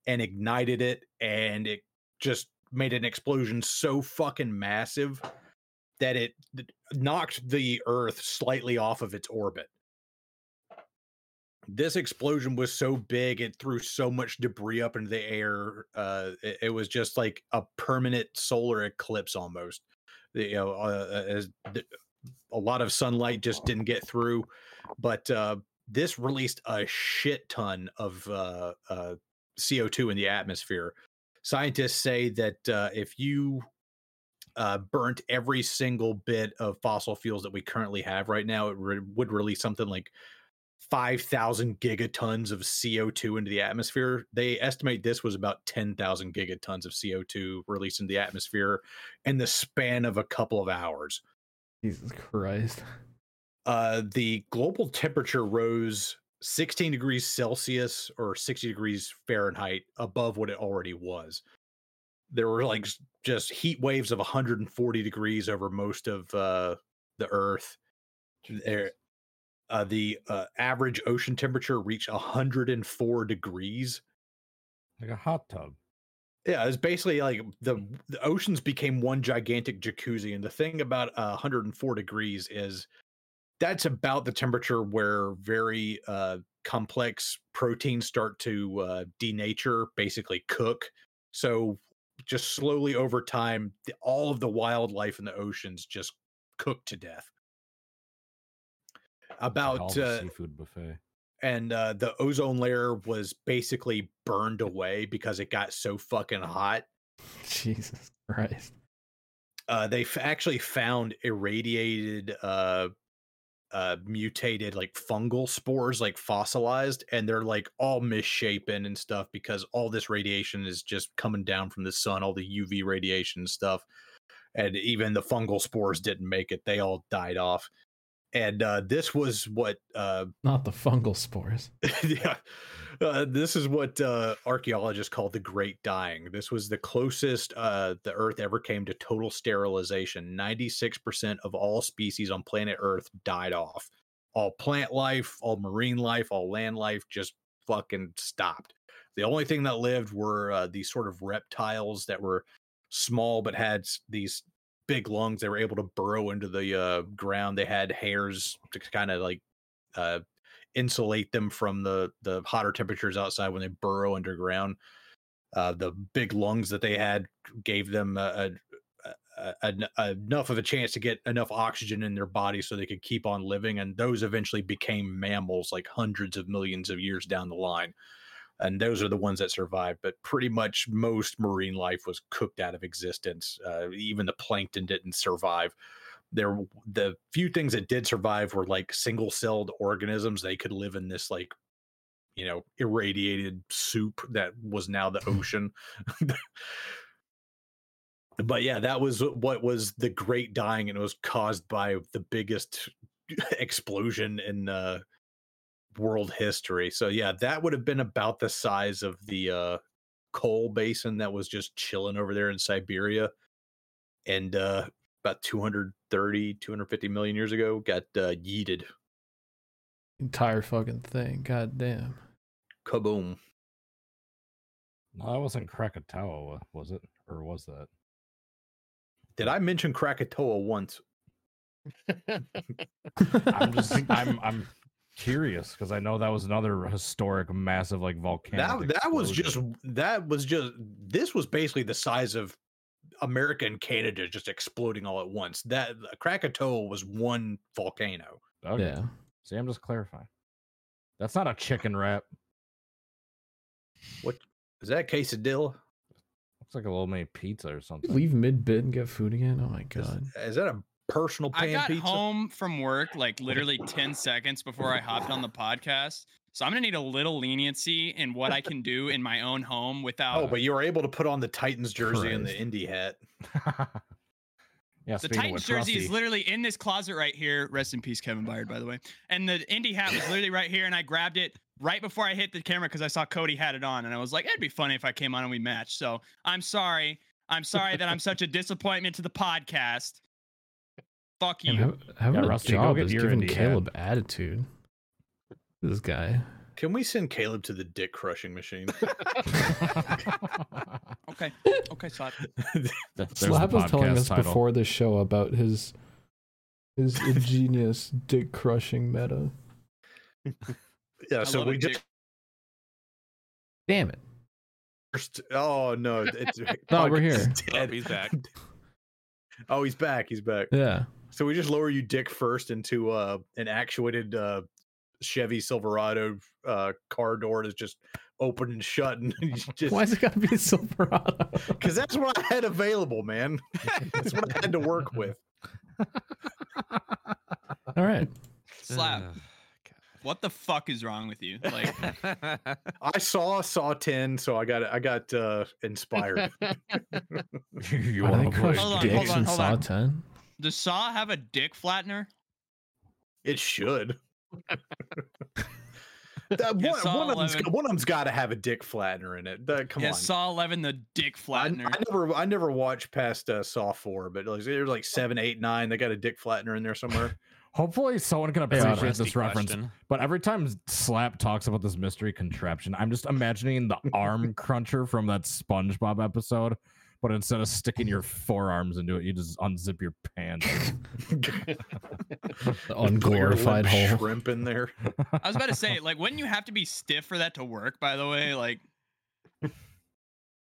B: and ignited it. And it just made an explosion so fucking massive that it th- knocked the Earth slightly off of its orbit this explosion was so big it threw so much debris up into the air uh it, it was just like a permanent solar eclipse almost The- you know uh, as the, a lot of sunlight just didn't get through but uh this released a shit ton of uh uh co2 in the atmosphere scientists say that uh if you uh, burnt every single bit of fossil fuels that we currently have right now, it re- would release something like 5,000 gigatons of CO2 into the atmosphere. They estimate this was about 10,000 gigatons of CO2 released into the atmosphere in the span of a couple of hours.
C: Jesus Christ.
B: Uh, the global temperature rose 16 degrees Celsius or 60 degrees Fahrenheit above what it already was. there were like s- just heat waves of 140 degrees over most of uh, the Earth. There, uh, the uh, average ocean temperature reached 104 degrees.
D: Like a hot tub.
B: Yeah, it's basically like the the oceans became one gigantic jacuzzi, and the thing about uh, 104 degrees is that's about the temperature where very uh, complex proteins start to uh, denature, basically cook. So just slowly over time, the, all of the wildlife in the oceans just cook to death.
D: Like
B: About
D: all the
B: uh,
D: seafood buffet.
B: and uh, the ozone layer was basically burned away because it got so fucking hot.
C: Jesus Christ.
B: uh, they f- actually found irradiated, uh, uh, mutated like fungal spores, like fossilized, and they're like all misshapen and stuff because all this radiation is just coming down from the sun, all the UV radiation and stuff. And even the fungal spores didn't make it, they all died off. And uh, this was what uh,
C: Not the fungal spores.
B: [LAUGHS] yeah. Uh, this is what uh, archaeologists call the Great Dying. This was the closest uh, the Earth ever came to total sterilization. 96% of all species on planet Earth died off. All plant life, all marine life, all land life just fucking stopped. The only thing that lived were uh, these sort of reptiles that were small but had s- these big lungs. They were able to burrow into the uh, ground. They had hairs to kind of like uh, insulate them from the the hotter temperatures outside when they burrow underground. Uh, the big lungs that they had gave them a, a, a, a, a- enough of a chance to get enough oxygen in their body so they could keep on living, and those eventually became mammals, like hundreds of millions of years down the line. And those are the ones that survived, but pretty much most marine life was cooked out of existence. Uh, even the plankton didn't survive there w- the few things that did survive were like single celled organisms they could live in this like you know irradiated soup that was now the ocean but yeah that was what was the great dying and it was caused by the biggest [LAUGHS] explosion in uh world history so yeah that would have been about the size of the uh coal basin that was just chilling over there in siberia and uh about 230 250 million years ago got uh, yeeted
C: Entire fucking thing. God damn.
B: kaboom
D: No, that wasn't Krakatoa, was it? Or
C: [LAUGHS]
D: was that?
B: did i mention krakatoa once
D: I'm
E: [LAUGHS]
D: just I'm I'm curious because I know that was another historic massive like volcano.
B: that that was just that was just this was basically the size of america and canada just exploding all at once that krakatoa was one volcano
D: okay.
C: Yeah.
D: See, I'm just clarifying. That's not a chicken wrap.
B: is that quesadilla
D: Looks like a little made pizza or something.
C: Leave mid bit and get food again? Oh my
B: is,
C: god.
B: is that a personal pan
F: I got
B: pizza
F: home from work like literally 10 seconds before I hopped on the podcast. So I'm going to need a little leniency in what I can do in my own home without
B: oh but you were able to put on the titans jersey and the
D: Christ.
B: indie hat
D: [LAUGHS] yeah,
F: the
D: speaking of
F: Titans
D: which,
F: jersey
D: Rusty,
F: is literally in this closet right here. Rest in peace, Kevin Byard, by the way. And the Indy hat was literally right here, and I grabbed it right before I hit the camera because I saw Cody had it on, and I was like, it'd be funny if I came on and we matched. So I'm sorry. I'm sorry that I'm such a disappointment to the podcast. Fuck
C: Damn,
F: you.
C: have have
D: Yeah,
C: a
D: Rusty, go
C: job
D: get
C: is
D: your
C: giving
D: indie hat.
C: Caleb attitude. This guy.
B: can we send caleb to the dick crushing
F: [LAUGHS]
B: machine
D: [LAUGHS]
F: Okay. Okay,
B: [LAUGHS]
F: Slap.
D: Th- there's the
C: Slap was telling
D: podcast
C: us
D: title.
C: before the show about his his ingenious dick crushing meta.
B: yeah
F: I
B: so
F: love
B: we
F: a
B: just
F: dick
C: Damn it.
B: First- Oh no!
F: [LAUGHS]
B: It's,
C: No, we're
B: Hawkins
C: here.
A: Oh, he's
B: is [LAUGHS] dead.
A: back.
B: oh, he's back. He's back.
C: Yeah.
B: So we just lower you dick first into uh, an actuated uh, Chevy Silverado uh, car door that's just open and shut, and [LAUGHS] you just
C: Why's it gotta be a Silverado?
B: because that's what I had available, man. that's what I had to work with.
C: [LAUGHS] All right.
F: Slap. What the fuck is wrong with you?
B: [LAUGHS]
F: Like,
B: I saw Saw Ten, so I got I got uh, inspired.
D: you
C: Why do they
D: wanna
C: crush
D: play-
F: Hold on,
C: dicks
F: hold on,
C: in
F: hold on.
C: Saw 10?
F: does Saw have a dick flattener?
B: It should. That
F: Yeah,
B: one,
F: Saw
B: one of them's,
F: 11.
B: one of them's got to have a dick flattener in it. That- come
F: yeah,
B: on.
F: Saw Eleven, the dick
B: I, I
F: flattener.
B: never, I never watched past uh, Saw Four, but like there's like seven, eight, nine. They got a dick flattener in
C: [LAUGHS]
B: there somewhere.
D: Hopefully, someone can
A: That's a
D: appreciate
A: nasty
D: this reference.
A: question.
D: But every time Slap talks about this mystery contraption, I'm just imagining
A: [LAUGHS]
D: the arm cruncher from that SpongeBob episode. But instead of sticking your forearms into it, you just unzip your pants.
A: [LAUGHS]
C: The
B: Put your limp
C: unglorified hole.
B: shrimp in there. [LAUGHS]
F: I was about to say, like, wouldn't you have to be stiff for that to work? By the way, like,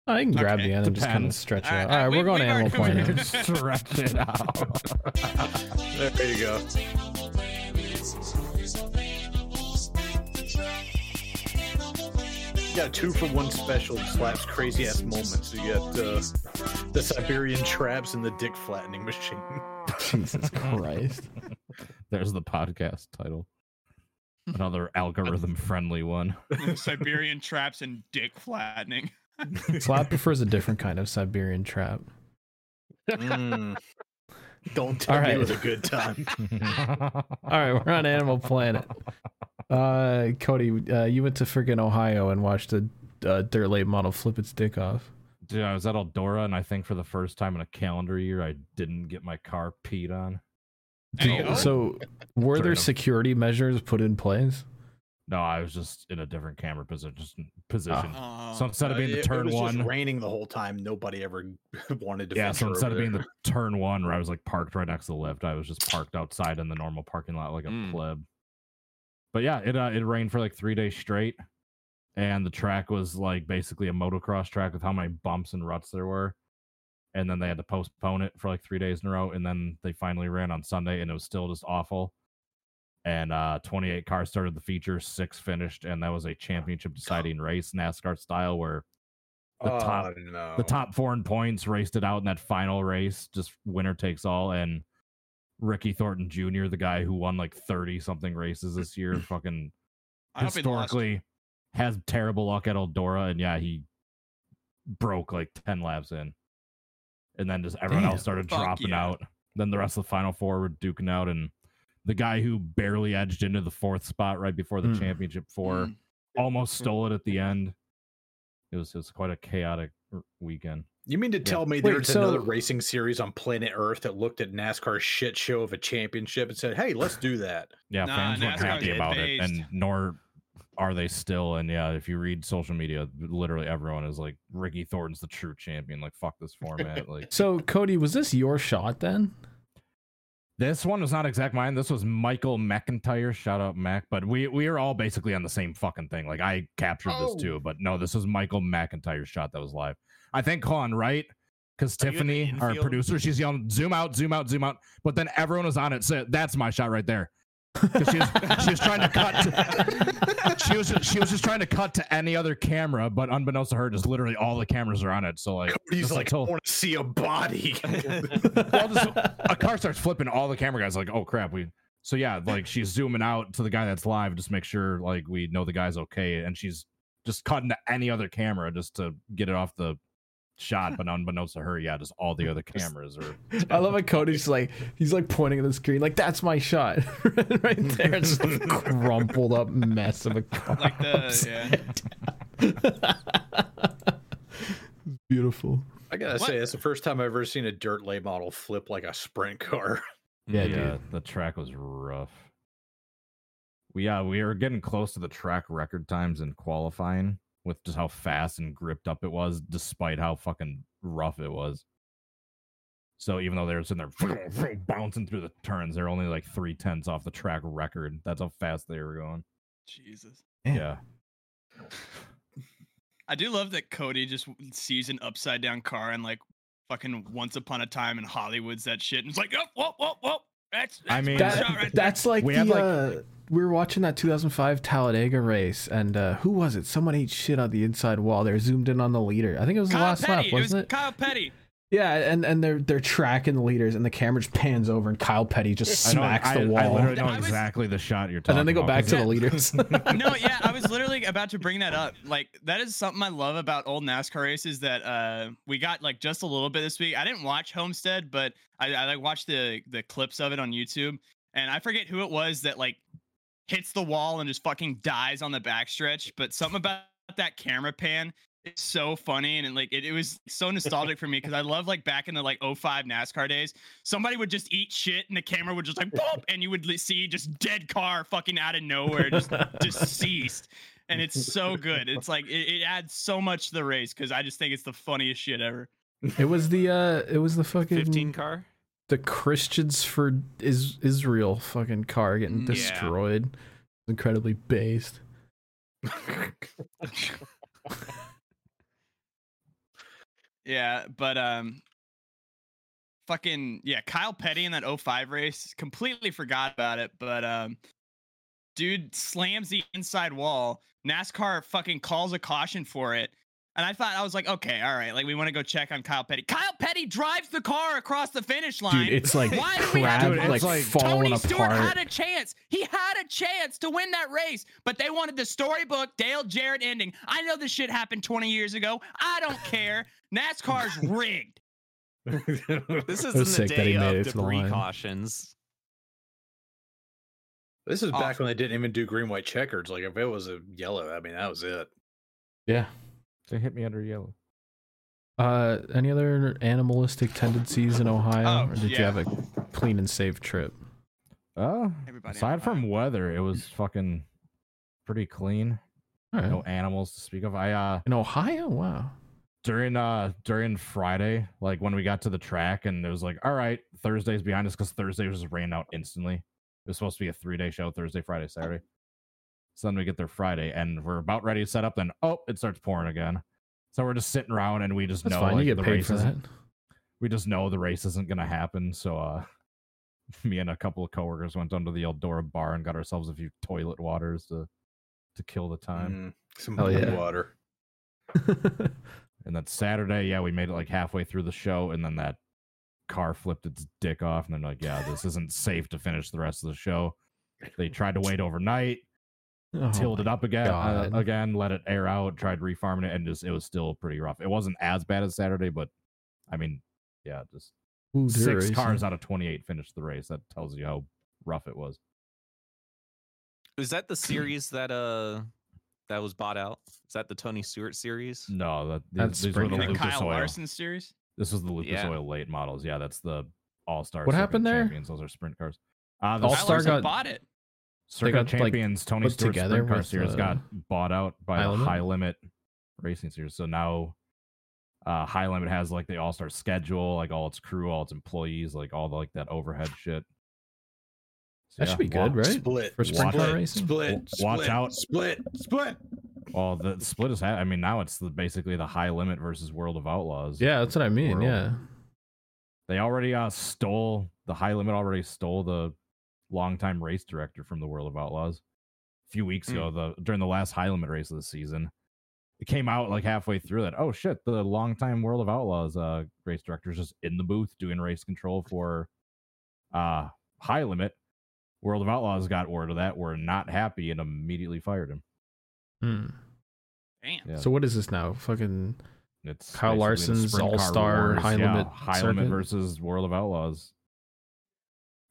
C: I can grab
F: Okay,
C: the end and just kind of
D: depends.
C: stretch it
F: All right,
C: out. All right,
F: we-
C: we're going to
F: we are
C: Animal
F: coming
C: Planet.
F: [LAUGHS]
A: [LAUGHS]
D: Stretch it out. [LAUGHS]
B: There you go. You got two for one special in slaps crazy ass moments. You got uh, the Siberian traps and the dick flattening machine.
C: [LAUGHS] Jesus Christ.
D: There's the podcast title. Another algorithm
A: [LAUGHS]
D: friendly one. [LAUGHS]
F: Siberian traps and dick flattening.
C: Slap prefers a different kind of Siberian trap.
B: Mm. Don't tell
C: All
B: me
C: right.
B: it was a good time.
C: All right, we're on Animal
F: [LAUGHS]
C: Planet. Uh, Cody, uh, you went to freaking Ohio and watched a uh, dirt late model flip its dick off.
D: Dude, I was at Eldora, and I think for the first time in a calendar year, I didn't get my car peed on.
F: There you
C: Dude,
F: go.
C: So, were
D: Fair
C: there
D: enough.
C: security measures put in place?
D: No, I was just in a different camera position.
F: [LAUGHS]
D: position.
F: Oh.
D: so instead of
B: Uh,
D: being
B: it-
D: the
B: it
D: turn
B: was just
D: one,
B: raining the whole time. Nobody ever [LAUGHS] wanted to.
D: yeah.
B: venture
D: So instead
B: over
D: of being
B: there.
D: the turn one where I was like parked right next to the lift, I was just parked outside in the normal parking lot like a
A: Mm.
D: pleb. But yeah, it uh, it rained for like three days straight, and the track was like basically a motocross track with how many bumps and ruts there were. And then they had to postpone it for like three days in a row, and then they finally ran on Sunday, and it was still just awful. And uh, 28 cars started the feature, six finished, and that was a championship deciding race, NASCAR style, where the
B: oh,
D: top-
B: no.
D: the top four in points raced it out in that final race just winner takes all and ricky thornton jr the guy who won like 30 something races this
F: [CLEARS THROAT]
D: year fucking
F: I hope he lost.
D: historically has terrible luck at eldora and yeah he broke like 10 laps in and then just everyone
C: Damn.
D: else started
F: Fuck
D: dropping
F: yeah.
D: out then the rest of the final four were duking out and the guy who barely edged into the fourth spot right before the
F: Hmm.
C: Mm.
D: championship four
F: Mm.
D: almost stole it at the end it was, it was quite a chaotic r- weekend
B: You mean to
D: Yeah.
B: tell me
C: Wait,
B: there's another
C: so-
B: racing series on planet Earth that looked at NASCAR's shit show of a championship and said, "Hey, let's
D: [LAUGHS]
B: do that."
D: Yeah,
F: Nah,
D: fans weren't
F: NASCAR's
D: happy
F: get
D: about it,
F: phased.
D: and nor are they still. And yeah, if you read social media, literally everyone is like, Ricky Thornton's the true champion. Like, fuck this format. like,
C: So, Cody, was this your shot then?
D: this one was not exact mine. This was Michael McIntyre. Shout out Mac. But we we are all basically on the same fucking thing. Like, I captured
E: Oh.
D: this too, but no, this was Michael McIntyre's shot that was live. I think Con right. Because
A: Are you in the
D: Tiffany, our
A: infield?
D: producer, she's yelling, zoom out, zoom out, zoom out. But then everyone was on it. So that's my shot right there. 'Cause She was, she was trying to
A: [LAUGHS]
D: cut. she was she was just trying to cut to any other camera, but unbemokst to her, just literally all the cameras are on it. So like,
B: He's
D: just
B: like, "I
D: until-
B: want to see
D: [LAUGHS]
B: a body."
D: well, just, a car starts flipping, all the camera guys like, oh crap, we. So yeah, like she's zooming out to the guy that's live, just make sure like we know the guy's okay, and she's just cutting to any other camera just to get it off the shot, but unbeknownst to her, yeah, just all the other cameras are.
C: I love it. Cody's like, he's like pointing at the screen, like, that's my shot. [LAUGHS] right there. It's just a [LAUGHS] crumpled up mess of a car.
F: Like the yeah.
C: [LAUGHS] Beautiful.
B: I gotta
F: What?
B: say, that's the first time I've ever seen a dirt lay model flip like a
D: [LAUGHS]
B: sprint car. [LAUGHS]
C: Yeah, dude.
D: the track was rough. We uh we were getting close to the track record times in qualifying with just how fast and gripped up it was, despite how fucking rough it was. So even though they were sitting there bouncing through the turns, they're only like three tenths off the track record. That's how fast they were going.
F: Jesus.
C: Yeah.
D: Yeah.
F: I do love that Cody just sees an upside down car and like fucking Once Upon a Time in Hollywood's that shit and it's like, oh, whoa, whoa, whoa. That's, that's
D: I mean-
F: my shot
C: That-
F: right there.
C: that's like
D: We
C: the
D: have, like-
C: uh, we were watching that 2005 Talladega race, and uh, who was it? Someone ate shit on the inside wall. They're zoomed in on the leader. I think it was the
F: Kyle
C: last
F: Petty.
C: lap,
F: it was
C: wasn't it?
F: Kyle Petty.
C: Yeah, and, and they're they're tracking the leaders, and the camera just pans over, and Kyle Petty just
D: I know-
C: smacks
D: I,
C: the
D: I
C: wall,
D: literally know
F: I was-
D: exactly the shot you're talking
C: and then they go
D: about,
C: back
D: 'cause
C: to the
F: [LAUGHS]
C: leaders.
F: no, yeah, I was literally about to bring that up. Like that is something I love about old NASCAR races that uh we got like just a little bit this week. I didn't watch Homestead, but I, I like watched the the clips of it on YouTube, and I forget who it was that like hits the wall and just fucking dies on the backstretch. But something about that camera pan it's so funny and it, like it, it was so nostalgic for me because I love like back in the like 05 NASCAR days, somebody would just eat shit and the camera would just like boom and you would li- see just dead car fucking out of nowhere just deceased. And it's
C: [LAUGHS]
F: so good. It's like it, it adds so much to the race because I just think it's the funniest shit ever.
C: It was the uh, it was the fucking
A: 15 car.
C: the Christians for is Israel fucking car getting
A: Yeah.
C: destroyed. Incredibly based.
F: Yeah, but um fucking yeah, Kyle Petty in that 05 race, completely forgot about it, but um dude slams the inside wall. NASCAR fucking calls a caution for it. And I thought I was like, okay, all right, like we want to go check on Kyle Petty. Kyle Petty drives the car across the finish line.
C: Dude, it's like
F: Why do we have
C: crab,
F: to watch
C: like,
D: like
C: falling
F: Tony Stewart
C: apart.
F: had a chance. He had a chance to win that race, but they wanted the storybook Dale Jarrett ending. I know this shit happened 20 years ago. I don't care.
C: [LAUGHS]
F: NASCAR's rigged.
A: This is
C: was
A: in the
C: sick that he
A: day
C: made it
A: of
C: to the
A: debris
C: line.
A: cautions.
B: This is back
F: Awful.
B: when they didn't even do green white checkers. Like if it was a yellow, I mean that was it.
C: Yeah.
D: They hit me under yellow.
C: Uh, any other animalistic tendencies in Ohio,
F: Oh,
C: or did you
F: yeah.
C: have a clean and safe trip?
D: Oh,
F: Everybody
D: aside
F: alive.
D: from weather, it was fucking pretty clean.
C: All right.
D: No animals to speak of. I uh
C: In Ohio, wow.
D: during uh during Friday, like when we got to the track and it was like, all right, Thursday's behind us because Thursday was just ran out instantly. It was supposed to be a three day show, Thursday, Friday, Saturday. So then we get there Friday and we're about ready to set up, then oh, it starts pouring again. So we're just sitting around and we just
C: That's
D: know
C: fine.
D: like,
C: you get
D: the
C: paid
D: race
C: for
D: isn't-
C: that.
D: we just know the race isn't gonna happen. So uh [LAUGHS] me and a couple of coworkers went down to the Eldora bar and got ourselves a few toilet waters to to kill the time.
B: Mm, some
C: Hell
B: blue
C: yeah.
B: water.
D: And then Saturday, yeah, we made it like halfway through the show, and then that car flipped its dick off, and they're like, "Yeah, this isn't safe to finish the rest of the show." They tried to wait overnight,
C: [LAUGHS] Oh,
D: tilled it up again, uh,
C: God.
D: again, let it air out, tried refarming it, and just it was still pretty rough. It wasn't as bad as Saturday, but I mean, yeah, just
C: ooh,
D: six
C: they're racing.
D: cars out of twenty-eight finished the race. That tells you how rough it was.
A: Is that the series that uh that was bought out? Is that the Tony Stewart series?
D: No, that
C: That's
D: these, these were
C: pretty
D: the
F: In the
C: rough.
D: Lucas
F: Kyle
D: Oil.
F: Larson series.
D: This was the Lucas
A: Yeah.
D: Oil late models. Yeah, that's the All Star.
C: What happened there?
D: Champions. Those are sprint cars. Uh, the
C: All
F: Kyle
C: Star
F: Larson
C: got-
F: bought it.
D: Circuit
C: got, like,
D: Champions Tony
C: put
D: Stewart's
C: together
D: sprint car
C: with,
D: series
C: uh,
D: got bought out by
C: High
D: the
C: Limit?
D: High Limit Racing Series. So now uh, High Limit has like the All Star schedule, like all its crew, all its employees, like all the, like that overhead shit. So,
C: That should be
D: wa-
C: good, right?
B: Split.
C: For sprint
B: split,
D: Watch
C: car
D: it.
C: racing.
B: Split.
D: Watch
B: split,
D: out.
B: Split. Split.
D: Well, the split is. Ha- I mean, now it's the, basically the High Limit versus World of Outlaws.
C: Yeah, that's what I mean.
D: World.
C: Yeah.
D: They already uh, stole the High Limit. Already stole the longtime race director from the World of Outlaws. A few weeks
A: Hmm.
D: ago, the during the last High Limit race of the season, it came out like halfway through that. Oh shit! The longtime World of Outlaws uh, race director is just in the booth doing race control for uh, High Limit. World of Outlaws got word of that, were not happy, and immediately fired him.
C: Hmm.
F: Damn.
D: Yeah.
C: So what is this now? Fucking
D: It's
C: Kyle
D: basically the
C: Larson's
D: sprint car
C: All-Star
D: rewards,
C: High Limit
D: High
C: circuit?
D: Limit versus World of Outlaws,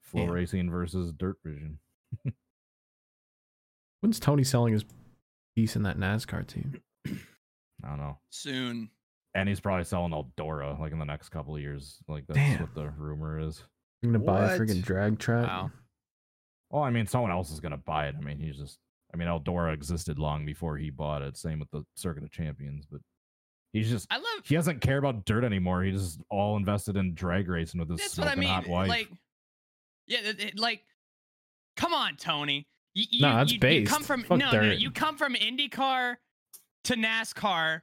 D: Flow
C: Damn.
D: Racing versus Dirt Vision.
C: when's Tony selling his piece in that NASCAR team?
D: I don't know,
F: Soon.
D: and he's probably selling Eldora like in the next couple of years. Like that's
C: Damn.
D: what the rumor is.
C: I'm gonna buy a
B: What?
C: freaking drag track.
A: Wow.
D: Well, Oh, I mean, someone else is gonna buy it. I mean, he's just. I mean, Eldora existed long before he bought it. Same with the Circuit of Champions, but he's just.
F: I love
D: He doesn't care about dirt anymore. He's just all invested in drag racing with his
F: That's what
D: smoking
F: I mean.
D: hot wife.
F: Like, yeah, it, it- like, come on, Tony. You, you,
C: Nah, that's
F: you, you come
C: based.
F: from
C: Fuck
F: no, no,
C: dirt.
F: you come from IndyCar to NASCAR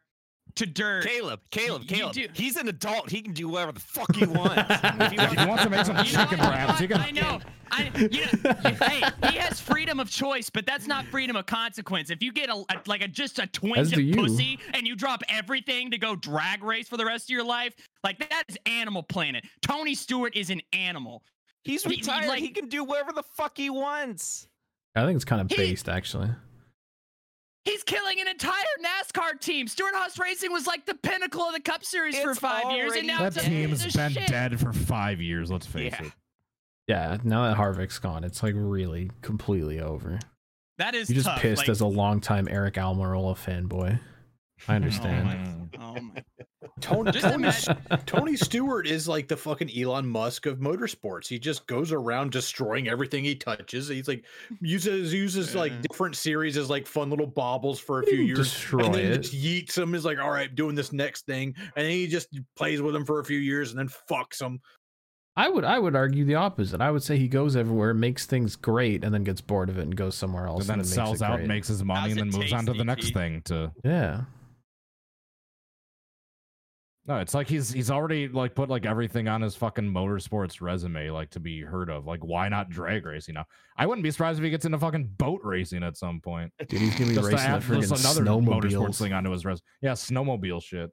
F: to dirt.
A: Caleb, Caleb,
F: you
A: Caleb.
F: do-
A: He's an adult. He can do whatever the fuck [LAUGHS] he wants. if he
D: If he wants to
F: [LAUGHS]
D: make some
F: You know
D: chicken
F: what?
D: wraps, he can
F: I know. I, you know hey, he has freedom of choice, but that's not freedom of consequence. If you get a, a- like a just a
C: As
F: twinge
C: do you.
F: of pussy and you drop everything to go drag race for the rest of your life, like that is Animal Planet. Tony Stewart is an animal.
A: He's
F: He- he,
A: retired. He,
F: like-
A: can do whatever the fuck he wants.
C: I think it's kind of
F: He-
C: based actually.
F: He's killing an entire NASCAR team. Stewart Haas Racing was like the pinnacle of the Cup Series for
A: It's
F: five years,
A: already
F: and now
D: That
F: it's a piece
D: team's
F: of
D: been
F: shit.
D: dead for five years. Let's face
A: Yeah.
D: it.
C: Yeah, now that Harvick's gone, it's like really completely over.
F: That is
C: You just
F: tough.
C: pissed
F: like-
C: as a longtime Eric Almirola fanboy. I understand.
D: Mm.
A: [LAUGHS]
F: Oh my.
B: Tony,
F: Just
B: Tony,
F: imagine-
B: Tony Stewart is like the fucking Elon Musk of motorsports. He just goes around destroying everything he touches. He's like uses uses
F: Yeah.
B: like different series as like fun little baubles for a
C: He
B: few
C: didn't
B: years.
C: destroy
B: and then
C: it.
B: just yeets him. Is like, all right, doing this next thing, and then he just plays with him for a few years, and then fucks him.
C: I would I would argue the opposite. I would say he goes everywhere, makes things great, and then gets bored of it and goes somewhere
D: And
C: else.
D: then
C: makes
D: sells
C: it
D: out,
C: great.
D: makes his money,
F: How's
D: and
F: it
D: then moves on to the
F: taste,
D: next
F: DT?
D: thing. To
C: yeah.
D: no, it's like he's he's already like put like everything on his fucking motorsports resume, like to be heard of. Like, why not drag racing now? I wouldn't be surprised if he gets into fucking boat racing at some point.
C: Dude, he's gonna be
D: Just to
C: racing the
D: add just
C: friggin'
D: another motorsports
C: snowmobiles.
D: thing onto his res. Yeah, snowmobile shit.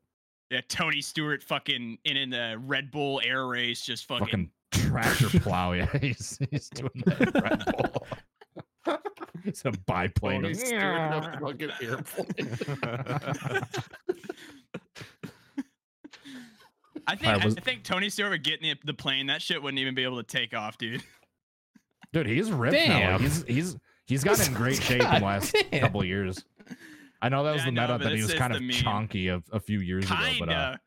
F: Yeah, Tony Stewart fucking in, in the Red Bull air race, just fucking.
D: Fucking tractor plow. [LAUGHS] Yeah, he's, he's doing
F: [LAUGHS]
D: that in Red Bull. [LAUGHS] It's a biplane.
E: Tony
D: of-
E: Stewart in a fucking airplane.
F: I think
C: Alright, was-
F: I think Tony Stewart would get in the, the plane. That shit wouldn't even be able to take off, dude.
D: Dude, he's ripped now.
C: Damn.
D: Like, He's he's
C: [LAUGHS]
D: he's gotten in great shape in the last
C: damn.
D: couple of years. I know that was
F: Yeah, I
D: the
F: know,
D: meta
F: but
D: that he
F: it's-
D: was
F: it's
D: kind
F: the
D: of
F: meme.
D: chonky of a few years ago, but uh,
F: Kinda.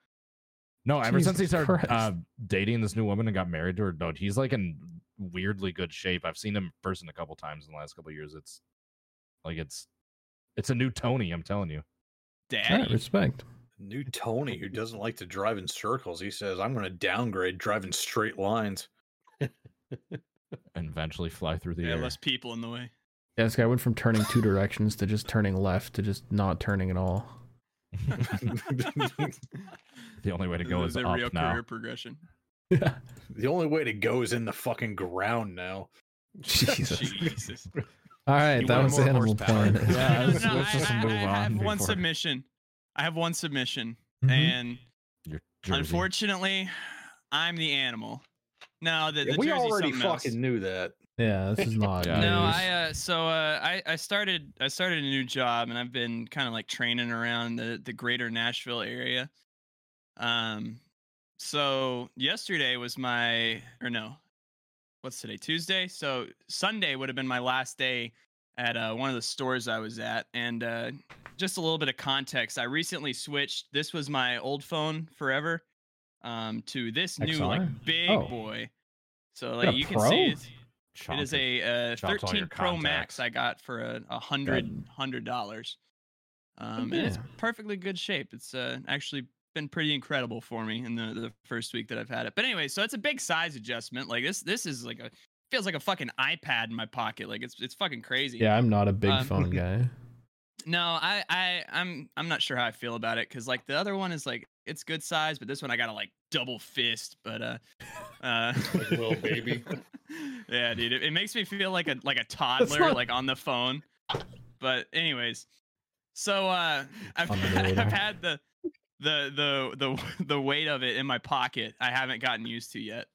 D: no, ever since he
C: Jesus
D: started uh,
C: Christ.
D: dating this new woman and got married to her, dude, he's like in weirdly good shape. I've seen him in person a couple times in the last couple of years. It's like it's it's a new Tony. I'm telling you.
C: All
F: Daddy.
C: right, respect.
B: New Tony, who doesn't like to drive in circles, he says, "I'm going to downgrade driving straight lines."
D: And eventually fly through the
F: yeah,
D: air.
F: [LAUGHS] less people in the way.
C: Yeah, this guy went from turning two directions to just turning left to just not turning at all.
D: [LAUGHS] The only way to go
F: [LAUGHS] the,
D: is
F: the
D: up
F: real
D: now.
F: career progression.
B: The only way to go is in the fucking ground now.
C: Jesus.
F: Jesus.
C: All right,
H: You
C: that
H: want
C: was
H: more
C: Animal
H: horsepower.
C: Planet.
D: [LAUGHS] Yeah,
F: No, no,
D: let's-
F: no,
D: let's
F: I,
D: just
F: I-
D: move
F: I have
D: on
F: one
D: before-
F: submission. I have one submission,
C: Mhm.
F: and
D: Your jersey.
F: unfortunately, I'm the animal. No, the, the
B: we
F: jersey's
B: already
F: something else.
B: fucking knew that.
C: Yeah, this is not.
D: Yeah.
F: No,
C: news.
F: I uh, so uh, I I started I started a new job and I've been kind of like training around the the greater Nashville area. Um, so yesterday was my or no, what's today Tuesday? So Sunday would have been my last day at uh, one of the stores I was at, and uh, just a little bit of context. I recently switched. This was my old phone forever, um, to this new
C: XR?
F: like big
C: Oh.
F: boy. So
C: got
F: like
C: a
F: you can
C: Pro?
F: see it's it is
D: Chomping.
F: a uh,
D: Chops all your
F: 13 Pro
D: contacts.
F: Max I got for a, a hundred hundred dollars.
D: Oh,
F: Um, and it's
C: Yeah.
F: perfectly good shape. It's uh, actually been pretty incredible for me in the, the first week that I've had it. But anyway, so it's a big size adjustment. Like this, this is like a feels like a fucking iPad in my pocket. Like it's it's fucking crazy.
C: yeah, I'm not a big
F: Um,
C: phone guy.
F: No, I, I I'm I'm not sure how I feel about it because like the other one is like it's good size, but this one I gotta like double fist. But uh, uh
E: [LAUGHS] Like little baby.
F: [LAUGHS] yeah, dude, it, it makes me feel like a like a toddler,
C: not-
F: like on the phone. But anyways, so uh, I've, [LAUGHS]
C: Under the radar.
F: I've had the the the the [LAUGHS] the weight of it in my pocket. I haven't gotten used to yet.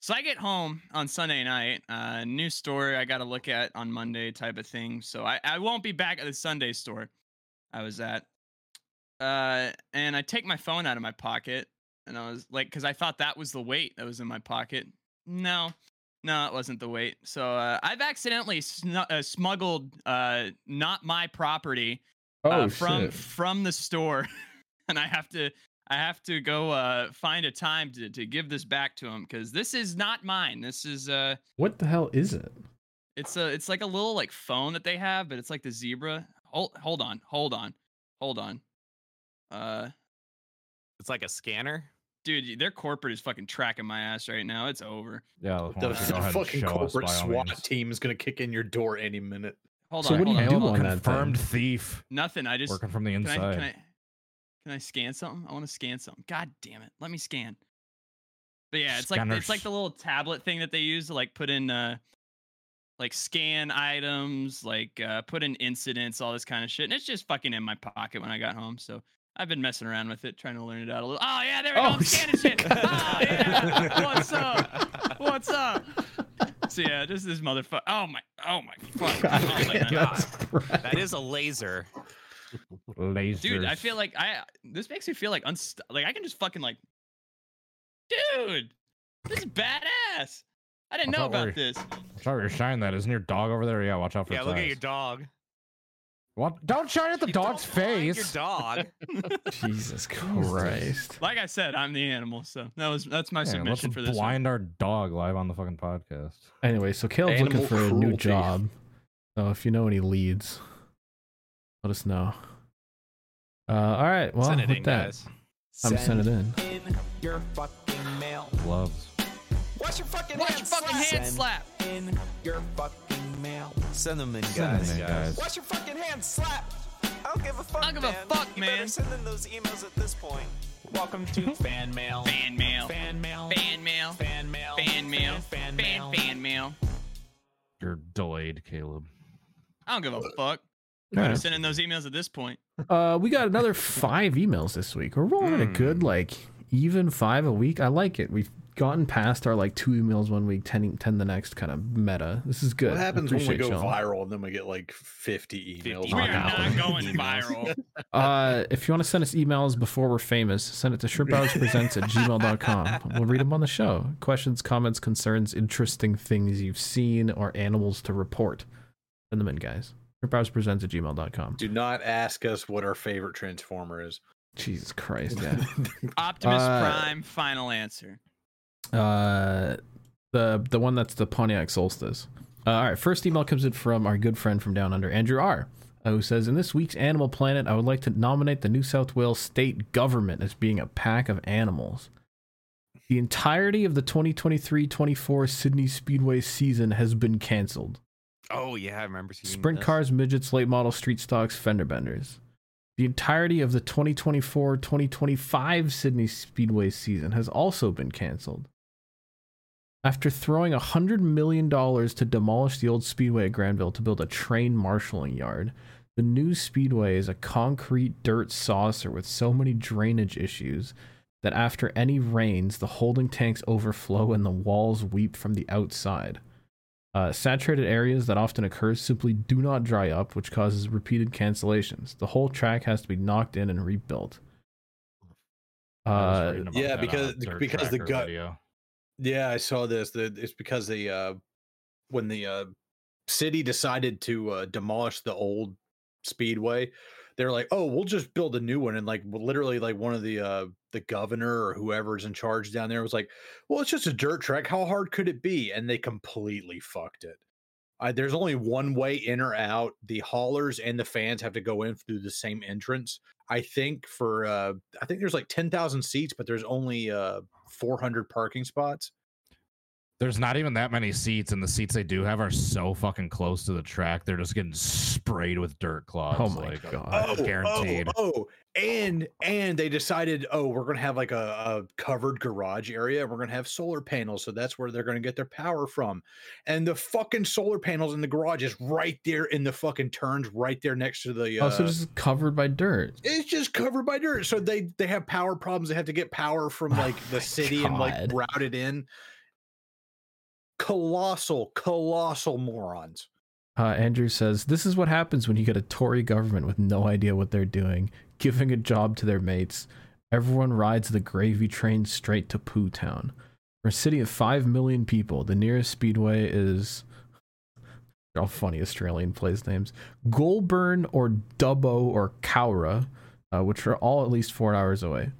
F: So I get home on Sunday night. Uh, new store I got to look at on Monday, type of thing. So I, I won't be back at the Sunday store I was at. Uh, and I take my phone out of my pocket, and I was like, because I thought that was the weight that was in my pocket. No, no, it wasn't the weight. So uh, I've accidentally snu- uh, smuggled uh, not my property
C: Oh
F: uh, from
C: shit!
F: from the store, [LAUGHS] and I have to I have to go uh, find a time to to give this back to him because this is not mine. This is uh,
C: What the hell is it?
F: it's a it's like a little like phone that they have, but it's like the zebra. Hold hold on, hold on, hold on. Uh,
A: It's like a scanner.
F: dude, their corporate is fucking tracking my ass right now. It's over.
D: Yeah, why
B: The
D: don't you go ahead and
B: fucking
D: show us,
B: corporate
D: by all
B: SWAT
D: means.
B: team is going to kick in your door any minute.
F: Hold
C: So
F: on.
C: what do
F: hold
C: you
F: on,
C: do
F: hold on.
C: on that
D: confirmed
C: thing?
D: thief
F: Nothing. I just
D: working from the
F: Can I,
D: inside.
F: can I can I scan something? I want to scan something. God damn it. Let me scan. But yeah, it's like it's like
D: Scanners.
F: the little tablet thing that they use to like put in uh like scan items, like uh put in incidents, all this kind of shit. And it's just fucking in my pocket when I got home. So I've been messing around with it, trying to learn it out a little. Oh yeah, there we go.
C: Oh,
F: I'm scanning shit.
C: shit.
F: Oh yeah. What's up? What's up? So yeah, just this motherfucker. Oh my oh my fuck.
C: [LAUGHS]
F: oh, my God.
C: that's crap.
A: That is a laser.
D: Lasers.
F: dude i feel like i this makes me feel like unst- like i can just fucking like dude this is badass I
D: I
F: didn't know
D: thought we
F: about
D: were-
F: this.
D: Sorry, you're shining that. Isn't your dog over there? Yeah, watch out for
A: yeah,
D: its
A: look at
D: eyes.
A: your dog.
D: What? Don't shine at the
A: You
D: dog's
A: don't mind Your
D: face. [LAUGHS]
A: dog.
C: Jesus Christ.
F: Like I said, I'm the animal, so that was that's my
D: Yeah, let's
F: submission for this. one.
D: blind our dog live on the fucking podcast.
C: Anyway, so Caleb's looking
B: Animal
C: for a new
B: cruelty.
C: job. So if you know any leads, let us know. Uh, all right. Well,
A: Send it
C: with
A: in,
C: that,
A: guys.
C: I'm sending it in.
H: in your fucking mail.
D: Gloves.
H: What's your fucking
F: Watch
H: hand
F: your fucking
H: slap?
F: hand slap.
H: Send in your fucking mail.
A: Send them in,
D: Send
A: guys.
D: them in, guys.
H: What's your fucking hand slap? I don't give a fuck.
F: I don't give a
H: man.
F: fuck,
H: You better
F: man.
H: send in those emails at this point. Welcome
F: [LAUGHS]
H: to fan mail.
F: Fan mail.
H: Fan mail.
F: Fan mail.
H: Fan mail.
F: Fan mail.
H: Fan
F: Fan
H: mail.
F: fan mail.
D: You're delayed, Caleb.
F: I don't give a fuck.
C: All
F: I'm
C: right.
F: sending those emails at this point.
C: Uh, we got another five emails this week. We're rolling at
B: Hmm.
C: a good, like, even five a week. I like it. We've gotten past our, like, two emails one week, 10, 10 the next kind of meta. This is good.
B: What
C: I
B: happens when we
C: appreciate
B: go
C: y'all.
B: viral and then we get like 50 emails?
A: 50.
F: We are
B: on that
F: not
B: one?
C: [LAUGHS]
F: going viral.
C: Uh, if you want to send us emails before we're famous, send it to shrimpourspresents at gmail.com. We'll read them on the show. Questions, comments, concerns, interesting things you've seen, or animals to report. Send them in, guys. Shrimpourspresents at gmail.com.
B: Do not ask us what our favorite Transformer is.
C: Jesus Christ, yeah.
F: Optimus
C: Uh,
F: Prime. Final answer.
C: Uh, the the one that's the Pontiac Solstice. Uh, all right, first email comes in from our good friend from down under, Andrew R, uh, who says, "In this week's Animal Planet, I would like to nominate the New South Wales state government as being a pack of animals." The entirety of the 2023-24 Sydney Speedway season has been canceled.
A: Oh yeah, I remember seeing
C: Sprint
A: this.
C: cars, midgets, late model, street stocks, fender benders. The entirety of the 2024 2025 Sydney Speedway season has also been canceled. After throwing $100 million to demolish the old speedway at Granville to build a train marshalling yard, the new speedway is a concrete dirt saucer with so many drainage issues that after any rains, the holding tanks overflow and the walls weep from the outside. Uh, saturated areas that often occurs simply do not dry up, which causes repeated cancellations. The whole track has to be knocked in and rebuilt.
D: I was
C: Uh,
D: reading about
B: yeah,
D: that on
B: because-
D: Dirt
B: because the
D: Tracker
B: gut-
D: video.
B: Yeah, I saw this. The, it's because the uh, when the uh, city decided to uh, demolish the old speedway, they're like, "Oh, we'll just build a new one." And like, w- literally, like one of the uh, the governor or whoever's in charge down there was like, "Well, it's just a dirt track. How hard could it be?" And they completely fucked it. I, there's only one way in or out. The haulers and the fans have to go in through the same entrance. I think for uh, I think there's like ten thousand seats, but there's only uh, 400 parking spots.
D: There's not even that many seats, and the seats they do have are so fucking close to the track. They're just getting sprayed with dirt claws.
C: oh my
D: like,
C: god!
D: guaranteed.
B: Oh, oh, and and they decided, oh, we're gonna have like a, a covered garage area. We're gonna have solar panels, so that's where they're gonna get their power from. And the fucking solar panels in the garage is right there in the fucking turns, right there next to the. Uh,
C: Also, Oh, just covered by dirt.
B: it's just covered by dirt, so they they have power problems. They have to get power from
C: Oh
B: like
C: my
B: the city and like
C: God.
B: route it in. Colossal, colossal morons.
C: Uh, Andrew says, This is what happens when you get a Tory government with no idea what they're doing, giving a job to their mates. Everyone rides the gravy train straight to Pooh Town. For a city of 5 million people, the nearest speedway is. [LAUGHS] They're all funny Australian place names. Goulburn or Dubbo or Cowra, uh, which are all at least four hours away.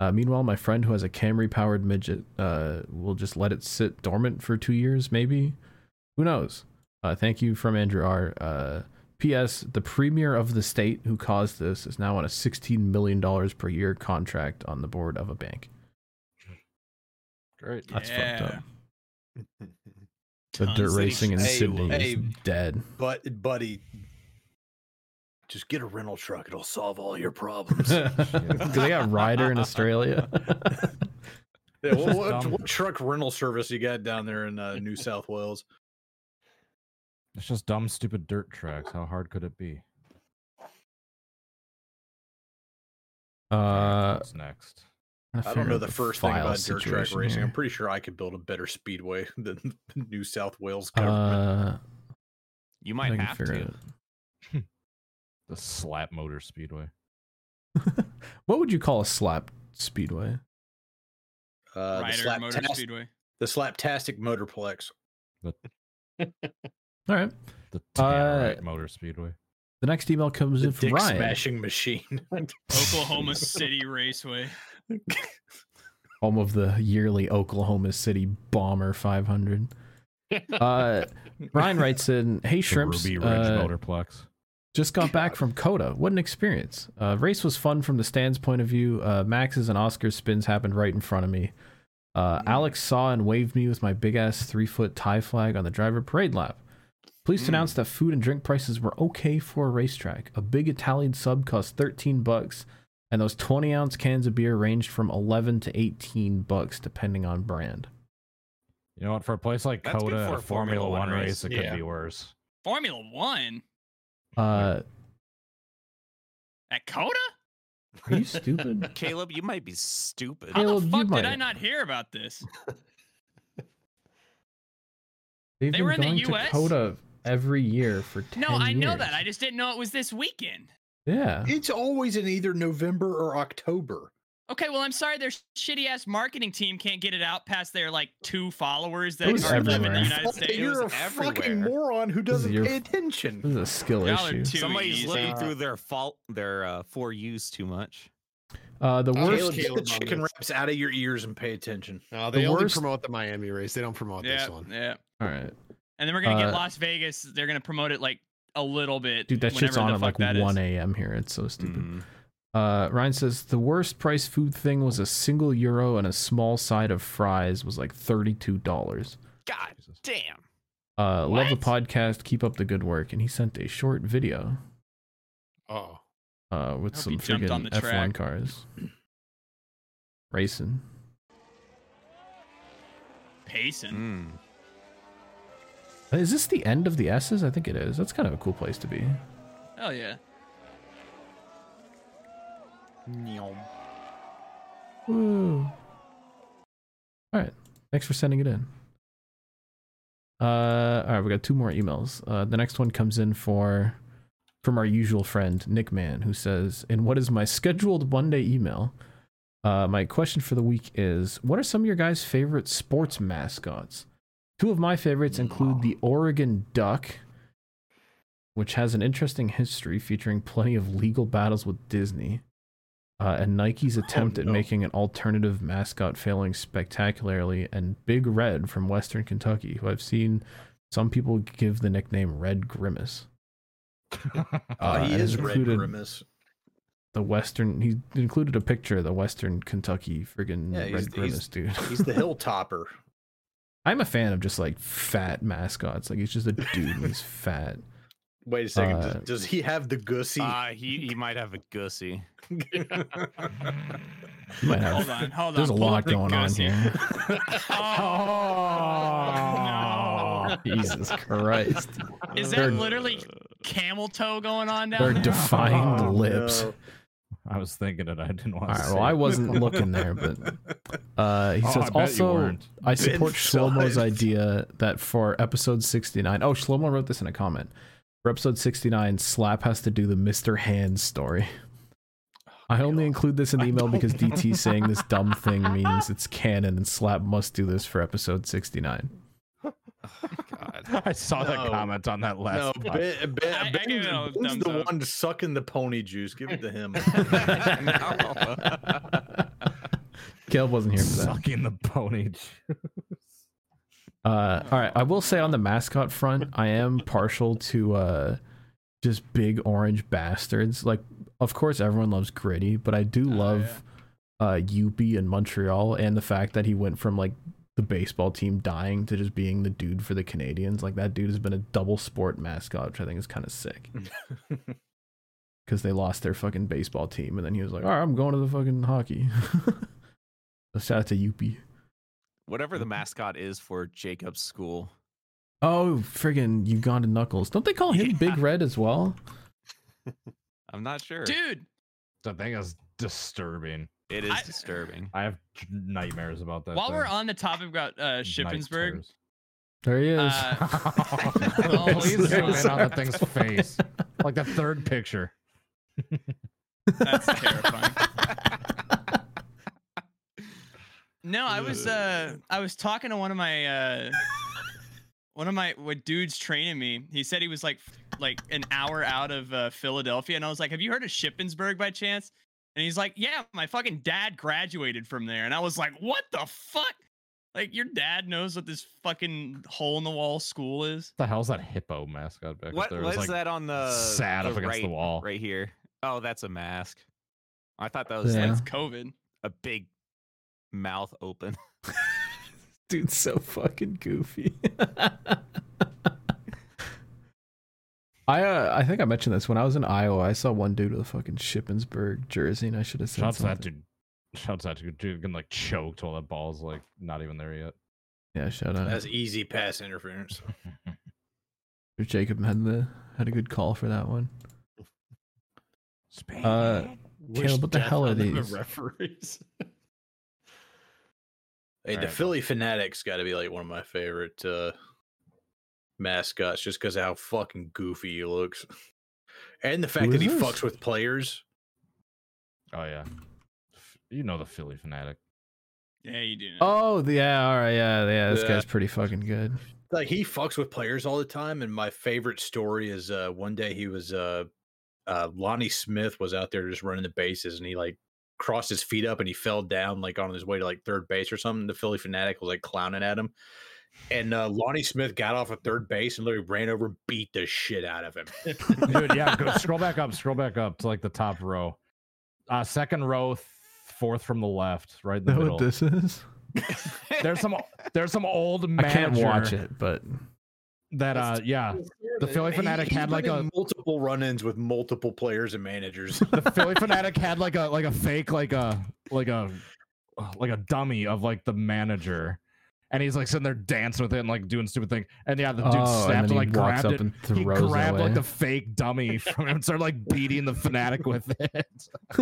C: Uh, meanwhile, my friend who has a Camry powered midget uh, will just let it sit dormant for two years, maybe. Who knows? Uh, thank you from Andrew R. Uh, P.S. The premier of the state who caused this is now on a $16 million per year contract on the board of a bank.
D: Great.
C: That's fucked
F: Yeah.
C: up. The
F: Tons
C: dirt
F: of
C: racing in
B: Hey,
C: Sydney
B: hey.
C: is dead. [LAUGHS]
B: But buddy, just get a rental truck. It'll solve all your
C: [LAUGHS]
B: problems.
C: Do they got Ryder in Australia?
B: Yeah, what,
D: Just
B: what,
D: dumb.
B: what truck rental service you got down there in uh, New South Wales?
D: It's just dumb, stupid dirt tracks. How hard could it be?
C: uh,
D: What's next?
B: I don't know the first thing
C: file
B: about dirt track
C: situation
B: racing. I'm
C: here.
B: pretty sure I could build a better speedway [LAUGHS] than the New South Wales government.
C: Uh,
A: You
C: I
A: might
C: can
A: have
C: figure it
A: to.
C: out.
D: The slap motor speedway.
C: What would you call a slap speedway?
B: Uh, the
F: Rider
B: Uh, slap
H: Uh,
F: Motor
B: tas-
F: Speedway.
B: the slaptastic motorplex.
C: All right.
D: The
C: Uh,
D: Tannerite Motor Speedway.
C: The next email comes
B: The
C: in from
B: dick
C: Ryan.
B: smashing machine. [LAUGHS]
F: Oklahoma City Raceway.
C: home of the yearly Oklahoma City Bomber 500. Uh, Ryan writes in, "Hey
D: The
C: shrimps,
D: Ruby Ridge
C: uh,
D: Motorplex.
C: just got back from Coda. What an experience! Uh, race was fun from the stands point of view. Uh, Max's and Oscar's spins happened right in front of me. Uh, Alex saw and waved me with my big ass three foot tie flag on the driver parade lap. Police announced that food and drink prices were okay for a racetrack. A big Italian sub cost 13 bucks, and those 20 ounce cans of beer ranged from 11 to 18 bucks depending on brand.
D: You know what? For a place like
A: That's good
D: Coda,
A: for
D: for
A: a
D: a Formula One race, it could
B: Yeah.
D: be worse. [LAUGHS]
F: Formula One
C: Uh,
F: at Coda?
C: are you stupid?
A: [LAUGHS] Caleb, you might be stupid.
F: How
C: Caleb,
F: the
C: you
F: fuck did I
C: might-
F: not hear about
C: [LAUGHS]
F: this?
C: They've
F: They
C: been
F: were in the
C: going to
F: US?
C: Coda every year for 10
F: No, I know that.
C: years.
F: I just didn't know it was this weekend.
C: yeah.
B: it's always in either November or October.
F: Okay, well, I'm sorry their shitty ass marketing team can't get it out past their like two followers that
C: was
F: are living in the
C: everywhere.
F: United States.
B: You're a
A: was
B: fucking
A: everywhere.
B: moron who
C: This is
B: doesn't
C: your-
B: pay attention.
C: This is a skill
F: Y'all are
C: issue.
F: too
A: Somebody's
F: easy.
A: looking through their fault their uh, for use too much.
C: Uh, the
E: Oh,
C: worst
B: Caleb, get the
E: Caleb on
B: chicken
E: this.
B: wraps out of your ears and pay attention.
E: [LAUGHS] No, they only
C: worst-
E: promote the Miami race. They don't promote
F: Yeah,
E: this one.
F: yeah.
C: All right.
F: And then we're gonna
C: Uh,
F: get Las Vegas. They're gonna promote it like a little bit.
C: Dude, that shit's
F: whenever
C: on
F: the
C: at like
F: fuck that is. Mm-hmm.
C: 1 a.m. here. It's so stupid.
D: Hmm.
A: Mm.
C: Uh, Ryan says the worst price food thing was a single euro and a small side of fries was like $32.
A: God
D: Jesus.
A: damn.
C: Uh, love the
F: What?
C: podcast. Keep up the good work. And he sent a short video
E: Oh,
C: uh, with
F: I hope
C: some
F: he jumped on
C: freaking
F: the
C: F1
F: track.
C: cars racing.
F: Payson.
A: Mm.
C: Is this the end of the S's? I think it is. That's kind of a cool place to be.
F: Oh yeah.
C: Woo. All right. Thanks for sending it in. Uh, all right, we got two more emails. Uh, the next one comes in for from our usual friend Nick Man, who says, "In what is my scheduled Monday email? Uh, my question for the week is: What are some of your guys' favorite sports mascots? Two of my favorites include the Oregon Duck, which has an interesting history featuring plenty of legal battles with Disney." uh, and Nike's attempt at making an alternative mascot failing spectacularly, and Big Red from Western Kentucky, who I've seen some people give the nickname Red Grimace.
B: Uh, he
C: and
B: is
C: it
B: red
C: included
B: grimace.
C: The Western, he included a picture of the Western Kentucky friggin'
B: Yeah, he's-
C: Red
B: he's-
C: Grimace dude. [LAUGHS]
B: He's the hilltopper.
C: I'm a fan of just like fat mascots. Like he's just a dude
B: [LAUGHS]
C: and he's fat.
B: Wait a second.
C: Uh,
B: does, does he have the gussy?
A: Uh, he he might have a gussy.
C: You might have-
F: Hold on. Hold on.
C: There's a
F: Pull
C: lot
F: up the
C: going on
F: Gussie.
C: here.
F: Oh,
C: Jesus Christ.
F: no. Is that literally camel toe going on down
C: They're
F: there?
C: defined lips.
B: Oh, No.
D: I was thinking it. I didn't want
C: All
D: to.
C: right.
D: say
C: Well, I
D: it.
C: wasn't looking there,
B: [LAUGHS]
C: but uh, he
D: Oh, I
C: says
D: bet you
C: also
D: weren't.
C: I support
B: Ben
C: Shlomo's
B: Fives.
C: idea that for episode sixty nine. Oh, Shlomo wrote this in a comment. For episode sixty nine, Slap has to do the Mister Hands story. I only include this in the email because DT saying this dumb thing means it's canon, and Slap must do this for episode sixty nine.
A: God.
D: [LAUGHS] I saw that
B: No.
D: comment on that last.
B: no,
D: pod-
B: Ben,
F: I- I
B: ben,
F: give it a
B: Ben's, Ben's
F: thumbs
B: the
F: up.
B: one sucking the pony juice. Give it to [LAUGHS] him.
C: Caleb wasn't here for that.
D: Sucking the pony. [LAUGHS]
C: Uh, all right, I will say on the mascot front, I am partial to uh, just big orange bastards. Like, of course, everyone loves Gritty, but I do love uh, Yuppie and Montreal, and the fact that he went from like the baseball team dying to just being the dude for the Canadians. Like that dude has been a double sport mascot, which I think is kind of sick. Because they lost their fucking baseball team, and then he was like, "All right, I'm going to the fucking hockey." [LAUGHS] so shout out to Yuppie.
A: Whatever
C: Mm-hmm.
A: the mascot is for Jacob's school.
C: Oh, friggin' Uganda Knuckles. Don't they call him Big Red as well?
A: I'm not sure.
F: Dude,
D: That thing is disturbing.
A: It is
F: I-
A: disturbing.
D: I have nightmares about that.
F: while
D: thing.
F: we're on the topic about uh, Shippensburg,
D: [LAUGHS]
C: There he is.
F: uh,
D: oh,
F: Yes,
D: he's zooming
F: yes.
D: in on that [LAUGHS] thing's face, like the third picture.
F: that's terrifying. No, I was uh I was talking to one of my uh one of my what dudes training me. He said he was like f- like an hour out of uh, Philadelphia, and I was like, "Have you heard of Shippensburg by chance?" And he's like, "Yeah, my fucking dad graduated from there." And I was like, "What the fuck? Like your dad knows what this fucking hole in the wall school is?"
D: the hell's that hippo mascot back
A: What
D: up there? It
A: was
D: like
A: that on the
D: sat
A: the
D: up against
A: right,
D: the wall.
A: right here? Oh, that's a mask. I thought that was
C: Yeah.
A: like
F: It's COVID.
A: a big mouth open.
C: [LAUGHS]
A: [LAUGHS]
C: Dude's so fucking goofy. [LAUGHS] I uh, I think I mentioned this when I was in Iowa. I saw one dude with a fucking Shippensburg jersey, and I should have said
D: Shouts that
C: something.
D: dude. Shouts that dude. Dude getting like choked while that ball's like not even there [LAUGHS] yet.
C: Yeah, shout out.
B: That's easy pass interference.
C: Jacob had the had a good call for that one.
D: Spain.
C: Uh,
E: Wish
C: Caleb, what the
E: death
C: hell are
E: on
C: these?
E: referees.
B: Hey, the
D: Alright,
B: Philly Fanatics got to be like one of my favorite uh, mascots, just because how fucking goofy he looks, and the fact
C: Who
B: that he
C: is this?
B: fucks with players.
D: oh yeah, F- you know the Philly fanatic.
F: Yeah, you do. Know.
C: Oh the- yeah, all right, yeah, yeah. This
B: Yeah.
C: guy's pretty fucking good.
B: Like he fucks with players all the time. And my favorite story is uh, one day he was uh, uh, Lonnie Smith was out there just running the bases, and he like crossed his feet up and he fell down like on his way to like third base or something. The Philly Fanatic was like clowning at him. And uh, Lonnie Smith got off at third base and literally ran over and beat the shit out of him.
D: [LAUGHS] Dude, yeah, go scroll back up, scroll back up to like the top row. Uh second row, th- fourth from the left, right in the
C: Know
D: middle.
C: what this is?
D: There's
A: [LAUGHS]
D: some there's some old
C: I
D: manager
C: can't watch it, but
D: that uh yeah. The Philly Fanatic had like a
B: multiple run-ins with multiple players and
D: [LAUGHS]
B: managers.
D: the
C: [LAUGHS]
D: Philly Fanatic had like a like a fake like a like a like a dummy of like the manager. And he's like sitting there dancing with it and like doing stupid thing. And yeah, the dude
C: oh,
D: snapped
C: and then
D: and,
C: he
D: like
C: walks
D: grabbed
C: up
D: it.
C: and
D: He
C: throws
D: grabbed
C: it away.
D: like the fake dummy [LAUGHS] from him and started like beating the fanatic with it.
C: [LAUGHS]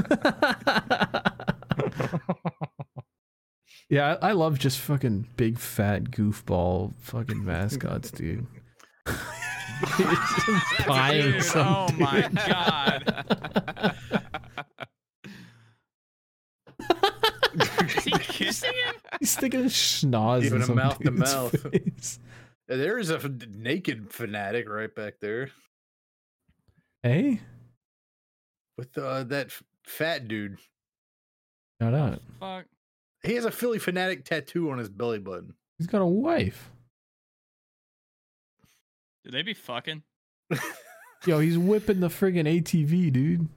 C: yeah, I, I love just fucking big fat goofball
D: [LAUGHS]
C: fucking mascots, dude. [LAUGHS] Buying
F: Dude,
C: some
F: oh
C: dude.
F: my
D: [LAUGHS]
F: god. Is he kissing him?
C: He's sticking his schnoz
B: Giving
C: in
B: him
C: some
B: mouth to
C: dude's [LAUGHS]
B: mouth.
C: face.
B: there is a f- naked fanatic right back there
C: Hey,
B: with uh, that f- fat dude.
C: shout out.
F: Fuck.
B: He has a Philly fanatic tattoo on his belly button.
C: He's got a wife.
F: Do they be fucking?
C: Yo, he's whipping the friggin' ATV, dude.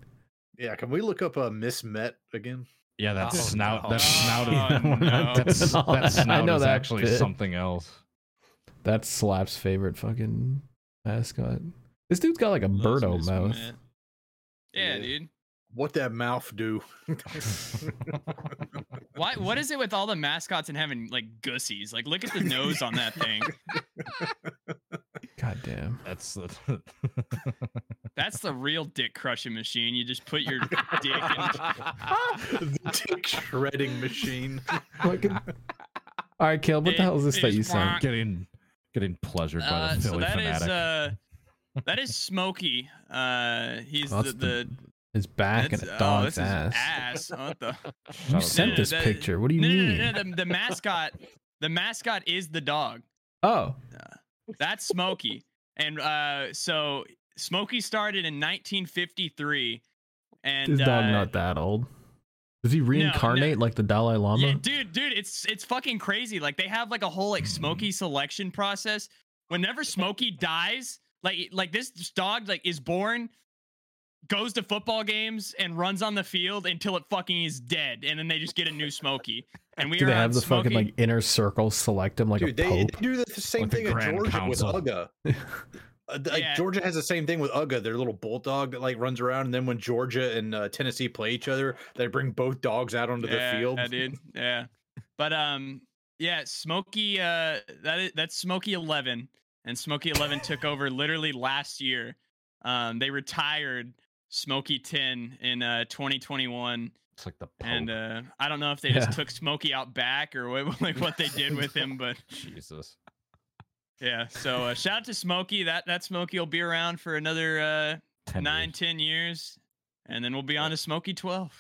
B: Yeah, can we look up a uh, Miss Met again?
D: Yeah, [LAUGHS] that
A: Oh,
D: snout,
A: no.
D: that
C: [LAUGHS]
D: snout,
F: Oh, no.
D: that's,
C: I
D: that snout
C: know
D: is
C: that
D: actually
C: bit.
D: something else.
C: That's Slap's favorite fucking mascot. This dude's got like a
F: Loves
C: Birdo
F: Miss
C: mouth.
F: Matt. Yeah,
B: Yeah.
F: dude.
B: What that mouth do? [LAUGHS]
F: Why? What is it with all the mascots and having like gussies? Like, look at [LAUGHS] the nose on that thing.
C: God damn.
D: That's [LAUGHS] the
F: That's the real dick crushing machine. You just put
C: [LAUGHS]
F: your dick in.
B: the dick shredding machine.
C: Fucking- All right, Caleb, what the hell is this that you
F: It's
C: sent?
D: getting getting pleasured by
F: Uh,
D: the
F: so
D: Philly
F: that is
D: fanatic.
F: uh,
C: [LAUGHS]
F: that is Smokey. Uh, he's
C: Oh,
F: the,
C: that's
F: the
C: His back and
F: that's-
C: a
F: oh,
C: dog's
F: that's his
C: ass.
F: ass. What the?
C: You
F: uh,
D: Oh,
C: sent
D: no,
C: this
F: that-
C: picture. What do you
F: No,
C: mean?
F: no, no, no. The, the mascot, the mascot is the dog.
C: Oh,
F: That's Smokey. And uh, so Smokey started in 1953. And
C: his dog
F: uh,
C: not that old. Does he reincarnate like the Dalai Lama?
F: Yeah, dude, dude, it's it's fucking crazy. Like they have like a whole like Smokey
C: Mm.
F: selection process. Whenever Smokey dies, like like this dog like is born, goes to football games and runs on the field until it fucking is dead, and then they just get a new Smokey. And we
C: do
F: are
C: they
F: on
C: have the
F: Smokey.
C: fucking like inner circle select him [LAUGHS] like
B: Dude,
C: a
B: they,
C: pope?
B: they do the same
D: Like the
B: thing in
D: Grand
B: Georgia
D: Council.
C: [LAUGHS]
B: with Ugga. Uh, th- like,
F: Yeah.
B: Georgia has the same thing with Ugga, their little bulldog that like runs around. And then when Georgia and uh, Tennessee play each other, they bring both dogs out onto
F: yeah,
B: the field.
C: [LAUGHS]
F: Yeah, dude. Yeah. But um, yeah, Smokey. Uh, that is that's Smokey Eleven, and Smokey
C: [LAUGHS]
F: Eleven took over literally last year. Um, they retired Smokey Ten in uh 2021.
D: it's like the Pope.
F: And uh, I don't know if they
C: Yeah.
F: just took Smokey out back or what, [LAUGHS] like what they did with him, but
D: Jesus.
F: yeah. So
C: [LAUGHS]
F: uh, shout out to Smokey. That that Smokey will be around for another uh,
D: Ten
F: nine,
D: years.
F: ten years, and then we'll be on to Smokey twelve.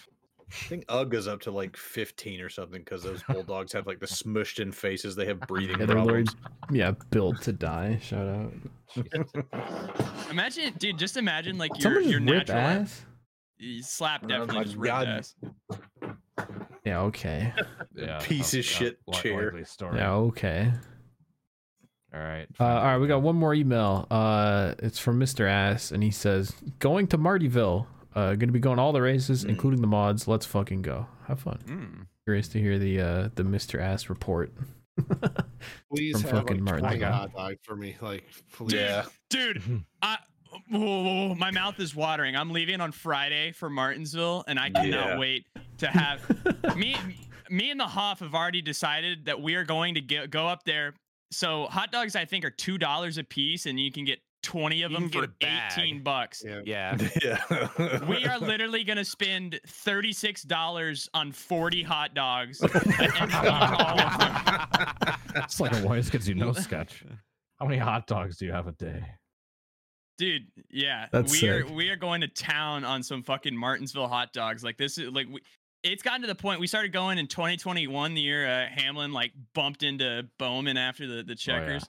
B: I think UGG is up to like 15 or something because
C: [LAUGHS]
B: those bulldogs have like the smushed in faces. They have breathing
C: Yeah, they're literally,
B: problems.
C: yeah, built to die. Shout out.
F: Imagine, dude, just imagine like your,
C: Someone
F: your
C: just whip
F: natural
C: ass.
F: You slap
B: Oh
F: definitely
B: my
F: just ripped
B: God.
F: ass.
C: Yeah. Okay.
D: Yeah,
B: Piece of
D: a- a
B: shit
D: li-
B: chair.
D: likely Story.
C: Yeah. Okay.
D: All right.
C: Uh,
D: fine.
C: all right, we
D: [LAUGHS]
C: got one more email. Uh, it's from Mr. Ass, and he says, "Going to Martyville. Uh, going to be going all the races,
D: Hmm.
B: Mm.
C: including the mods. Let's fucking go. Have fun."
A: Mm.
C: Curious to hear the uh, the Mr. Ass report. From
E: Please have like
C: fucking Martin
E: 20
C: Luther.
E: hot dog for me, like please.
B: Yeah.
F: Dude, I, oh, my mouth is watering. I'm leaving on Friday for Martinsville, and I cannot
B: Yeah.
F: wait to have [LAUGHS] me. Me and the Hoff have already decided that we are going to get, go up there. So hot dogs, I think, are two dollars a piece, and you can get twenty of
A: You
F: them
A: can
F: for
A: get a bag.
F: eighteen bucks.
E: Yeah.
A: Yeah.
B: [LAUGHS] Yeah. [LAUGHS]
F: We are literally gonna spend thirty-six dollars on forty hot
B: [LAUGHS]
F: dogs. and fuck all of them.
D: It's like a wise gets you
B: [LAUGHS]
D: no sketch. How many hot dogs do you have a day?
F: Dude, yeah,
C: That's
F: we
C: sick.
F: are we are going to town on some fucking Martinsville hot dogs. Like this is like we, it's gotten to the point we started going in 2021, the year uh, Hamlin like bumped into Bowman after the the checkers.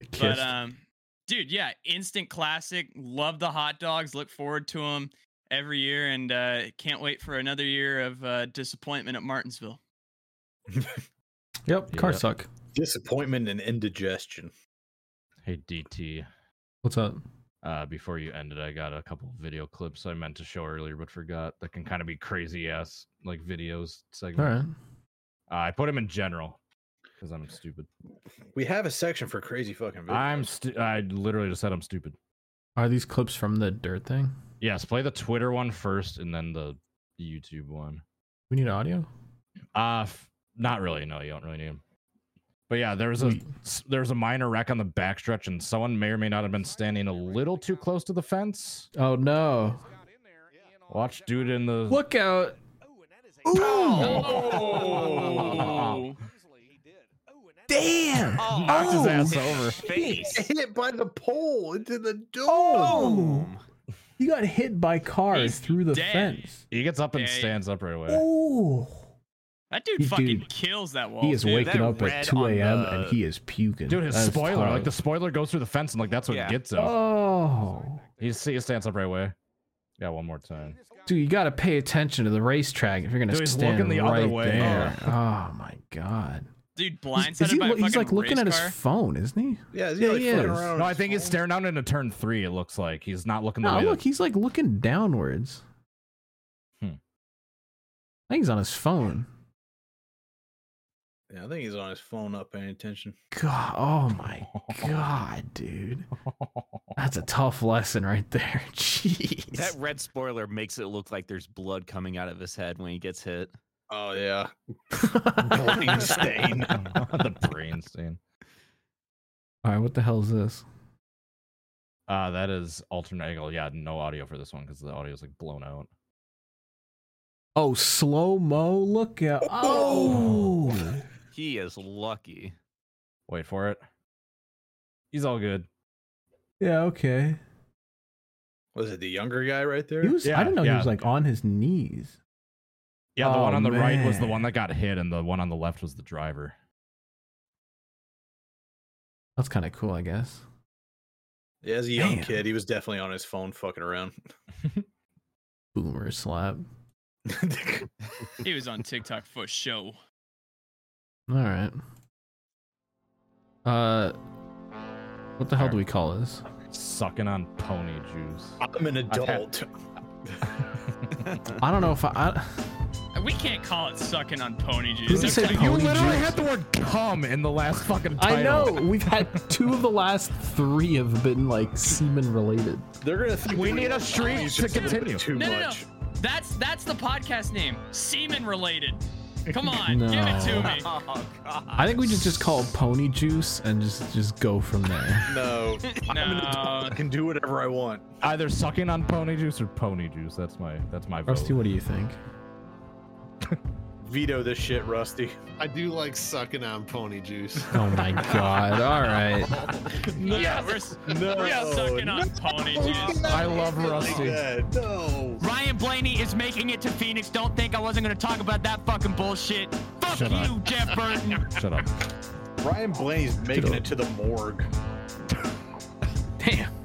F: But
C: Kissed.
F: um, dude, yeah, instant classic. Love the hot dogs. Look forward to them every year, and uh, can't wait for another year of uh, disappointment at Martinsville.
C: yep, car
D: Yep.
C: suck.
B: Disappointment and indigestion.
D: Hey DT,
C: What's up?
D: uh, before you ended, I got a couple video clips I meant to show earlier but forgot. That can kind of be crazy ass like videos
C: All
D: segment.
C: right.
D: Uh, I put them in general because I'm stupid.
B: We have a section for crazy fucking videos.
D: I'm stu- I literally just said I'm stupid.
C: Are these clips from the dirt thing?
D: Yes, play the Twitter one first and then the YouTube one.
C: We need audio.
D: Uh, f- not really. No, you don't really need them. But yeah, there was a
C: Wait.
D: s- there was a minor wreck on the backstretch, and someone may or may not have been standing a little too close to the fence.
C: Oh no!
D: Watch dude in the
C: Look out!
F: Oh.
C: Damn! Oh.
D: knocked his ass
A: [LAUGHS]
D: over.
A: Face.
B: [LAUGHS] hit by the pole into the dome.
D: Oh!
A: Boom.
C: He got hit by cars
F: He's
C: through the
F: dead.
C: fence.
D: He gets up and
F: Yeah, yeah.
D: stands up right away.
C: Oh!
F: That dude
C: Dude.
F: fucking kills that wall.
C: He is
F: dude.
C: waking
A: that
C: up at
A: red
C: 2
A: on
C: a.m.
A: the-
C: and he is puking.
D: Dude, his
C: That's
D: spoiler, like
C: horrible.
D: the spoiler goes through the fence, and like that's what
A: Yeah.
D: gets him.
C: Oh,
D: He s- he stands up right away. Yeah, one more time.
C: dude, you gotta pay attention to the racetrack if you're gonna
D: Dude, he's
C: stand
D: looking the
C: right
D: other way.
C: there. Oh my god!
F: dude
C: He's-
F: blindsided
C: Is he,
F: by a
C: lo-
F: fucking
C: he's like looking at
F: race
C: his
F: car.
C: phone, isn't he?
B: Yeah, is he
C: Yeah,
B: like
C: he
B: fucking
C: is.
B: around on
D: No, I
B: his
D: think he's
B: phone?
D: staring down into turn three. It looks like he's not looking the
C: Oh, No,
D: way.
C: look,
D: that-
C: he's like looking downwards.
D: Hmm.
C: I think he's on his phone.
B: Yeah, I think he's on his phone, not paying attention.
C: God, oh my
D: [LAUGHS]
C: god, dude, that's a tough lesson right there. [LAUGHS] Jeez.
A: That red spoiler makes it look like there's blood coming out of his head when he gets hit.
B: Oh yeah,
C: All [LAUGHS]
B: stain.
D: [LAUGHS] the brain stain.
C: right, what the hell is this?
D: Uh, that is alternate angle. Yeah, no audio for this one because the audio is like blown out.
C: Oh, slow mo. Look out! Oh,
A: He is lucky.
D: Wait for it. He's all good.
C: yeah. Okay.
B: Was it the younger guy right there?
C: He was. I
D: Yeah,
C: didn't know he
D: yeah.
C: was like on his knees.
D: Yeah, the
C: Oh,
D: one on the right was the
C: man.
D: one that got hit, and the one on the left was the driver.
C: That's kind of cool, I guess.
B: yeah, as a young
C: Damn.
B: kid, he was definitely on his phone, fucking around. [LAUGHS]
C: Boomer slap.
F: He was on TikTok for show.
C: All right. Uh, what the hell do
D: Alright.
C: we call this?
D: Sucking on pony juice.
B: I'm an adult.
C: I don't know if I. [LAUGHS] I
F: We can't call it sucking on pony
C: Does
F: juice.
C: it
F: That's
C: say
F: like-
C: pony
D: you literally
C: juice?
D: had the word "cum" in the last fucking title.
C: I know we've had two of the last three have been like semen related.
B: They're gonna think
D: We need a streak to continue.
B: too
F: No, no, no.
B: much.
F: That's that's the podcast name. Semen related. Come
C: [LAUGHS]
F: on,
C: No.
F: give it
E: [LAUGHS]
F: to me.
C: I think we just just call it pony juice and just just go from there.
B: No,
F: No,
B: I can do whatever I want.
D: Either sucking on pony juice or pony juice. That's my that's my vote.
C: Rusty, what do you think?
B: Veto this shit, Rusty.
E: I do like sucking on pony juice.
C: Oh my god! All right,
E: Yeah, we're, s- we are sucking on pony juice.
C: I love Rusty.
B: Oh, no.
F: Ryan Blaney is making it to Phoenix. Don't think I wasn't gonna talk about that fucking bullshit. Fuck
C: Shut up.
F: you, Jeff
C: [LAUGHS]
F: Burton.
C: Shut up.
B: Ryan Blaney's making it to the morgue.
I: Damn.